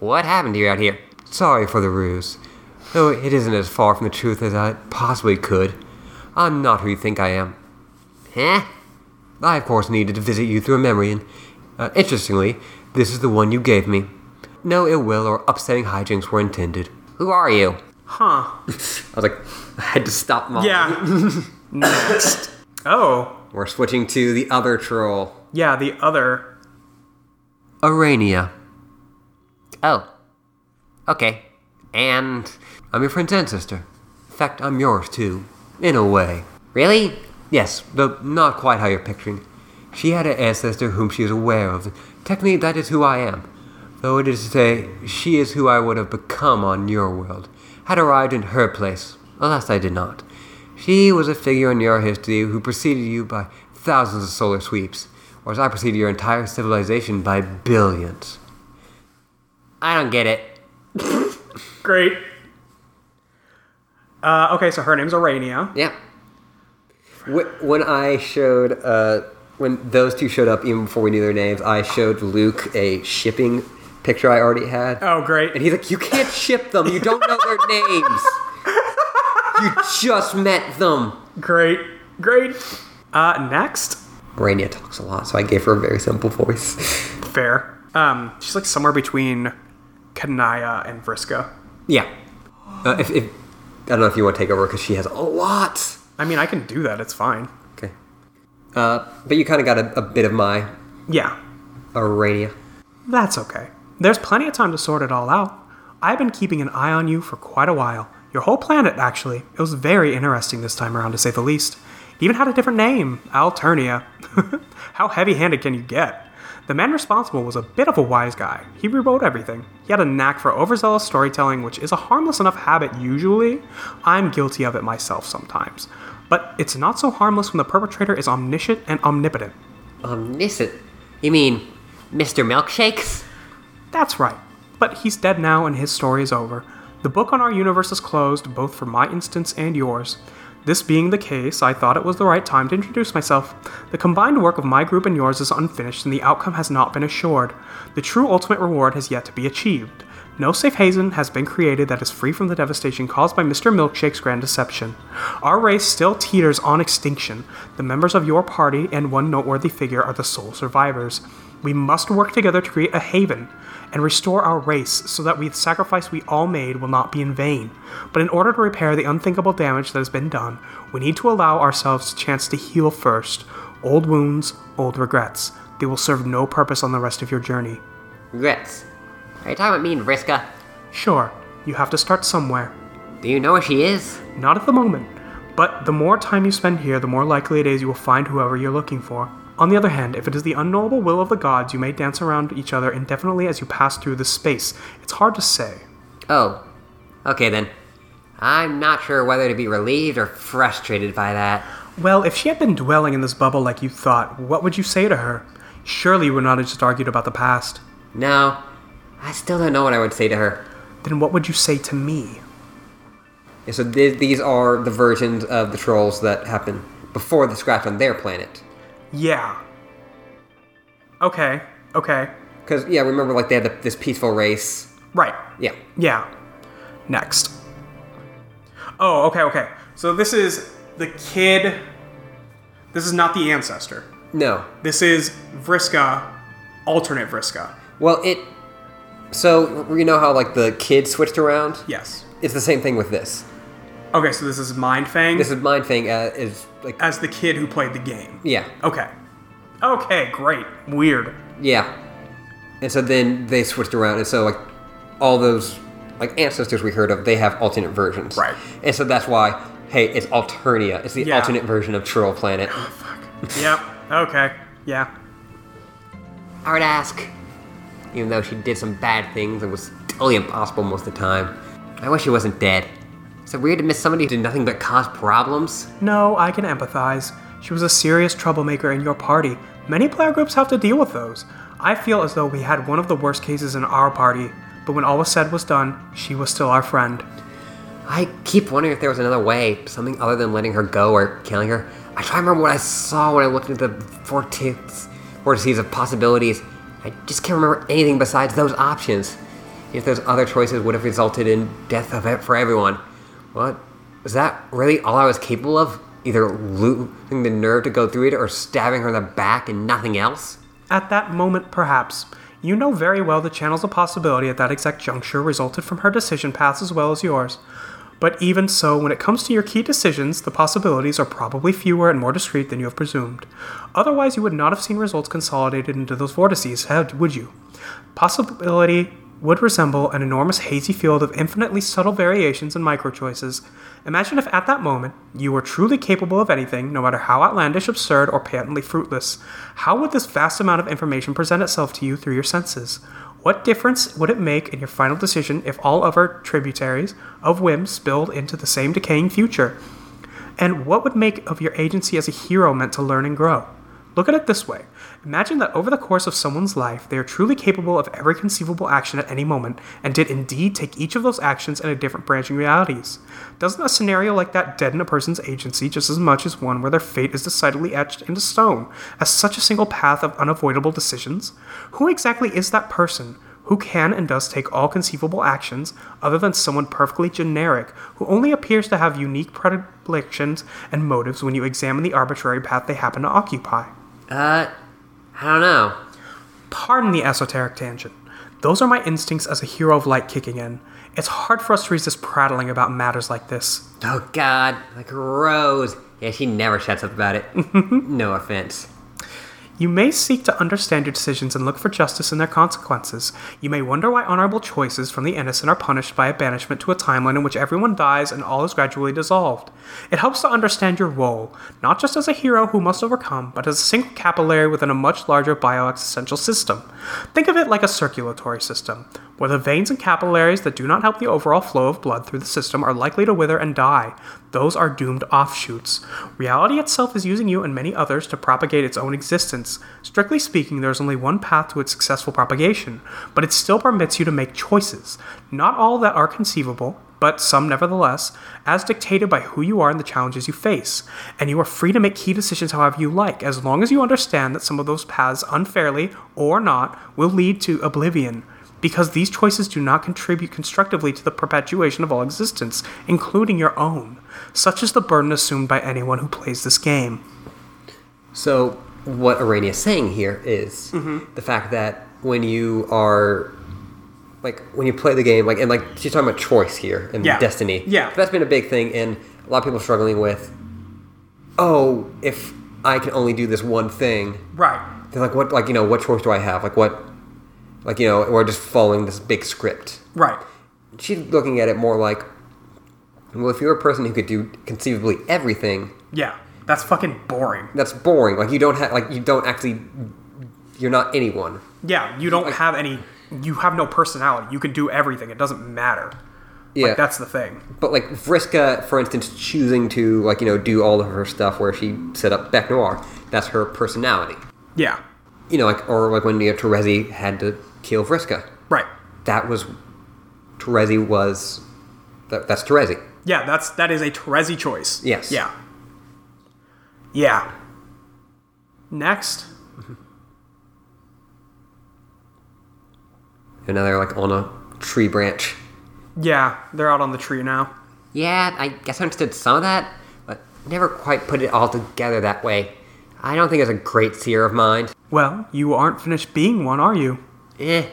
What happened to you out here? Sorry for the ruse, though it isn't as far from the truth as I possibly could. I'm not who you think I am. Huh? I, of course, needed to visit you through a memory, and uh, interestingly, this is the one you gave me. No ill will or upsetting hijinks were intended. Who are you? Huh. I was like, [LAUGHS] I had to stop mom. Yeah. Next. Oh, We're switching to the other troll. Yeah, the other. Arania. Oh. Okay. And I'm your friend's ancestor. In fact, I'm yours too, in a way. Really? Yes, though not quite how you're picturing. She had an ancestor whom she is aware of. Technically, that is who I am. Though it is to say, she is who I would have become on your world, had arrived in her place. Alas, I did not. She was a figure in your history who preceded you by thousands of solar sweeps, whereas I preceded your entire civilization by billions. I don't get it. Great. Uh, okay, so her name's Arania. Yeah. Wh- When I showed, uh, when those two showed up, even before we knew their names, I showed Luke a shipping picture I already had. Oh, great. And he's like, You can't ship them. You don't know their names. You just met them. Great. Great. Uh, next. Rania talks a lot, so I gave her a very simple voice. Fair. Um, she's like somewhere between Kanaya and Vriska. yeah. Uh, if, if, I don't know if you want to take over because she has a lot. I mean, I can do that. It's fine. Okay. Uh, but you kind of got a, a bit of my uh, Yeah, Arania. that's okay. There's plenty of time to sort it all out. I've been keeping an eye on you for quite a while. Your whole planet, actually. It was very interesting this time around, to say the least. It even had a different name Alternia. [LAUGHS] How heavy handed can you get? The man responsible was a bit of a wise guy. He rewrote everything. He had a knack for overzealous storytelling, which is a harmless enough habit usually. I'm guilty of it myself sometimes. But it's not so harmless when the perpetrator is omniscient and omnipotent. Omniscient. You mean Mr. Milkshakes? That's right. But he's dead now and his story is over. The book on our universe is closed, both for my instance and yours. This being the case, I thought it was the right time to introduce myself. The combined work of my group and yours is unfinished, and the outcome has not been assured. The true ultimate reward has yet to be achieved. No safe haven has been created that is free from the devastation caused by Mr. Milkshake's grand deception. Our race still teeters on extinction. The members of your party and one noteworthy figure are the sole survivors. We must work together to create a haven and restore our race so that the sacrifice we all made will not be in vain. But in order to repair the unthinkable damage that has been done, we need to allow ourselves a chance to heal first. Old wounds, old regrets. They will serve no purpose on the rest of your journey. Regrets. Are you talking about me and Vriska? Sure, you have to start somewhere. Do you know where she is? Not at the moment, but the more time you spend here, the more likely it is you will find whoever you're looking for. On the other hand, if it is the unknowable will of the gods, you may dance around each other indefinitely as you pass through this space. It's hard to say. Oh. Okay then. I'm not sure whether to be relieved or frustrated by that. Well, if she had been dwelling in this bubble like you thought, what would you say to her? Surely you would not have just argued about the past. No. I still don't know what I would say to her. Then what would you say to me? And so th- these are the versions of the trolls that happen before the scratch on their planet. Yeah. Okay, okay. Because, yeah, remember, like, they had the, this peaceful race. Right. Yeah. Yeah. Next. Oh, okay, okay. So this is the kid. This is not the ancestor. No. This is Vriska, alternate Vriska. Well, it. So, you know how, like, the kid switched around? Yes. It's the same thing with this. Okay, so this is Mindfang This is Mind Thing uh, is, like, as the kid who played the game. yeah. Okay. Okay, great. Weird. Yeah. And so then they switched around, and so like all those like ancestors we heard of, they have alternate versions. Right. And so that's why, hey, it's Alternia. It's the Yeah. Oh, alternate version of Troll Planet. Yep. Okay. Yeah. I would ask. Even though she did some bad things and was totally impossible most of the time. I wish she wasn't dead. It's so weird to miss somebody who did nothing but cause problems. No, I can empathize. She was a serious troublemaker in your party. Many player groups have to deal with those. I feel as though we had one of the worst cases in our party, but when all was said was done, she was still our friend. I keep wondering if there was another way, something other than letting her go or killing her. I try to remember what I saw when I looked into the 14th vortices of possibilities. I just can't remember anything besides those options. If those other choices would have resulted in death of it for everyone. What? Is that really all I was capable of? Either losing the nerve to go through it or stabbing her in the back and nothing else? At that moment, perhaps. You know very well the channels of possibility at that exact juncture resulted from her decision paths as well as yours. But even so, when it comes to your key decisions, the possibilities are probably fewer and more discrete than you have presumed. Otherwise, you would not have seen results consolidated into those vortices, had- would you? Possibility would resemble an enormous hazy field of infinitely subtle variations and microchoices. Imagine if at that moment you were truly capable of anything, no matter how outlandish, absurd, or patently fruitless. How would this vast amount of information present itself to you through your senses? What difference would it make in your final decision if all other tributaries of whim spilled into the same decaying future? And what would make of your agency as a hero meant to learn and grow? Look at it this way Imagine that over the course of someone's life, they are truly capable of every conceivable action at any moment, and did indeed take each of those actions in a different branching realities. Doesn't a scenario like that deaden a person's agency just as much as one where their fate is decidedly etched into stone as such a single path of unavoidable decisions? Who exactly is that person? who can and does take all conceivable actions other than someone perfectly generic who only appears to have unique predilections and motives when you examine the arbitrary path they happen to occupy. Uh, I don't know. Pardon the esoteric tangent. Those are my instincts as a hero of light kicking in. It's hard for us to resist prattling about matters like this. Oh God, like Rose. Yeah, she never shuts up [LAUGHS] about it. no offense. You may seek to understand your decisions and look for justice in their consequences. You may wonder why honorable choices from the innocent are punished by a banishment to a timeline in which everyone dies and all is gradually dissolved. It helps to understand your role, not just as a hero who must overcome, but as a single capillary within a much larger bioexistential system. Think of it like a circulatory system, where the veins and capillaries that do not help the overall flow of blood through the system are likely to wither and die. Those are doomed offshoots. Reality itself is using you and many others to propagate its own existence. Strictly speaking, there is only one path to its successful propagation, but it still permits you to make choices. Not all that are conceivable, but some nevertheless, as dictated by who you are and the challenges you face. And you are free to make key decisions however you like, as long as you understand that some of those paths, unfairly or not, will lead to oblivion. Because these choices do not contribute constructively to the perpetuation of all existence, including your own. Such is the burden assumed by anyone who plays this game. So what Irania's saying here is Mm-hmm. the fact that when you are like when you play the game, like and like she's talking about choice here and Yeah. destiny. Yeah. that's been a big thing, and a lot of people are struggling with. Oh, if I can only do this one thing, Right. they're like, what, like you know, what choice do I have? Like what, like you know, we're just following this big script. Right. She's looking at it more like, well, if you're a person who could do conceivably everything, Yeah. That's fucking boring. that's boring. Like you don't have, like you don't actually, you're not anyone. Yeah, you don't have any. You have no personality. You can do everything. It doesn't matter. Yeah, That's the thing. but like Vriska, for instance, choosing to like you know do all of her stuff where she set up Beck Noir. That's her personality. Yeah. You know, like or like when you know, Terezi had to kill Vriska. Right. That was Terezi was. That, that's Terezi. Yeah. That's that is a Terezi choice. Yes. Yeah. Yeah. Next. And now they're like on a tree branch. Yeah, they're out on the tree now. Yeah, I guess I understood some of that, but never quite put it all together that way. I don't think it's a great seer of mind. Well, you aren't finished being one, are you? Eh,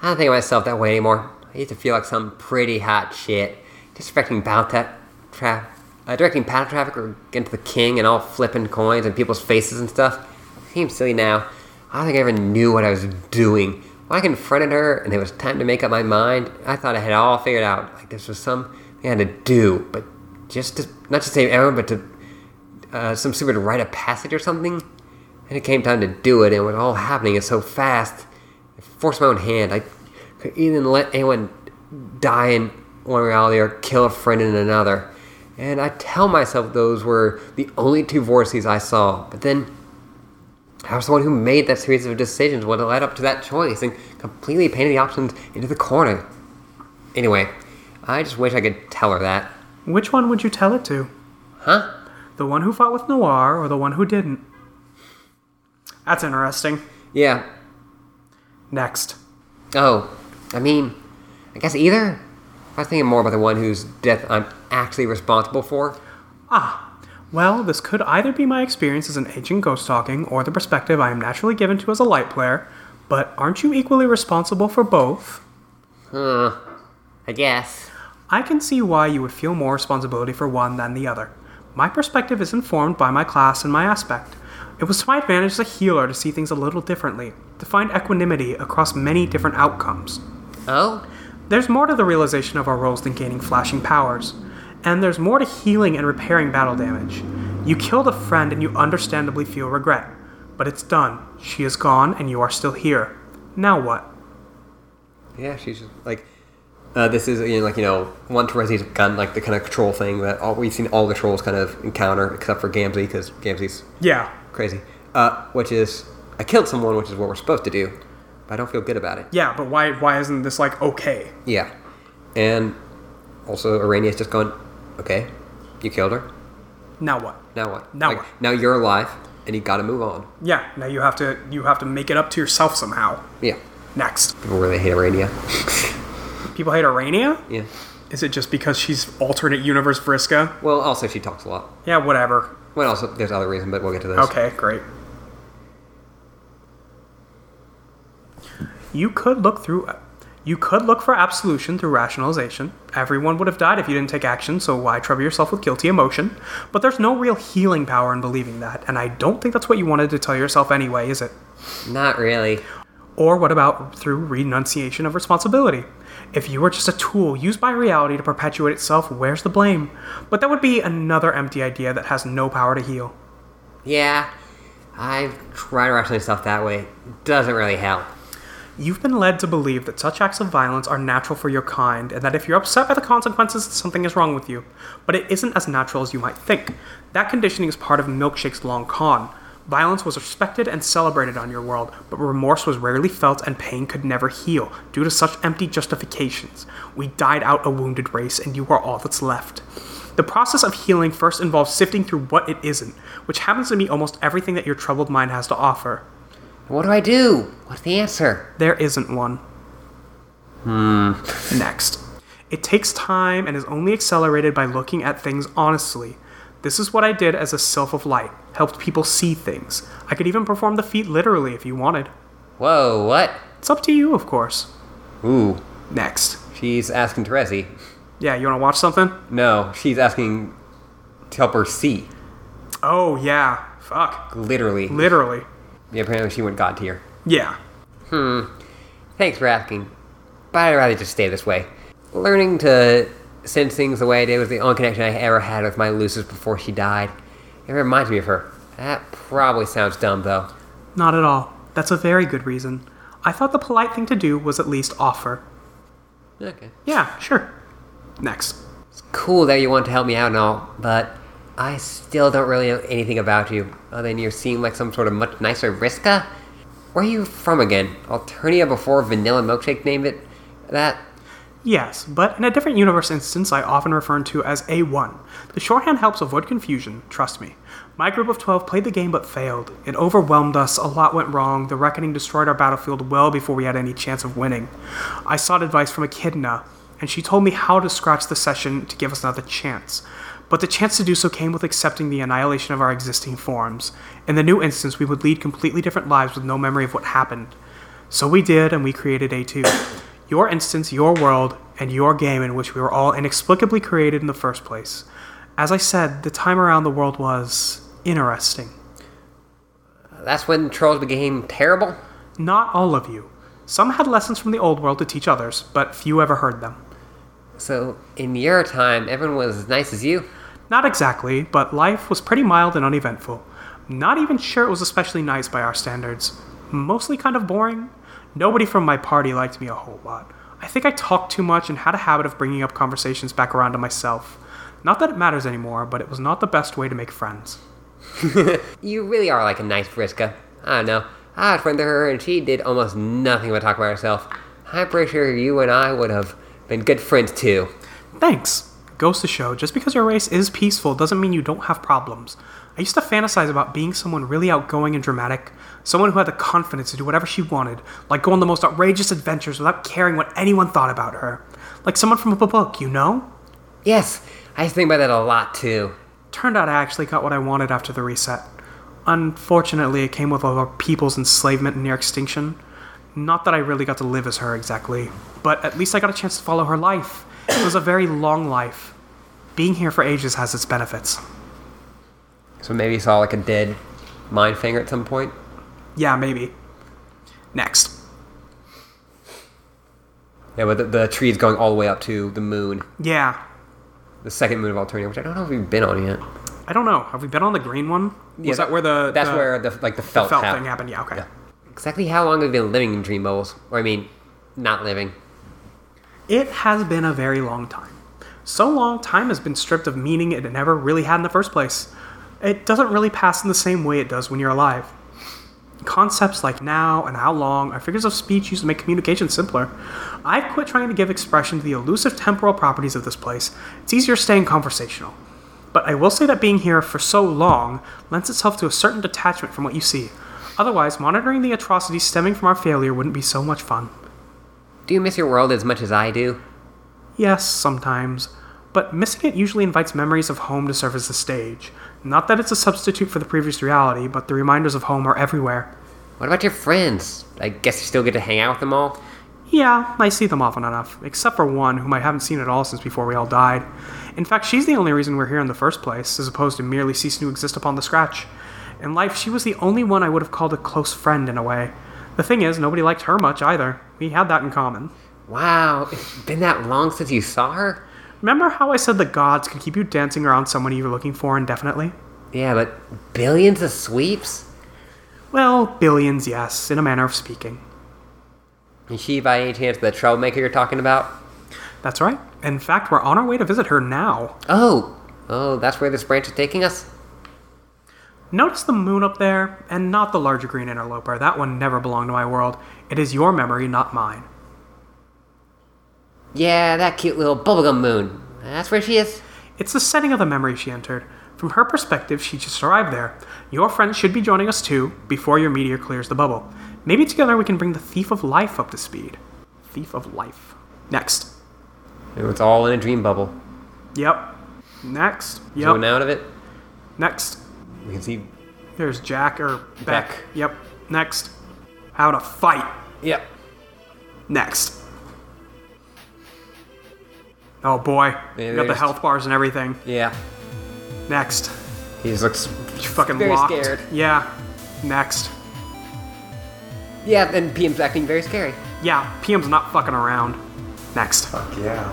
I don't think of myself that way anymore. I used to feel like some pretty hot shit. Just directing battle ta- tra- uh, directing battle traffic or getting to the king and all flipping coins and people's faces and stuff. Seems silly now. I don't think I ever knew what I was doing. When I confronted her and it was time to make up my mind, I thought I had it all figured out. Like this was something I had to do, but just to, not to save everyone, but to uh, some stupid rite of passage or something. And it came time to do it, and it was all happening is so fast. I forced my own hand. I could either let anyone die in one reality or kill a friend in another. And I tell myself those were the only two vortices I saw. But then I was the one who made that series of decisions what led up to that choice and completely painted the options into the corner. Anyway, I just wish I could tell her that. Which one would you tell it to? Huh? The one who fought with Noir or the one who didn't? That's interesting. Yeah, Next. Oh, I mean, I guess either. I was thinking more about the one whose death I'm actually responsible for. Ah, well, this could either be my experience as an agent ghost talking or the perspective I am naturally given to as a light player, but aren't you equally responsible for both? I guess. I can see why you would feel more responsibility for one than the other. My perspective is informed by my class and my aspect. It was to my advantage as a healer to see things a little differently, to find equanimity across many different outcomes. Oh? There's more to the realization of our roles than gaining flashing powers. And there's more to healing and repairing battle damage. You killed a friend and you understandably feel regret. But it's done. She is gone and you are still here. Now what? Yeah, she's just like, uh, this is you know, like you know one Terezi's gun like the kind of troll thing that all, we've seen all the trolls kind of encounter except for Gamzee because Gamzee's Yeah. crazy, uh, which is I killed someone, which is what we're supposed to do, but I don't feel good about it. Yeah, but why why isn't this like okay? Yeah, and also Irania's just going, okay, you killed her. Now what? Now what? Now Like, what? Now you're alive, and you got to move on. Yeah, now you have to you have to make it up to yourself somehow. Yeah, Next. people really hate Irania. People hate Arania? yeah. Is it just because she's alternate universe Vriska? Well, also she talks a lot. Yeah, whatever. Well, also there's other reason, but we'll get to those. Okay, great. You could look through you could look for absolution through rationalization. Everyone would have died if you didn't take action, so why trouble yourself with guilty emotion? But there's no real healing power in believing that, and I don't think that's what you wanted to tell yourself anyway, is it? Not really. Or what about through renunciation of responsibility? If you were just a tool used by reality to perpetuate itself, where's the blame? But that would be another empty idea that has no power to heal. Yeah, I've tried to rationalize stuff that way. Doesn't really help. You've been led to believe that such acts of violence are natural for your kind, and that if you're upset by the consequences, something is wrong with you. But it isn't as natural as you might think. That conditioning is part of Milkshake's long con. Violence was respected and celebrated on your world, but remorse was rarely felt and pain could never heal due to such empty justifications. We died out a wounded race, and you are all that's left. The process of healing first involves sifting through what it isn't, which happens to be almost everything that your troubled mind has to offer. What do I do? What's the answer? There isn't one. Hmm. Next. It takes time and is only accelerated by looking at things honestly. This is what I did as a sylph of light, helped people see things. I could even perform the feat literally if you wanted. Whoa, what? It's up to you, of course. Ooh, Next. she's asking Terezi. Yeah, you want to watch something? No, she's asking to help her see. Oh, yeah. Fuck. Literally. Literally. yeah, apparently she went god tier. Yeah. Thanks for asking. But I'd rather just stay this way. Learning to sense things the way I did was the only connection I ever had with my Lucis before she died. It reminds me of her. That probably sounds dumb, though. Not at all. That's a very good reason. I thought the polite thing to do was at least offer. Okay. Yeah, sure. Next. Cool that you want to help me out and all, but I still don't really know anything about you, other than you seem like some sort of much nicer Riska. Where are you from again? Alternia before Vanilla Milkshake named it that? Yes, but in a different universe instance, I often refer to as A1. The shorthand helps avoid confusion, trust me. My group of 12 played the game but failed. It overwhelmed us, a lot went wrong, the Reckoning destroyed our battlefield well before we had any chance of winning. I sought advice from Echidna, and she told me how to scratch the session to give us another chance. But the chance to do so came with accepting the annihilation of our existing forms. In the new instance, we would lead completely different lives with no memory of what happened. So we did, and we created A2. Your instance, your world, and your game in which we were all inexplicably created in the first place. As I said, the time around the world was interesting. That's when trolls became terrible? Not all of you. Some had lessons from the old world to teach others, but few ever heard them. So, in your time, everyone was as nice as you? Not exactly, but life was pretty mild and uneventful. Not even sure it was especially nice by our standards. Mostly kind of boring. Nobody from my party liked me a whole lot. I think I talked too much and had a habit of bringing up conversations back around to myself. Not that it matters anymore, but it was not the best way to make friends. You really are like a nice Friska. I don't know. I had a friend to her, and she did almost nothing but talk about herself. I'm pretty sure you and I would have been good friends too. Thanks. Goes to show, just because your race is peaceful doesn't mean you don't have problems. I used to fantasize about being someone really outgoing and dramatic, someone who had the confidence to do whatever she wanted, like go on the most outrageous adventures without caring what anyone thought about her. Like someone from a book, you know? Yes, I used to think about that a lot too. Turned out I actually got what I wanted after the reset. Unfortunately, it came with all our people's enslavement and near extinction. Not that I really got to live as her exactly, but at least I got a chance to follow her life. It was a very long life. Being here for ages has its benefits. So maybe you saw like a dead mind finger at some point. Yeah, maybe. Next. Yeah, but the, the tree is going all the way up to the moon, Yeah. the second moon of Alternia, which I don't know if we've been on yet. I don't know. Have we been on the green one? Was Yeah, that where the That's the where the like the felt, felt hap- thing happened? Yeah. Okay. Yeah. Exactly how long have we been living in dream bubbles? Or I mean, not living. It has been a very long time. So long, time has been stripped of meaning it never really had in the first place. It doesn't really pass in the same way it does when you're alive. Concepts like now and how long are figures of speech used to make communication simpler. I've quit trying to give expression to the elusive temporal properties of this place. It's easier staying conversational. But I will say that being here for so long lends itself to a certain detachment from what you see. Otherwise, monitoring the atrocities stemming from our failure wouldn't be so much fun. Do you miss your world as much as I do? Yes, sometimes. But missing it usually invites memories of home to serve as the stage. Not that it's a substitute for the previous reality, but the reminders of home are everywhere. What about your friends? I guess you still get to hang out with them all. Yeah, I see them often enough, except for one whom I haven't seen at all since before we all died. In fact, she's the only reason we're here in the first place, as opposed to merely ceasing to exist upon the scratch. In life, she was the only one I would have called a close friend in a way. The thing is, nobody liked her much either. We had that in common. Wow, it's been that long since you saw her? Remember how I said the gods could keep you dancing around someone you're looking for indefinitely? Yeah, but billions of sweeps? Well, billions, yes, in a manner of speaking. Is she by any chance the troublemaker you're talking about? That's right. In fact, we're on our way to visit her now. Oh, oh, that's where this branch is taking us? Notice the moon up there, and not the larger green interloper. That one never belonged to my world. It is your memory, not mine. Yeah, that cute little bubblegum moon. That's where she is? It's the setting of the memory she entered. From her perspective, she just arrived there. Your friend should be joining us too, before your meteor clears the bubble. Maybe together we can bring the Thief of Life up to speed. Thief of Life. Next. It's all in a dream bubble. Yep. Next. Going Yep. out of it, Next. we can see. There's Jack or Beck. Beck. Yep. Next. How to fight. Yep. Next. Oh boy. Yeah, you got the there's- health bars and everything. Yeah. Next. He just looks. You fucking Very locked. scared. Yeah. Next. Yeah, and PM's acting very scary. Yeah, PM's not fucking around. Next. Fuck yeah.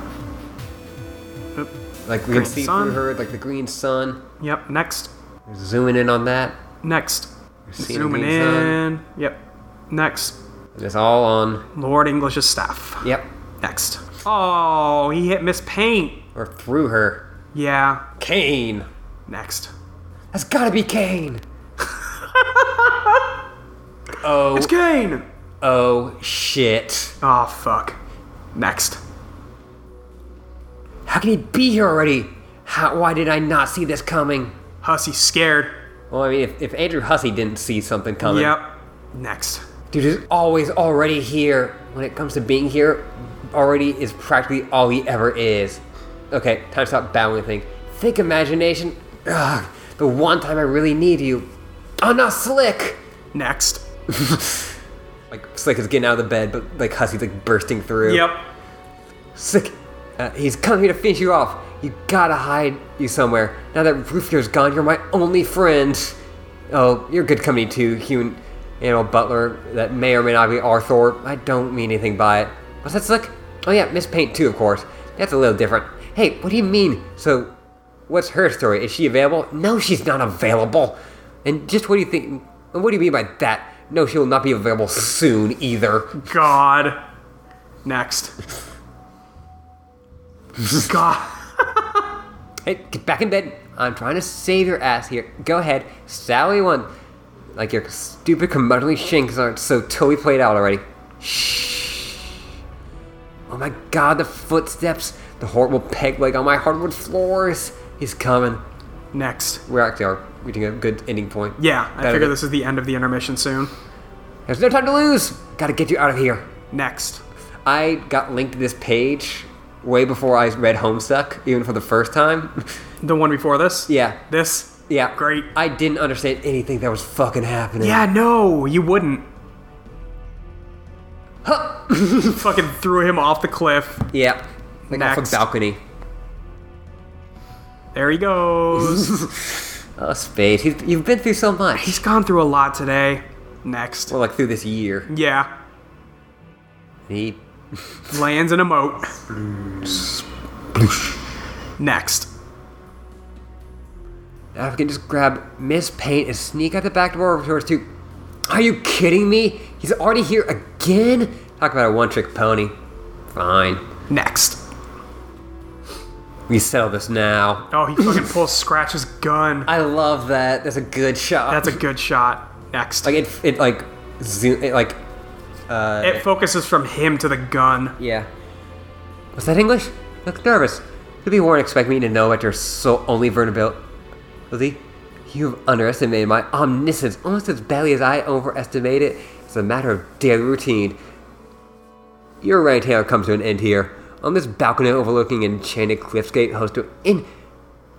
Oop. Like, we Green can see sun. through her, like the green sun. Yep, next. Zooming in on that. Next. seeing Zooming green sun. in. Yep. Next. And it's all on. Lord English's staff. Yep. Next. Oh, he hit Miss Paint. Or through her. Yeah. Kane! Next. That's gotta be [LAUGHS] Kane! oh, It's Kane! oh, shit. Oh, fuck. Next. How can he be here already? How, why did I not see this coming? Hussy scared. Well, I mean, if, if Andrew Hussey didn't see something coming, Yep. Next. dude is always already here. When it comes to being here, already is practically all he ever is. Okay, time to stop bowing and think. Think, imagination. Ugh, the one time I really need you. I'm not slick. Next. Like slick is getting out of the bed, but like Hussey's like bursting through. Yep. Slick, uh, he's coming here to finish you off. You gotta hide you somewhere. Now that Roof has gone, you're my only friend. Oh, you're good company too, human animal butler that may or may not be Arthur. I don't mean anything by it. What's that, Slick? Oh yeah, Miss Paint too, of course. That's a little different. Hey, what do you mean? So, what's her story? Is she available? No, she's not available. And just what do you think? And what do you mean by that? No, she will not be available soon either. God. Next. God. Hey, get back in bed. I'm trying to save your ass here. Go ahead. Sally one. Like your stupid curmudgeonly shinks aren't so totally played out already. Shh. Oh my god, the footsteps. The horrible peg leg on my hardwood floors. He's coming. Next. We actually are reaching a good ending point. Yeah, I Better figure than- this is the end of the intermission soon. There's no time to lose. Gotta get you out of here. Next. I got linked to this page way before I read Homestuck, even for the first time. [LAUGHS] The one before this? yeah. This? Yeah. Great. I didn't understand anything that was fucking happening. Yeah, no, you [LAUGHS] wouldn't. Fucking threw him off the cliff. Yeah. Like off Next. a [LAUGHS] balcony. There he goes. Oh, Spade, he's, you've been through so much. He's gone through a lot today. Next. Well, like through this year. Yeah. He Lands in a moat. Next. If I can just grab Miss Paint and sneak out the back door over towards two. Are you kidding me? He's already here again? talk about a one-trick pony. Fine, Next. we sell this now. Oh, he fucking pulls Scratch's gun. I love that. That's a good shot. That's a good shot. Next. like it. It like zoom. It like It focuses from him to the gun. yeah. Was that English? Look nervous. Could be warned. Expect me to know at your so only vulnerability. You've underestimated my omniscience almost as badly as I overestimate it. It's a matter of daily routine. Your right hand comes to an end here. On this balcony overlooking enchanted cliffscape host to in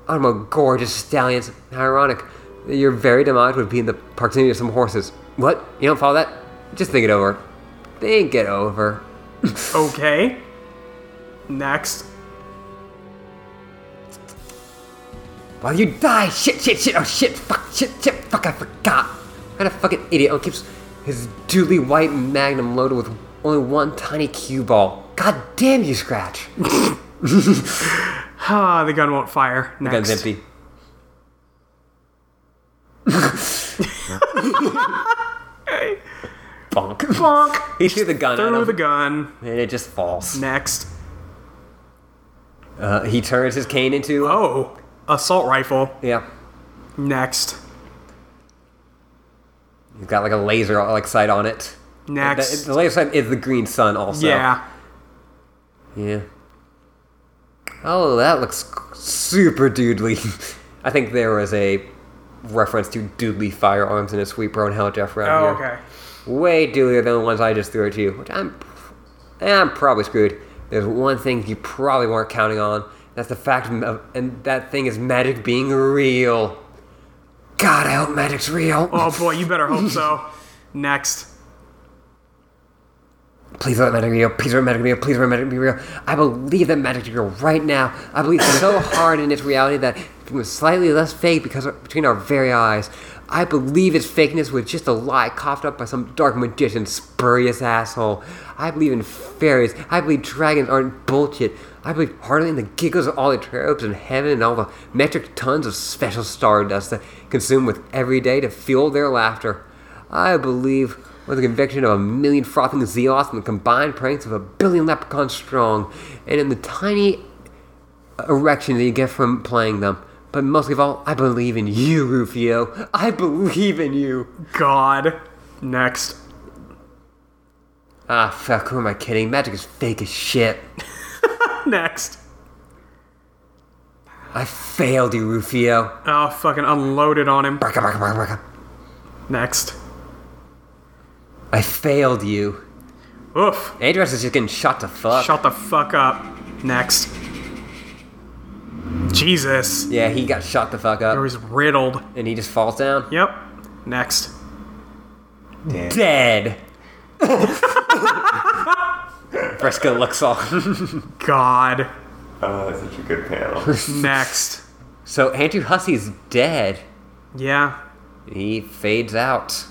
autumnal gorgeous stallions. How ironic. that Your very demise would be in the proximity of some horses. What? You don't follow that? Just think it over. Think it over. Okay. Next. While you die, shit, shit, shit, oh shit, fuck, shit, shit, fuck, I forgot. What a fucking idiot. Oh, keeps his duly white magnum loaded with only one tiny cue ball. God damn you, Scratch. Ah, the gun won't fire. Next. Gun's empty. Bonk. [LAUGHS] Bonk. He threw the gun at Through him, the gun. and it just falls. Next. Uh, he turns his cane into. Oh, assault rifle. Yeah. Next. He's got like a laser like sight on it. The, Next. the laser sight is the green sun also. yeah. Yeah. Oh, that looks super doodly. [LAUGHS] I think there was a reference to doodly firearms in a sweet brown hell Jeff around Oh, here. okay. Way doodlier than the ones I just threw at you, which I'm, I'm probably screwed. There's one thing you probably weren't counting on. That's the fact of, and that thing is magic being real. God, I hope magic's real. Oh boy, you better [LAUGHS] hope so. Next. Please let magic be real. Please let magic be real. Please let magic be real. I believe that magic is real right now. I believe so hard in its reality that it was slightly less fake because of, between our very eyes. I believe its fakeness was just a lie coughed up by some dark magician, spurious asshole. I believe in fairies. I believe dragons aren't bullshit. I believe hardly in the giggles of all the tropes in heaven and all the metric tons of special stardust that consume with every day to fuel their laughter. I believe with the conviction of a million frothing zealots and the combined pranks of a billion leprechauns strong, and in the tiny erection that you get from playing them. But mostly of all, I believe in you, Rufio. I believe in you. God. Next. Ah, fuck, who am I kidding? Magic is fake as shit. Next. I failed you, Rufio. Oh, fucking unloaded on him. Braka, braka, braka, braka. Next. I failed you. Oof. Andress is just getting shot to fuck. Shut the fuck up. Next. Jesus. yeah, he got shot the fuck Or up, he's riddled. and he just falls down. Yep. Next. Dead. Fresco looks all God. Oh, that's such a good panel. Next. So Andrew Hussey's dead. Yeah. He fades out.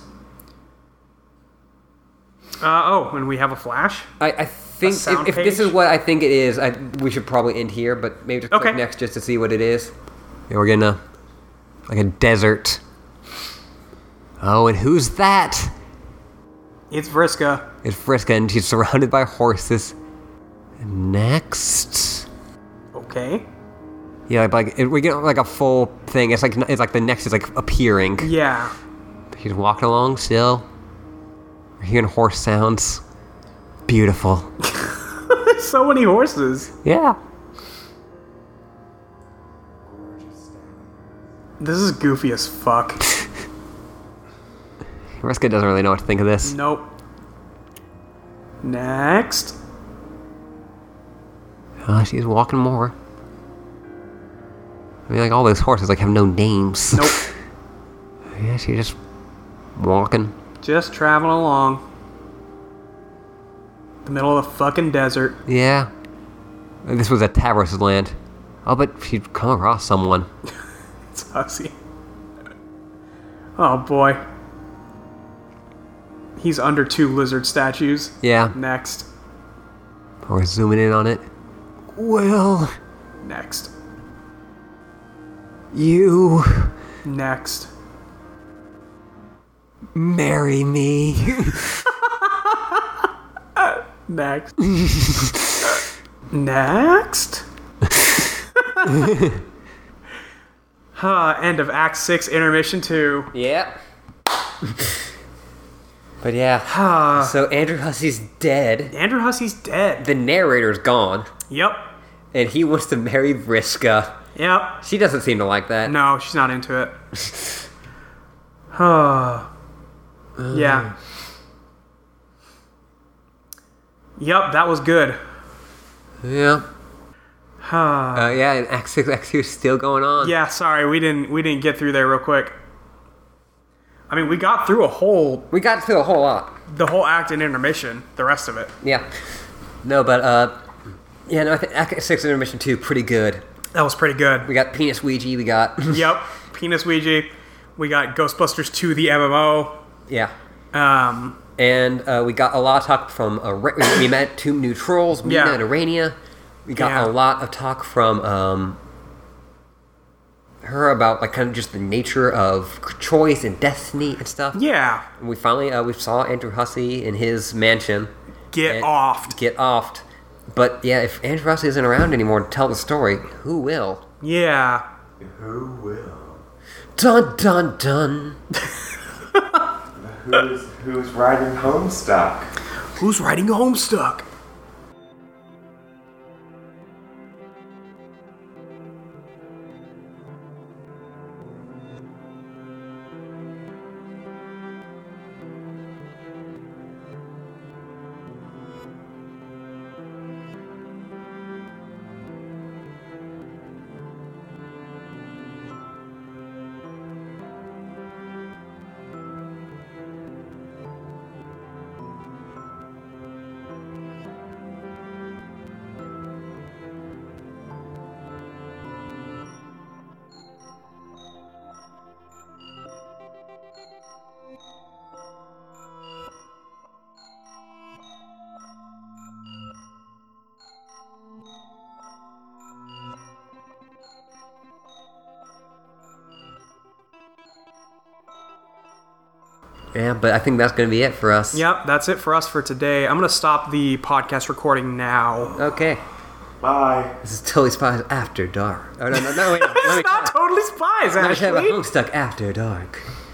Uh, oh, and we have a flash. I, I think sound if, if this page? is what I think it is, I, we should probably end here. But maybe just Okay. click next just to see what it is. Yeah, we're getting a like a desert. Oh, and who's that? It's Vriska. It's Friska, and she's surrounded by horses. Next. Okay. Yeah, like, like it, we get like a full thing. It's like it's like the next is like appearing. Yeah. [LAUGHS] He's walking along still. We're hearing horse sounds. Beautiful. So many horses. Yeah. This is goofy as fuck. Reska doesn't really know what to think of this. nope. Next. Uh, she's walking more. I mean, like all those horses, like have no names. Nope. [LAUGHS] yeah, she's just walking. Just traveling along. The middle of the fucking desert. Yeah. This was at Tavros' land. Oh, I'll bet she'd come across someone. It's Huxley. Oh boy. He's under two lizard statues. Yeah. Next. Or zooming in on it. Well, Next. you Next. marry me. [LAUGHS] Next. Next. [LAUGHS] huh, end of Act 6, Intermission 2. Yeah. but yeah. so Andrew Hussey's dead. Andrew Hussey's dead. The narrator's gone, Yep. and he wants to marry Vriska. Yep. She doesn't seem to like that. No, she's not into it. [SIGHS] Huh. yeah. Yep, that was good. [SIGHS] yeah. Huh. Uh, yeah, and Act 6, Act 2 is still going on. Yeah, sorry, we didn't we didn't get through there real quick. I mean, we got through a whole We got through a whole lot. the whole act in intermission. The rest of it Yeah. No, but uh, yeah, no, I think Act Six Intermission Two pretty good. that was pretty good. [LAUGHS] We got Penis Ouija. We got yep, Penis Ouija. We got Ghostbusters 2, the MMO. yeah, Um, and uh, we got a lot of talk from uh, Ra- we, we met two new trolls, Mina Yeah. and Urania. We got Yeah. a lot of talk from um, her about like kind of just the nature of choice and destiny and stuff. yeah, And we finally uh, we saw Andrew Hussey in his mansion. get And- offed. Get offed. But yeah, if Andrew Hussey isn't around anymore to tell the story, who will? Yeah, Who will? Dun dun dun. Who's who's riding Homestuck? Who's riding Homestuck? Yeah, but I think that's gonna be it for us. yep. That's it for us for today. I'm gonna stop the podcast recording now. Okay. Bye. This is Totally Spies After Dark. Oh no no no wait. no, [LAUGHS] It's Let me try. not totally spies, Let me try about actually. Homestuck After Dark.